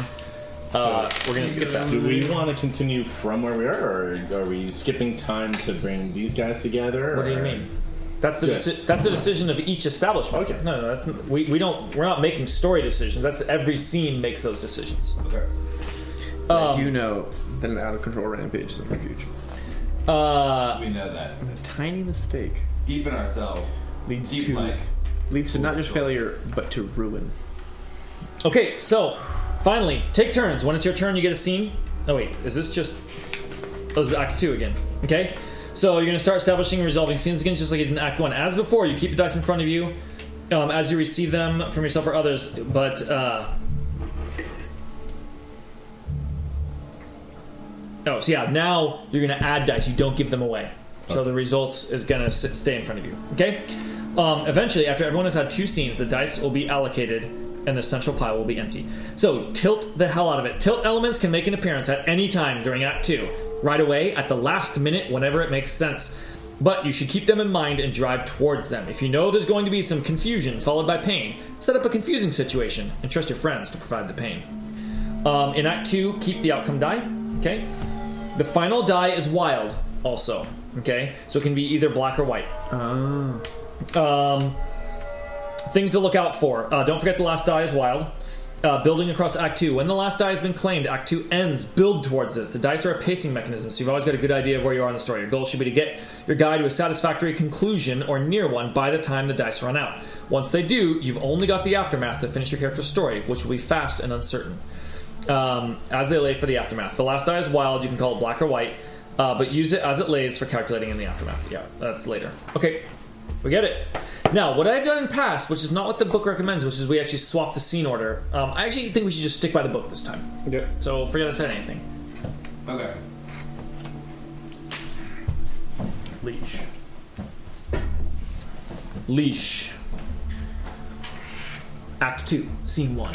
Uh, we're gonna skip that. Do we want to continue from where we are, or are we skipping time to bring these guys together? What do you or- mean? That's the Yes. deci- that's the decision of each establishment. Okay. No, no, that's, we, we don't we're not making story decisions. That's every scene makes those decisions. Okay. Um, I do know that an out of control rampage is a refuge. Uh, We know that. A tiny mistake Deep in ourselves. leads Deep to like. leads to not just failure but to ruin. Okay, so finally, take turns. When it's your turn, you get a scene. Oh wait, is this just? Oh, this is Act Two again. Okay, so you're gonna start establishing and resolving scenes again, just like you did in Act One. As before, you keep your dice in front of you um, as you receive them from yourself or others. But uh... oh, so yeah, now you're gonna add dice. You don't give them away. So the results is gonna s- stay in front of you. Okay. Um, eventually, after everyone has had two scenes, the dice will be allocated and the central pile will be empty. So, tilt the hell out of it. Tilt elements can make an appearance at any time during Act 2, right away, at the last minute, whenever it makes sense. But you should keep them in mind and drive towards them. If you know there's going to be some confusion followed by pain, set up a confusing situation and trust your friends to provide the pain. Um, in Act 2, keep the outcome die. Okay? The final die is wild, also. Okay? So it can be either black or white. Um, things to look out for. Uh, don't forget the last die is wild. Uh, building across Act 2. When the last die has been claimed, Act 2 ends. Build towards this. The dice are a pacing mechanism, so you've always got a good idea of where you are in the story. Your goal should be to get your guy to a satisfactory conclusion or near one by the time the dice run out. Once they do, you've only got the aftermath to finish your character's story, which will be fast and uncertain um, as they lay for the aftermath. The last die is wild. You can call it black or white, uh, but use it as it lays for calculating in the aftermath. Yeah, that's later. Okay, we get it. Now, what I've done in past, which is not what the book recommends, which is we actually swap the scene order. Um, I actually think we should just stick by the book this time. Yep. So forget I said anything. Okay. Leash. Leash. Act two, scene one.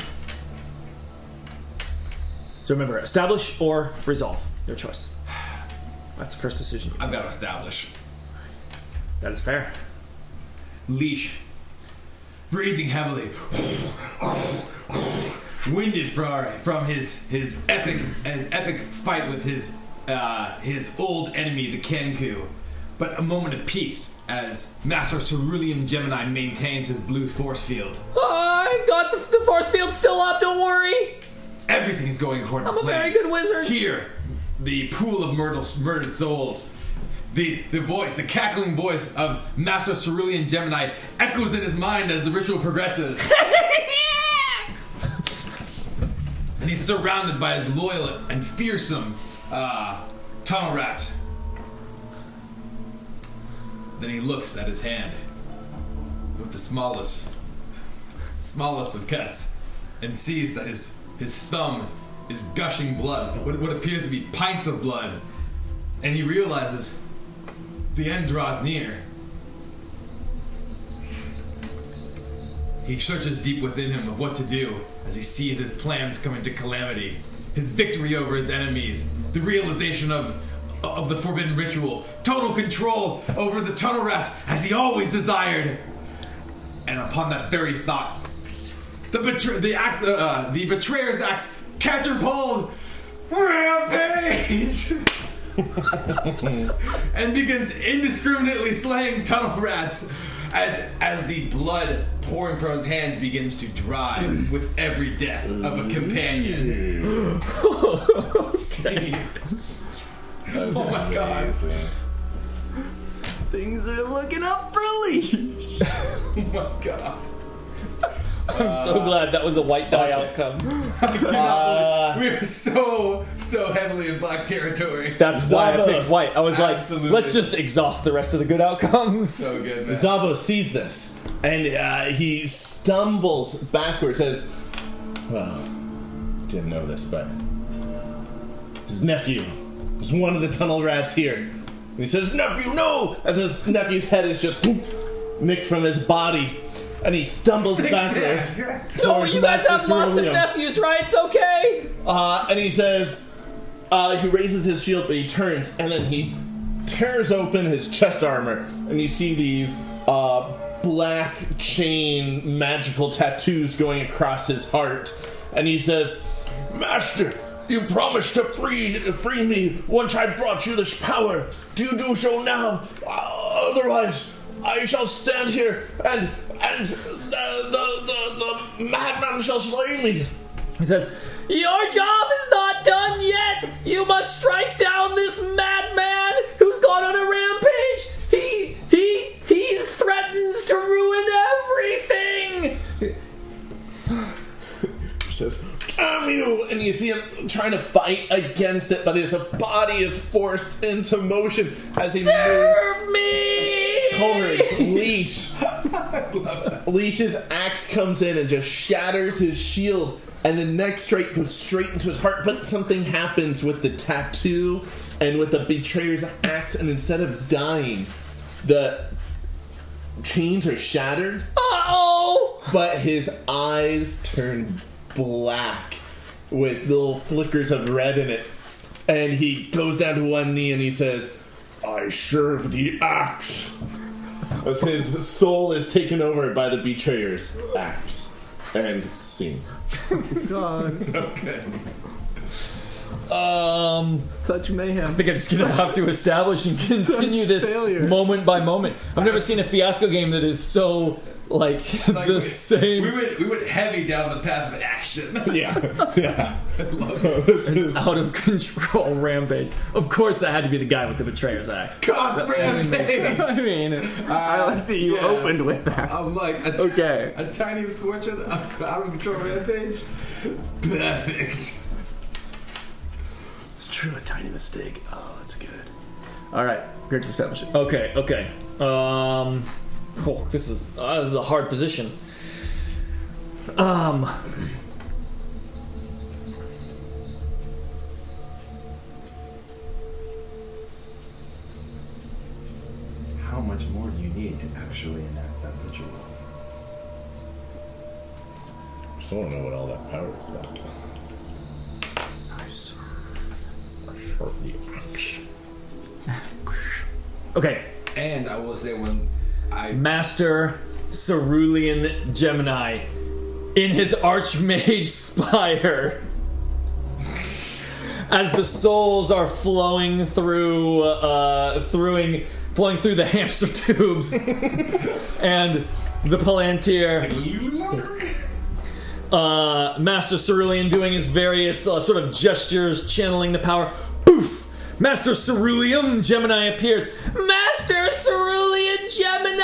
So remember, establish or resolve. Your choice. That's the first decision. I've got to establish. That is fair. Leash. Breathing heavily. Winded Ferrari from his, his epic his epic fight with his uh, his old enemy, the Kenku. But a moment of peace as Master Cerulean Gemini maintains his blue force field. I've got the, the force field still up, don't worry! Everything is going according to I'm a plan. very good wizard. Here, the pool of murder, murdered souls. The, the voice, the cackling voice of Master Cerulean Gemini echoes in his mind as the ritual [LAUGHS] progresses. and he's surrounded by his loyal and fearsome uh, tunnel rat. Then he looks at his hand with the smallest, smallest of cuts, and sees that his his thumb is gushing blood, what, what appears to be pints of blood, and he realizes the end draws near. He searches deep within him of what to do as he sees his plans come into calamity. His victory over his enemies, the realization of of the forbidden ritual, total control over the tunnel rat as he always desired. And upon that very thought, the betray- the axe, uh, uh, the betrayer's axe catches hold, rampage, [LAUGHS] and begins indiscriminately slaying tunnel rats. As, as the blood pouring from his hands begins to dry with every death of [LAUGHS] a companion. That was Oh my God. amazing. Things are looking up really. oh my god. I'm so glad that was a white die outcome. Uh, we are so, so heavily in black territory. That's why I picked white. I was Absolutely. like, let's just exhaust the rest of the good outcomes. [LAUGHS] So good, man. Zavo sees this and uh, he stumbles backwards. Says, "Well, didn't know this, but his nephew is one of the tunnel rats here." And he says, "Nephew, no!" As his nephew's head is just whoop, nicked from his body, and he stumbles backwards. [LAUGHS] Oh, towards you guys Master have lots of Cerulean. nephews, right? It's okay. Uh, and he says, uh, he raises his shield, but he turns, and then he tears open his chest armor, and you see these uh, black chain magical tattoos going across his heart. And he says, Master, you promised to free, free me once I brought you this power. Do you do so now? Uh, otherwise, I shall stand here, and, and the, the, the, the madman shall slay me. He says, Your job is not done yet. You must strike down this madman who's gone on a rampage. He he he threatens to ruin everything. says, Damn you! And you see him trying to fight against it, but his body is forced into motion as he Serve me. moves [LAUGHS] towards Leash. Leash's axe comes in and just shatters his shield, and the next strike goes straight into his heart. But something happens with the tattoo and with the betrayer's axe, and instead of dying, the chains are shattered. Uh-oh. But his eyes turn black with little flickers of red in it. And he goes down to one knee and he says, I serve the axe. As his soul is taken over by the betrayer's axe. And scene. God. so good. um, such mayhem. I think I'm just gonna have to establish and continue such this failure. moment by moment. I've never seen a fiasco game that is so like [LAUGHS] the same. We went, we went heavy down the path of action. Yeah. Yeah. An out of [LAUGHS] control rampage. Of course, that had to be the guy with the betrayer's axe. God, That only makes rampage! sense. [LAUGHS] I mean, I like that you yeah. opened with that. I'm like, a t- Okay. A tiny misfortune, [LAUGHS] a out of control rampage. Perfect. It's true, a tiny mistake. Oh, that's good. All right, great to establish it. Okay, okay. Um, oh, this is uh, this is a hard position. Um, How much more do you need to actually enact that ritual? I still don't know what all that power is about. I serve. I serve the axe. okay. And I will say when I Master Cerulean Gemini in his Archmage [LAUGHS] Spire. As the souls are flowing through, uh, throughing, flowing through the [LAUGHS] hamster tubes, and the palantir, Uh, Master Cerulean doing his various uh, sort of gestures, channeling the power. Poof! Master Ceruleum Gemini appears. Master Cerulean Gemini!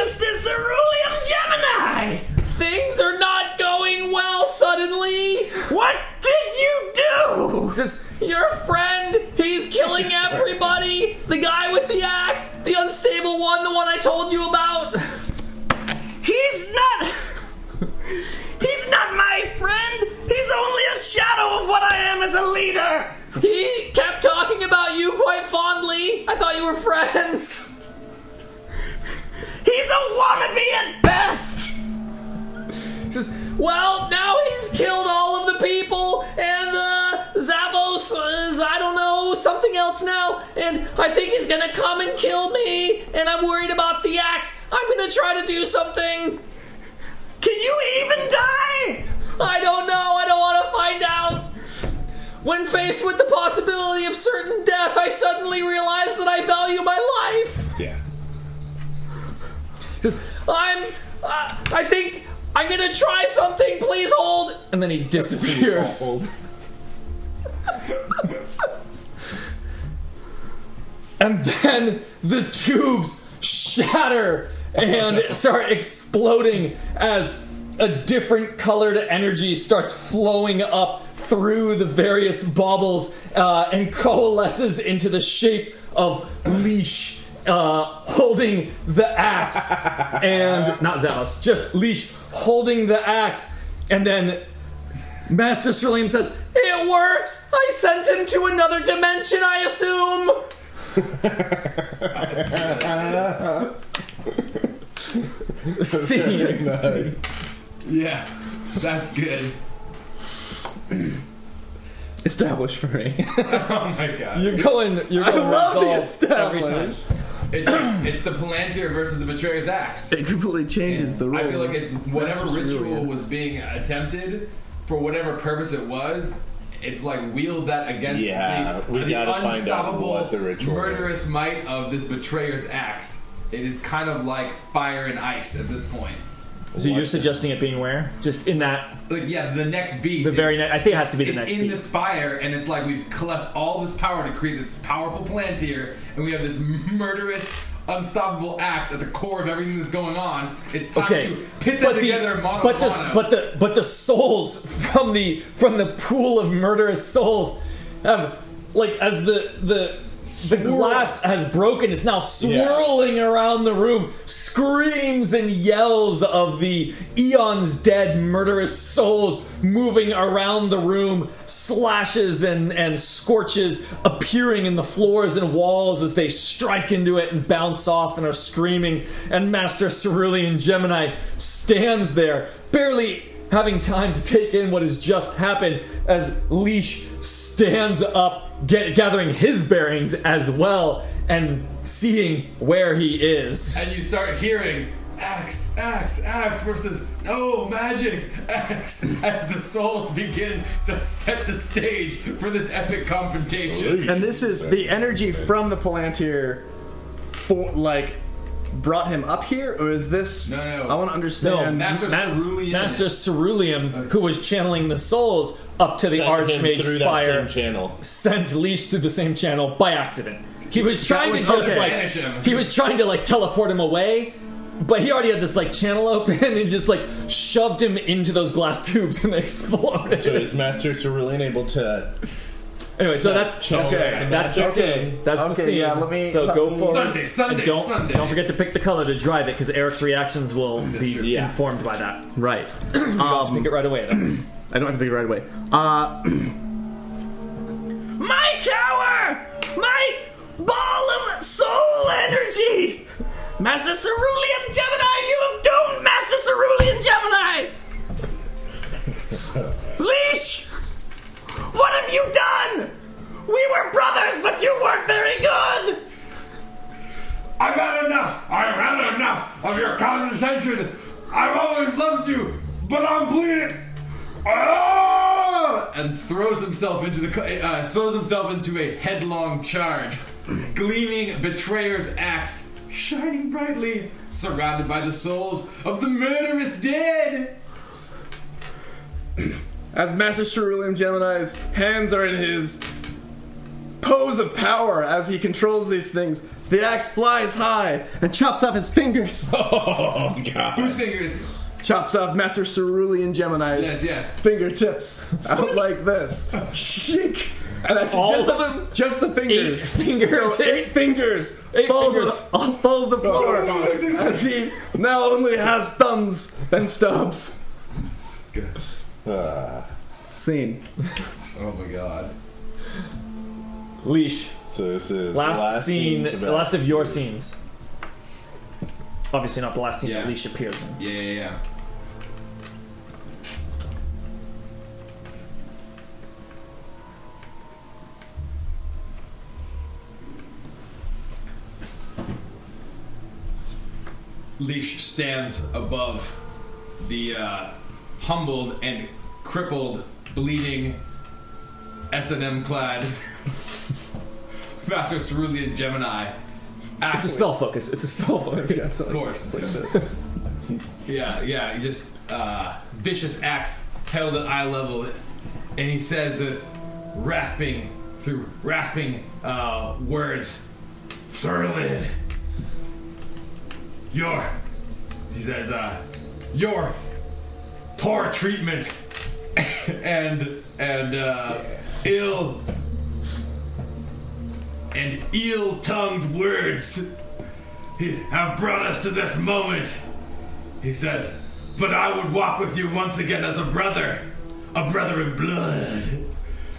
Master Ceruleum Gemini! Things are not going well suddenly! What did you do? Just your friend, he's killing everybody! The guy with the axe, the unstable one, the one I told you about! He's not. He's not my friend. He's only a shadow of what I am as a leader. He kept talking about you quite fondly. I thought you were friends. He's a wannabe at best. Says, well, now he's killed all of the people and the Zavos is, I don't know, something else now, and I think he's gonna come and kill me, and I'm worried about the axe. I'm gonna try to do something. Can you even die? I don't know, I don't wanna find out. When faced with the possibility of certain death, I suddenly realized that I value my life. Yeah. Just, I'm. Uh, I think I'm gonna try something. Please hold. And then he disappears. and then the tubes shatter and start exploding as a different colored energy starts flowing up through the various baubles uh, and coalesces into the shape of leash uh, holding the axe and not Zalos, just leash holding the axe, and then Master Cerulean says, "It works. I sent him to another dimension. I assume." [LAUGHS] Very Scene. Yeah, that's good. Established [LAUGHS] for me. oh my god. You're going. You're going I love the resolve every time. It's the, it's the Palantir versus the Betrayer's Axe. It completely changes It's- the rule. I feel like it's whatever That's what's really ritual good. was being attempted, for whatever purpose it was, it's like wield that against Yeah, the, we the gotta find out unstoppable, what the ritual murderous might of this Betrayer's Axe. It is kind of like fire and ice at this point. So you're suggesting it being where? Just in that. Like yeah, the next beat. The very next. I think it has to be the it's next in beat. this fire, and it's like we've collapsed all this power to create this powerful Palantir, and we have this murderous, unstoppable axe at the core of everything that's going on. It's time Okay, to pit them the- together, mono but the mono. but the but the souls from the from the pool of murderous souls have like as the the the glass has broken. It's now swirling around the room. Screams and yells of the eons dead murderous souls moving around the room. Slashes and and scorches appearing in the floors and walls as they strike into it and bounce off and are screaming. And Master Cerulean Gemini stands there, barely having time to take in what has just happened as Leash stands up, get, gathering his bearings as well and seeing where he is. and you start hearing axe, axe, axe versus no magic, axe, as the souls begin to set the stage for this epic confrontation. And this is the energy from the Palantir, for like, brought him up here, or is this? No, no. I want to understand. Cerulean. Master Cerulean, who was channeling the souls up to the Sent him through Archmage's that fire, same channel. sent Leash through the same channel by accident. He was That trying was- to just okay. like Banish him. he was trying to like teleport him away, but he already had this like channel [LAUGHS] open and just like shoved him into those glass [LAUGHS] tubes and they exploded. So is Master Cerulean able to? Anyway, so Yeah, that's channel okay. that That's the magic. scene. That's the Okay, scene. yeah, let me- so go let me- forward. Sunday, And Sunday, don't, Sunday. Don't forget to pick the color to drive it because Eric's reactions will be true. Yeah. informed by that. Right. You don't have Um, to pick it right away. Though. [CLEARS THROAT] I don't have to be right away. Uh, My tower! My ball of soul energy! Master Cerulean Gemini, you have doomed Master Cerulean Gemini! Leash! What have you done? We were brothers, but you weren't very good! I've had enough. I've had enough of your condescension. I've always loved you, but I'm bleeding. Ah! and throws himself into the co- uh, throws himself into a headlong charge, gleaming betrayer's axe shining brightly, surrounded by the souls of the murderous dead. as Master Cerulean Gemini's hands are in his pose of power as he controls these things, the axe flies high and chops off his fingers. [LAUGHS] Oh, God. Whose fingers? Chops off Master Cerulean Yes, Gemini's yes. fingertips [LAUGHS] out like this. Shik! And that's All just, of the, just the fingers. fingertips? So eight fingers Eight fall, fingers. Oh To, the- fall to the floor as he now only has thumbs and stubs. Ah, Scene. Oh my god. Leash. So this is last, the last scene, scene to the that. last of your scenes. Obviously, not the last scene Yeah. that Leash appears in. Yeah, yeah, yeah. Leash stands above the uh, humbled and crippled, bleeding, S&M clad [LAUGHS] Master Cerulean Gemini. It's a spell focus. It's a spell focus. Of course. [LAUGHS] yeah, yeah. He just uh, vicious axe held at eye level, and he says with rasping through rasping uh, words, "Cerulean, your," he says, uh, "your poor treatment [LAUGHS] and and uh, ill." And eel-tongued words he have brought us to this moment. He says, But I would walk with you once again as a brother, a brother in blood.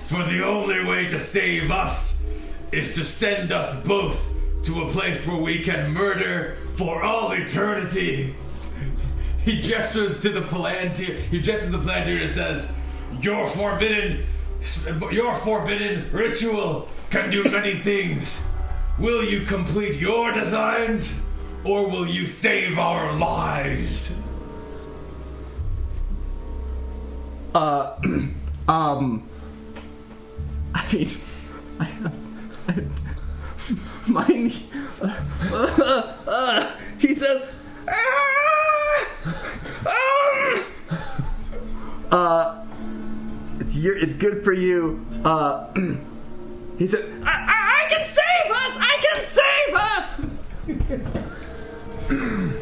For the only way to save us is to send us both to a place where we can murder for all eternity. He gestures to the Palantir. He gestures to the Palantir and says, "Your forbidden, your forbidden ritual can do many things. Will you complete your designs, or will you save our lives?" Uh, um, I mean, I, I, my knee- uh, uh, he says, "Ah! um, uh, it's your, it's good for you. Uh, [CLEARS THROAT] he said, I, I, I can save us! I can save us!"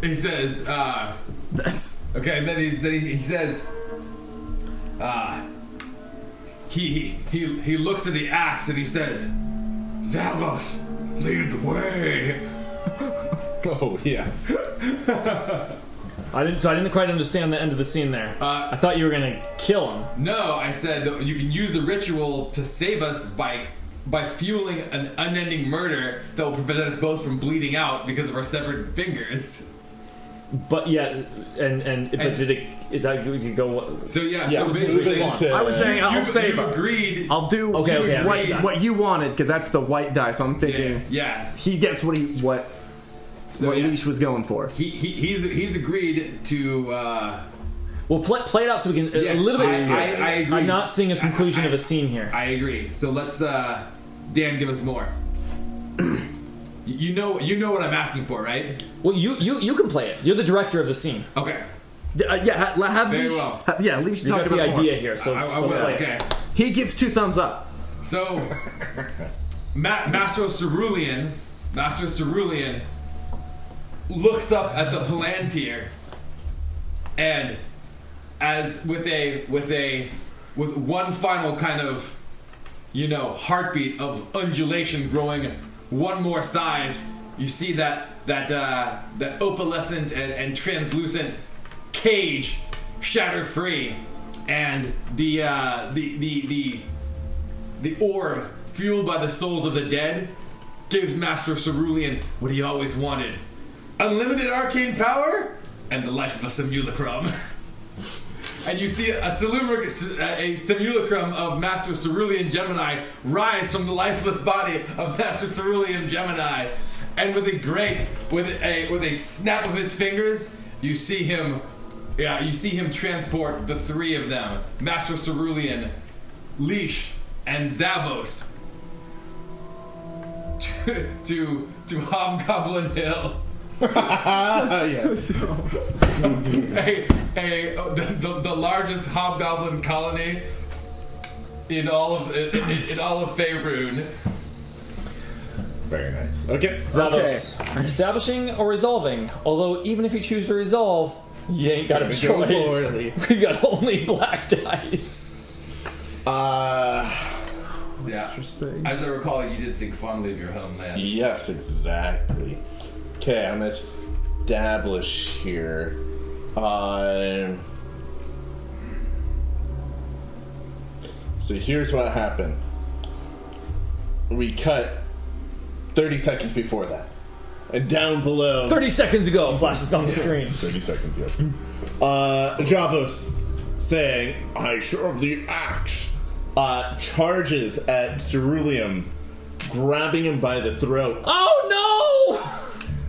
He says, uh, "That's okay." Then he then he, he says, uh, he he he looks at the axe and he says, "Zavos, lead the way." Oh yes. I didn't. So I didn't quite understand the end of the scene there. Uh, I thought you were gonna kill him. No, I said that you can use the ritual to save us by by fueling an unending murder that will prevent us both from bleeding out because of our severed fingers. But yeah, and and but did it? Is that did you go? So yeah. yeah, so what was his basically- response? I was saying I'll You- save you us. agreed. I'll do Okay, you okay, I what, missed that. what you wanted because that's the white die. So I'm thinking, yeah. he gets what he what what Leash was going for. He, he he's he's agreed to. Uh, Well, play, play it out so we can a Yes, little bit. I- I- I agree. am not seeing a conclusion of a scene here. I agree. So let's uh, Dan, give us more. [CLEARS THROAT] You- you know, you know what I'm asking for, right? Well, you you you can play it. You're the director of the scene. Okay. Uh, yeah, ha- have Very Leash- well. ha- yeah, Leash You talk got the about it more. idea here, so- I, I so will. play it. Okay. He gives two thumbs up. So, Ma- Master Cerulean, Master Cerulean looks up at the Palantir, and as with a with a with one final kind of you know heartbeat of undulation growing one more size, you see that that uh, that opalescent and, and translucent cage shatter free, and the uh, the the the the orb, fueled by the souls of the dead, gives Master Cerulean what he always wanted unlimited arcane power and the life of a simulacrum. [LAUGHS] and you see a, simulac- a simulacrum of Master Cerulean Gemini rise from the lifeless body of Master Cerulean Gemini. And with a great, with a with a snap of his fingers, you see him, yeah, you see him transport the three of them, Master Cerulean, Leash, and Zabos, [LAUGHS] to to, to Hobgoblin Hill. yes. a, a, oh, the, the, the largest hobgoblin colony in all of in, in, in all of Faerun. Very nice. Okay. Zavos. Establishing or resolving? Although, even if you choose to resolve, you ain't got a It's gonna [LAUGHS] go poorly. choice. We've got only black dice. Uh, Yeah. Interesting. As I recall, you did think fondly of your homeland. yes, exactly. Okay, I'm gonna establish here. Uh, so here's what happened. We cut 30 seconds before that. And down below. 30 seconds ago, flashes on the screen. 30 seconds, yep. Uh, Javos saying, I serve the axe. Uh, charges at Ceruleum, grabbing him by the throat. Oh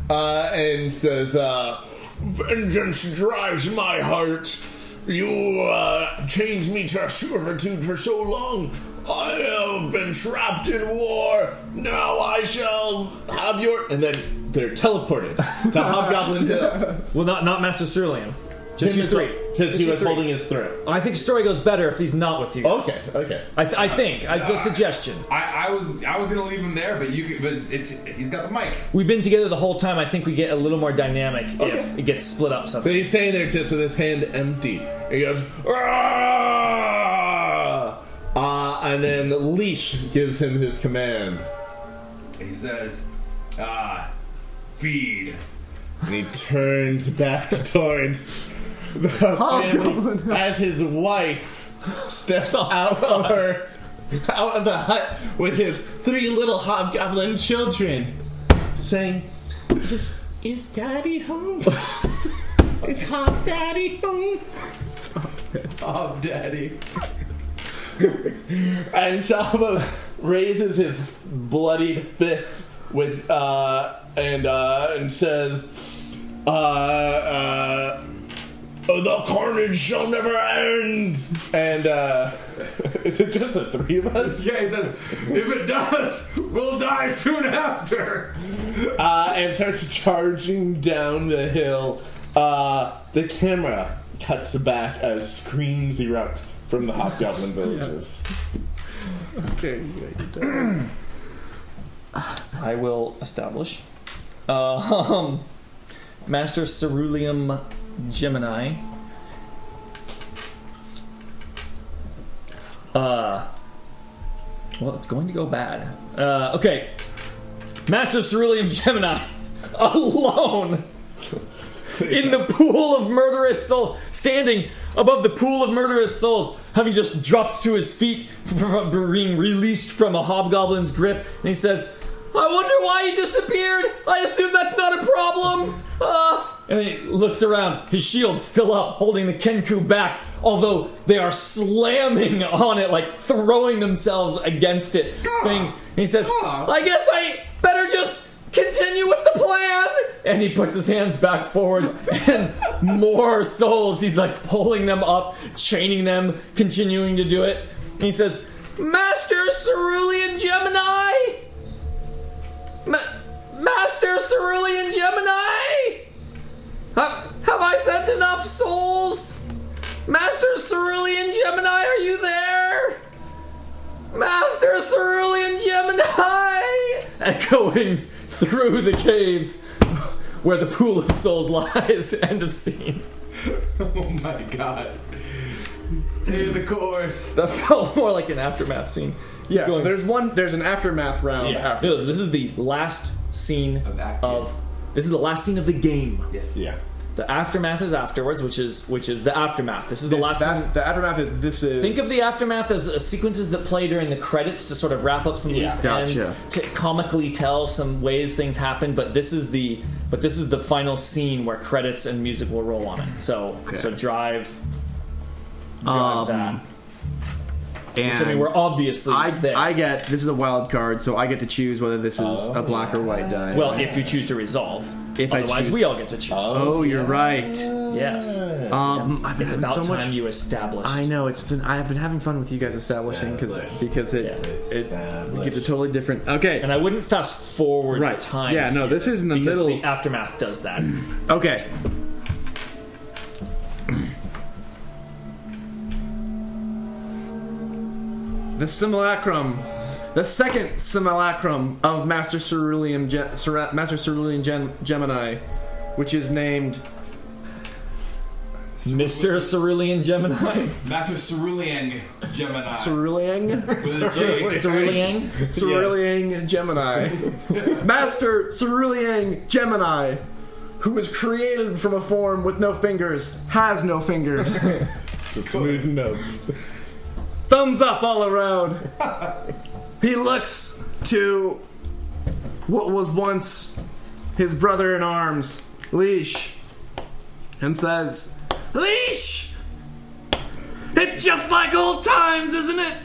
Uh, and says, uh, Vengeance drives my heart. You uh, chained me to servitude for so long. I have been trapped in war. Now I shall have your. And then they're teleported to Hobgoblin [LAUGHS] Hill. no! Well, not not Master Cerulean. Just you three. Because Just he you was three. holding his throat. I think story goes better if he's not with you. guys. Okay, okay. I, th- I think. It's a suggestion. I, I was I was gonna leave him there, but you could- but it's, it's he's got the mic. We've been together the whole time. I think we get a little more dynamic Okay. if it gets split up So something. he's standing there just with his hand empty. And he goes, "Argh!" uh, and then Leash gives him his command. He says, ah, feed. And he turns back towards the family as his wife steps out of her out of the hut with his three little hobgoblin children, saying, "Is, is Daddy home? is Hob Daddy home?" Oh, daddy. And Shava raises his bloodied fist with uh, and uh, and says, uh, uh, "The carnage shall never end." And uh, [LAUGHS] is it just the three of us? Yeah, he says, if it does, we'll die soon after. Uh, and starts charging down the hill. Uh, the camera cuts back as screams erupt from the [LAUGHS] hobgoblin villages. Okay. I will establish. Uh, [LAUGHS] um, Master Ceruleum Gemini. Uh, well, it's going to go bad. Uh, okay. Master Ceruleum Gemini [LAUGHS] alone in the pool of murderous souls, standing above the pool of murderous souls, having just dropped to his feet [LAUGHS] from being released from a hobgoblin's grip, and he says, "I wonder why he disappeared. I assume that's not a problem." Uh, and he looks around, his shield still up, holding the Kenku back, although they are slamming on it, like throwing themselves against it. Thing. And he says, "I guess I better just." Continue with the plan! And he puts his hands back forwards, and more souls. He's like pulling them up, chaining them, continuing to do it. And he says, Master Cerulean Gemini! Ma- Master Cerulean Gemini! Have, have I sent enough souls? Master Cerulean Gemini, are you there? Master Cerulean Gemini! Echoing through the caves where the pool of souls [LAUGHS] lies. End of scene. Oh my god. Stay the course. That felt more like an aftermath scene. Yeah. So Going- there's one. There's an aftermath round Yeah. after. No, this is the last scene Of act- of. This is the last scene of the game. Yes. Yeah. The aftermath is afterwards, which is which is the aftermath. This is the This- last. that's- scene. The aftermath is this is. Think of the aftermath as uh, sequences that play during the credits to sort of wrap up some loose Gotcha. ends, to comically tell some ways things happen. But this is the but this is the final scene where credits and music will roll on it. So so drive, drive Um, that. And Which, I mean, we're obviously I, there. I get this is a wild card, so I get to choose whether this is a black or white die. well, right? if you choose to resolve, If I Otherwise, choose- we all get to choose. Oh, you're right. Yes. Um, I've been it's having about so time much- you established. I know it's been. I've been having fun with you guys establishing because because it it gives a totally different. Okay, and I wouldn't fast forward right. time. Yeah, no, here, this is in the because middle. The aftermath does that. Okay. The simulacrum, the second simulacrum of Master Cerulean, Ge- Cere- Master Cerulean Gen- Gemini, which is named Mister Cerulean Gemini. [LAUGHS] Master Cerulean Gemini. Cerulean, With a C. Cerulean, Cerulean Gemini, Master Cerulean Gemini, who was created from a form with no fingers, has no fingers. smooth nubs. thumbs up all around. he looks to what was once his brother in arms, Leash, and says, Leash! It's just like old times, isn't it?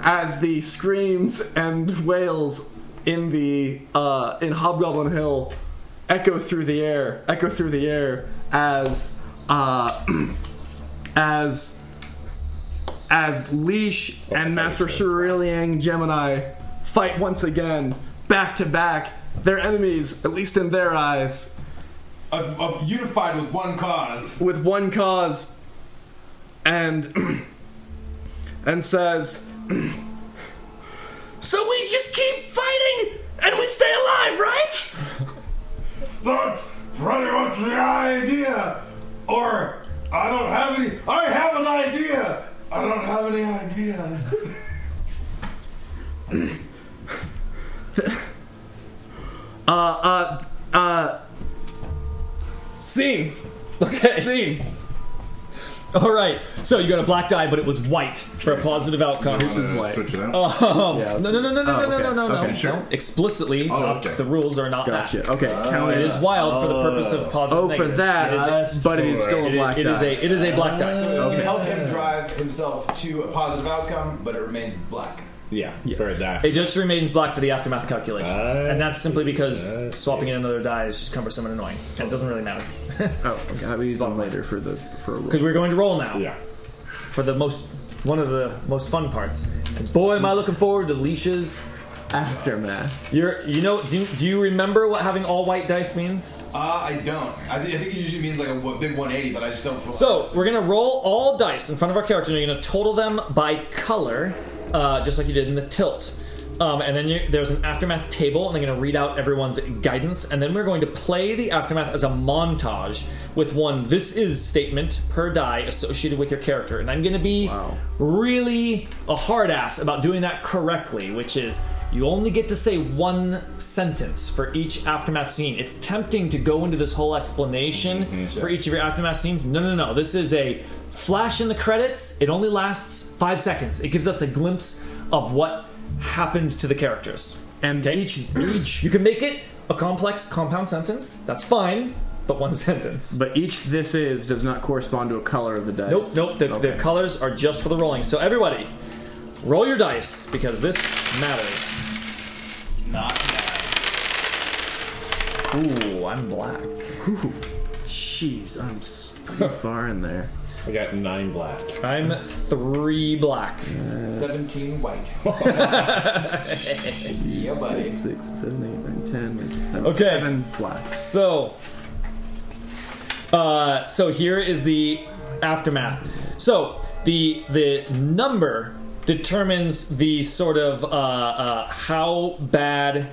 As the screams and wails in the uh, in Hobgoblin Hill echo through the air, echo through the air as uh, [CLEARS THROAT] as as Leash and Master Cerulean Gemini fight once again, back to back, their enemies, at least in their eyes, Of, of unified with one cause. with one cause, and [CLEARS THROAT] and says, [CLEARS THROAT] So we just keep fighting and we stay alive, right? That's pretty much the idea. Or I don't have any. I have an idea. I don't have any ideas. uh, uh, uh, scene. Okay. Scene. [LAUGHS] All right. So you got a black die, but it was white for a positive outcome. This is white. Switch it out. Um, Yeah, no, let's- no, no, no, no, no, oh, no, okay. no, no, no. Okay, sure. Oh, No. Explicitly, uh, okay. the rules are not Gotcha. that. Okay, count Uh, it it is wild for the purpose of positive. Oh, for negative. that, It is a- but it is still a it is- black it is die. Uh, a- it is a black die. You help him drive himself to a positive outcome, but it remains black. Yeah, for that. It just remains black for the aftermath calculations, I and that's simply because swapping in another die is just cumbersome and annoying, and it doesn't really matter oh, okay, we use them later for the for a roll. because we're going to roll now. Yeah. For the most, one of the most fun parts. And boy, am I looking forward to leashes. aftermath. You're, you know, do, do you remember what having all white dice means? Uh, I don't. I, thi- I think it usually means like a w- big 180, but I just don't feel So we're gonna roll all dice in front of our character, and you're gonna total them by color, uh, just like you did in the tilt. Um, and then you, there's an aftermath table, and they're gonna read out everyone's guidance, and then we're going to play the aftermath as a montage with one "this is" statement per die associated with your character. And I'm gonna be really a hard ass about doing that correctly, which is you only get to say one sentence for each aftermath scene. It's tempting to go into this whole explanation for each of your aftermath scenes. No, no, no. This is a flash in the credits. It only lasts five seconds. It gives us a glimpse of what happened to the characters. And each each You can make it a complex compound sentence. That's fine, but one [LAUGHS] sentence. but each this is does not correspond to a color of the dice. Nope, nope. The, the Okay. colors are just for the rolling. So everybody, roll your dice because this matters. not bad. Ooh, I'm black. Ooh, Jeez, I'm s- pretty far in there. I got nine black. I'm three black. 17 white. [LAUGHS] [LAUGHS] yeah, buddy. Six, seven, eight, nine, ten. that Okay. was Seven black. So, uh, so here is the aftermath. So the the number determines the sort of uh, uh, how bad.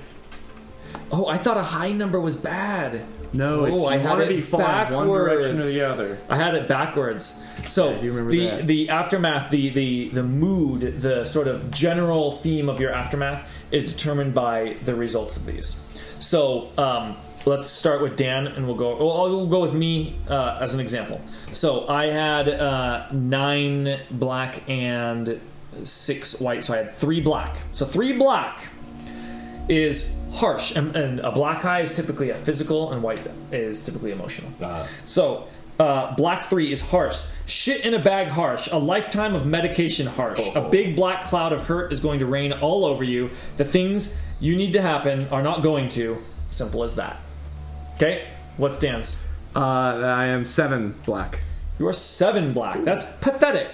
Oh, I thought a high number was bad. No, it's Oh, I you had want to it be far in one direction or backwards. the other. I had it backwards. So Yeah, you remember the that. the aftermath, the the the mood, the sort of general theme of your aftermath is determined by the results of these. So um, let's start with Dan, and we'll go. Well, I'll- we'll go with me uh, as an example. So I had uh, nine black and six white, so I had three black. So three black is harsh, and, and a black eye is typically a physical, and white is typically emotional. So, uh, Black 3 is harsh. Shit in a bag harsh. A lifetime of medication harsh. A big black cloud of hurt is going to rain all over you. The things you need to happen are not going to. Simple as that. Okay? What's Dan's? Uh, I am seven black. You are seven black. That's pathetic.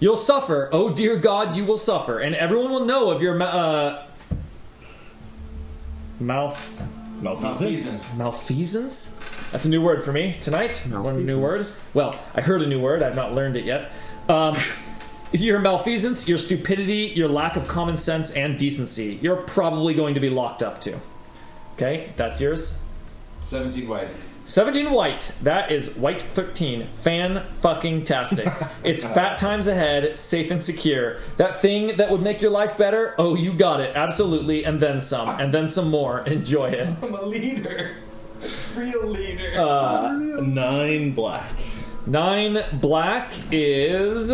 You'll suffer. Oh dear God, you will suffer, and everyone will know of your ma- uh, mouth Malfeasance. Malfeasance. That's a new word for me tonight. Learned a new word. Well, I heard a new word. I've not learned it yet. Um, [LAUGHS] your malfeasance, your stupidity, your lack of common sense and decency. You're probably going to be locked up too. Okay, that's yours. 17 white. 17 white. That is white 13. Fan fucking tastic. it's fat times ahead, safe and secure. That thing that would make your life better? Oh, you got it. Absolutely. And then some. And then some more. [LAUGHS] Enjoy it. I'm a leader. Real leader. Uh, nine black. Nine black is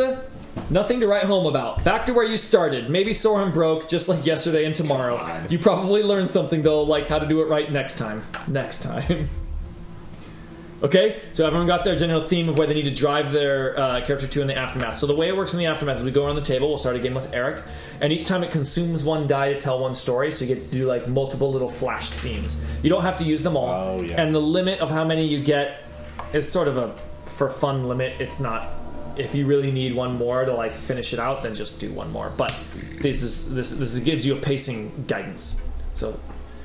nothing to write home about. Back to where you started. Maybe sore and broke, just like yesterday and tomorrow. You probably learned something though, like how to do it right next time. Next time. [LAUGHS] Okay, so everyone got their general theme of where they need to drive their uh, character to in the aftermath. So the way it works in the aftermath is we go around the table. We'll start again with Eric, and each time it consumes one die to tell one story. So you get to do like multiple little flash scenes. You don't have to use them all, Oh, and the limit of how many you get is sort of a for fun limit. It's not if you really need one more to like finish it out, then just do one more. But this is this this gives you a pacing guidance. So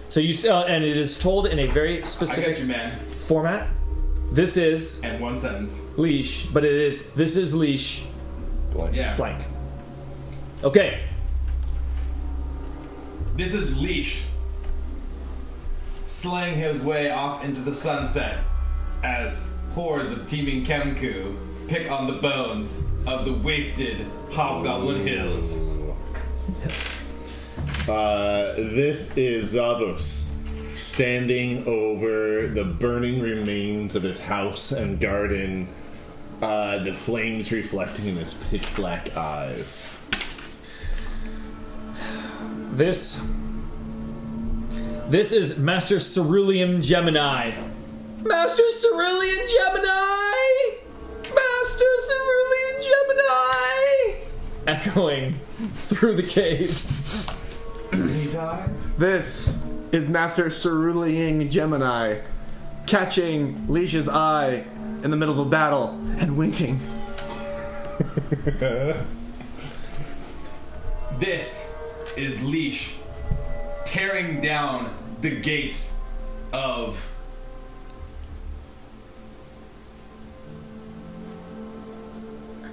so you s- uh, and it is told in a very specific you, man. format. This is And one sentence. leash, but it is this is leash Yeah. blank. Okay, This is Leash. Slaying his way off into the sunset as hordes of teeming Kemku pick on the bones of the wasted Hobgoblin Hills. Uh, this is Zavos standing over the burning remains of his house and garden, uh, the flames reflecting in his pitch black eyes. this this is Master Ceruleum Gemini. Master Cerulean Gemini! Master Cerulean Gemini! Echoing through the caves. This is Master Cerulean Gemini catching Leisha's eye in the middle of a battle and winking. This is Leash tearing down the gates of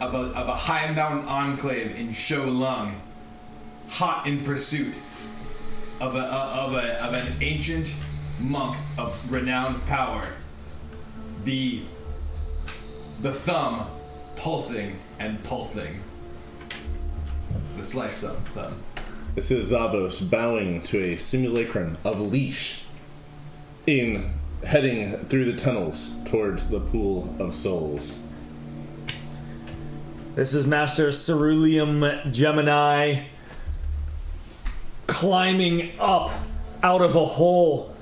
of a, of a high mountain enclave in Sholung, hot in pursuit of a, uh, of a of an ancient monk of renowned power. The the thumb pulsing and pulsing. The slice thumb. thumb. This is Zavos bowing to a simulacrum of leash in heading through the tunnels towards the pool of souls. This is Master Ceruleum Gemini climbing up out of a hole,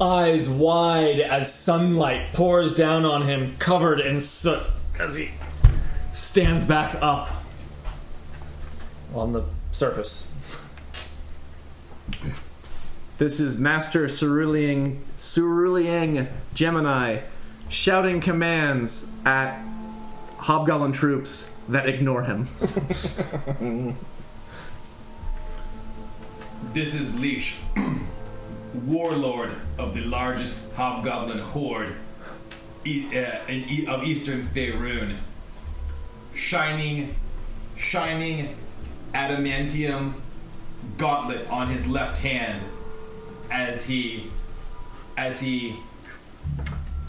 eyes wide as sunlight pours down on him, covered in soot, as he stands back up on the surface. This is Master Cerulean Cerulean Gemini shouting commands at hobgoblin troops that ignore him. This is Leash, [CLEARS THROAT] warlord of the largest hobgoblin horde e- uh, in e- of Eastern Faerun. Shining, shining adamantium gauntlet on his left hand as he as he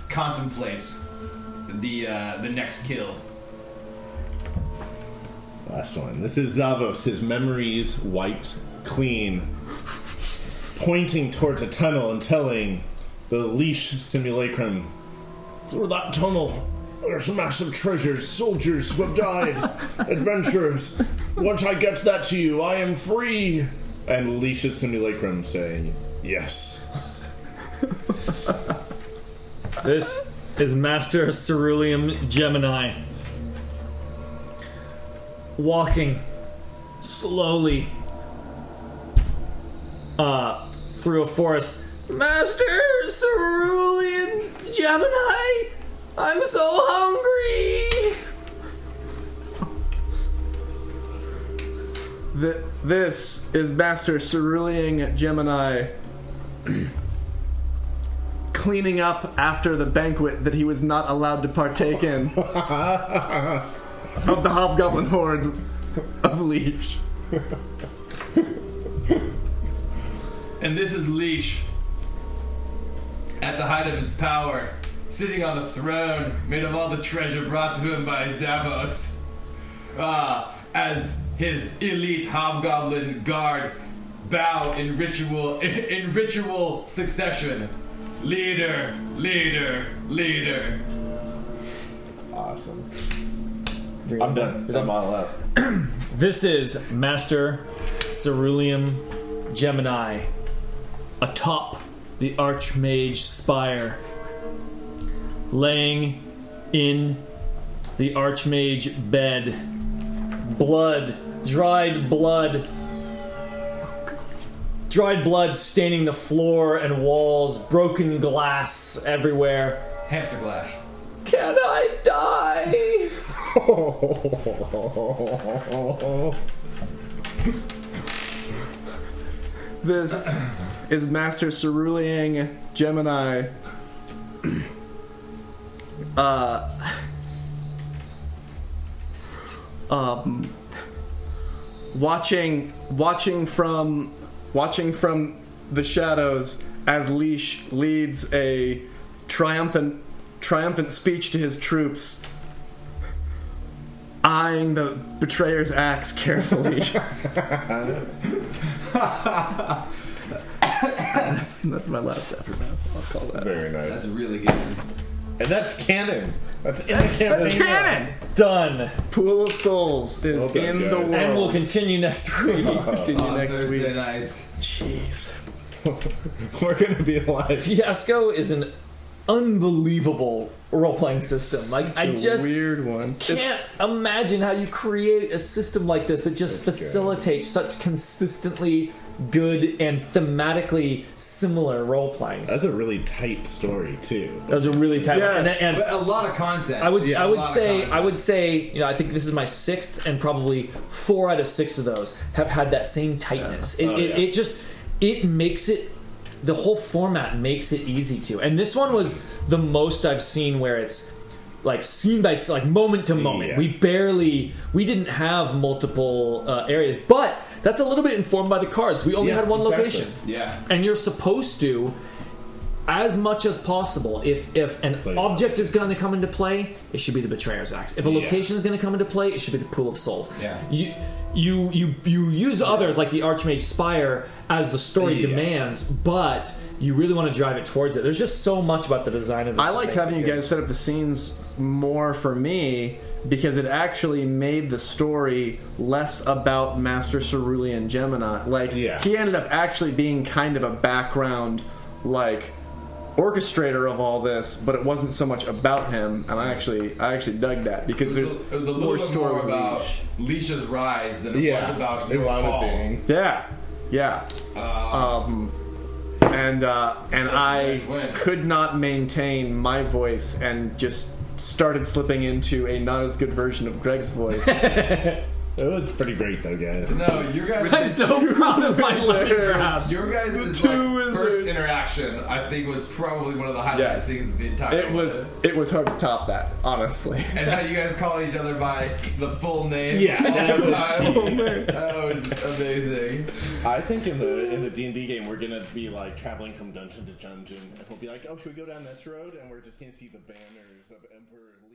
contemplates the uh, the next kill. Last one. This is Zavos, his memories wiped clean, pointing towards a tunnel and telling the leash simulacrum, through that tunnel, there's massive treasures, soldiers who have [LAUGHS] died, adventurers. Once I get that to you, I am free. And leash's simulacrum saying, yes. This is Master Ceruleum Gemini. Walking slowly uh, through a forest. Master Cerulean Gemini, I'm so hungry. Th- this is Master Cerulean Gemini [CLEARS THROAT] cleaning up after the banquet that he was not allowed to partake [LAUGHS] in of the hobgoblin hordes of Leash. And this is Leash, at the height of his power, sitting on a throne made of all the treasure brought to him by [LAUGHS] Zavos, uh, as his elite hobgoblin guard bow in ritual [LAUGHS] in ritual succession. Leader, leader, leader. Awesome. I'm done. I'm all out. This is Master Ceruleum Gemini atop the Archmage Spire, laying in the Archmage bed. Blood, dried blood, dried blood staining the floor and walls, broken glass everywhere. Hamster glass. Can I die? This is Master Cerulean Gemini. Uh, um, watching, watching from, watching from the shadows as Leash leads a triumphant, triumphant speech to his troops, eyeing the betrayer's axe carefully. that's, that's my last aftermath. [LAUGHS] I'll call that. Very nice. That's really good. And that's canon. That's in the canon. Done. Pool of Souls is Well done, in guys. the world. And we'll continue next week. Continue on next Thursday week. nights. Jeez. We're gonna be alive. Fiasco is an unbelievable role playing system. Like I It's a just weird one. can't imagine how you create a system like this that just facilitates such consistently good and thematically similar role playing. That's a really tight story too. That was a really tight one. Yes. And, and But a lot of content. I would Yeah, I a would lot of say content. I would say you know I think this is my sixth and probably four out of six of those have had that same tightness. It, Oh, it, yeah. it just it makes it the whole format makes it easy to. And this one was the most I've seen where it's like scene by like moment to moment. Yeah. We barely we didn't have multiple uh, areas, but that's a little bit informed by the cards. We only Yeah, had one exactly. location Yeah. and you're supposed to as much as possible if if an Play it. object is going to come into play it should be the betrayer's axe if a Yeah. location is going to come into play it should be the pool of souls Yeah. you you you, you use others like the archmage spire as the story Yeah. demands but you really want to drive it towards it there's just so much about the design of this I that liked makes it having you good. guys set up the scenes more for me because it actually made the story less about Master Cerulean Gemini. Like Yeah. he ended up actually being kind of a background like orchestrator of all this, but it wasn't so much about him. And I actually I actually dug that because It was, there's a, it was a little more bit story more with about Leash. Leisha's rise than it Yeah. was about it your wound up fall. being. Yeah, yeah. Uh, um, and uh, and I Nice win. could not maintain my voice and just started slipping into a not as good version of [LAUGHS] Greg's voice. It was pretty great though, guys. No, your [LAUGHS] guys. i'm [LAUGHS] so proud of my lemon wizards. grab Your guys' two like, first wizards. interaction, I think, was probably one of the highlight Yes. things of the entire. it was it was hard to top that, honestly. And how you guys call each other by the full name. Yeah, all that the was time. key. [LAUGHS] That was amazing. I think in the in the D and D game, we're gonna be like traveling from dungeon to dungeon, and we'll be like, "Oh, should we go down this road?" And we're just gonna see the banners of Emperor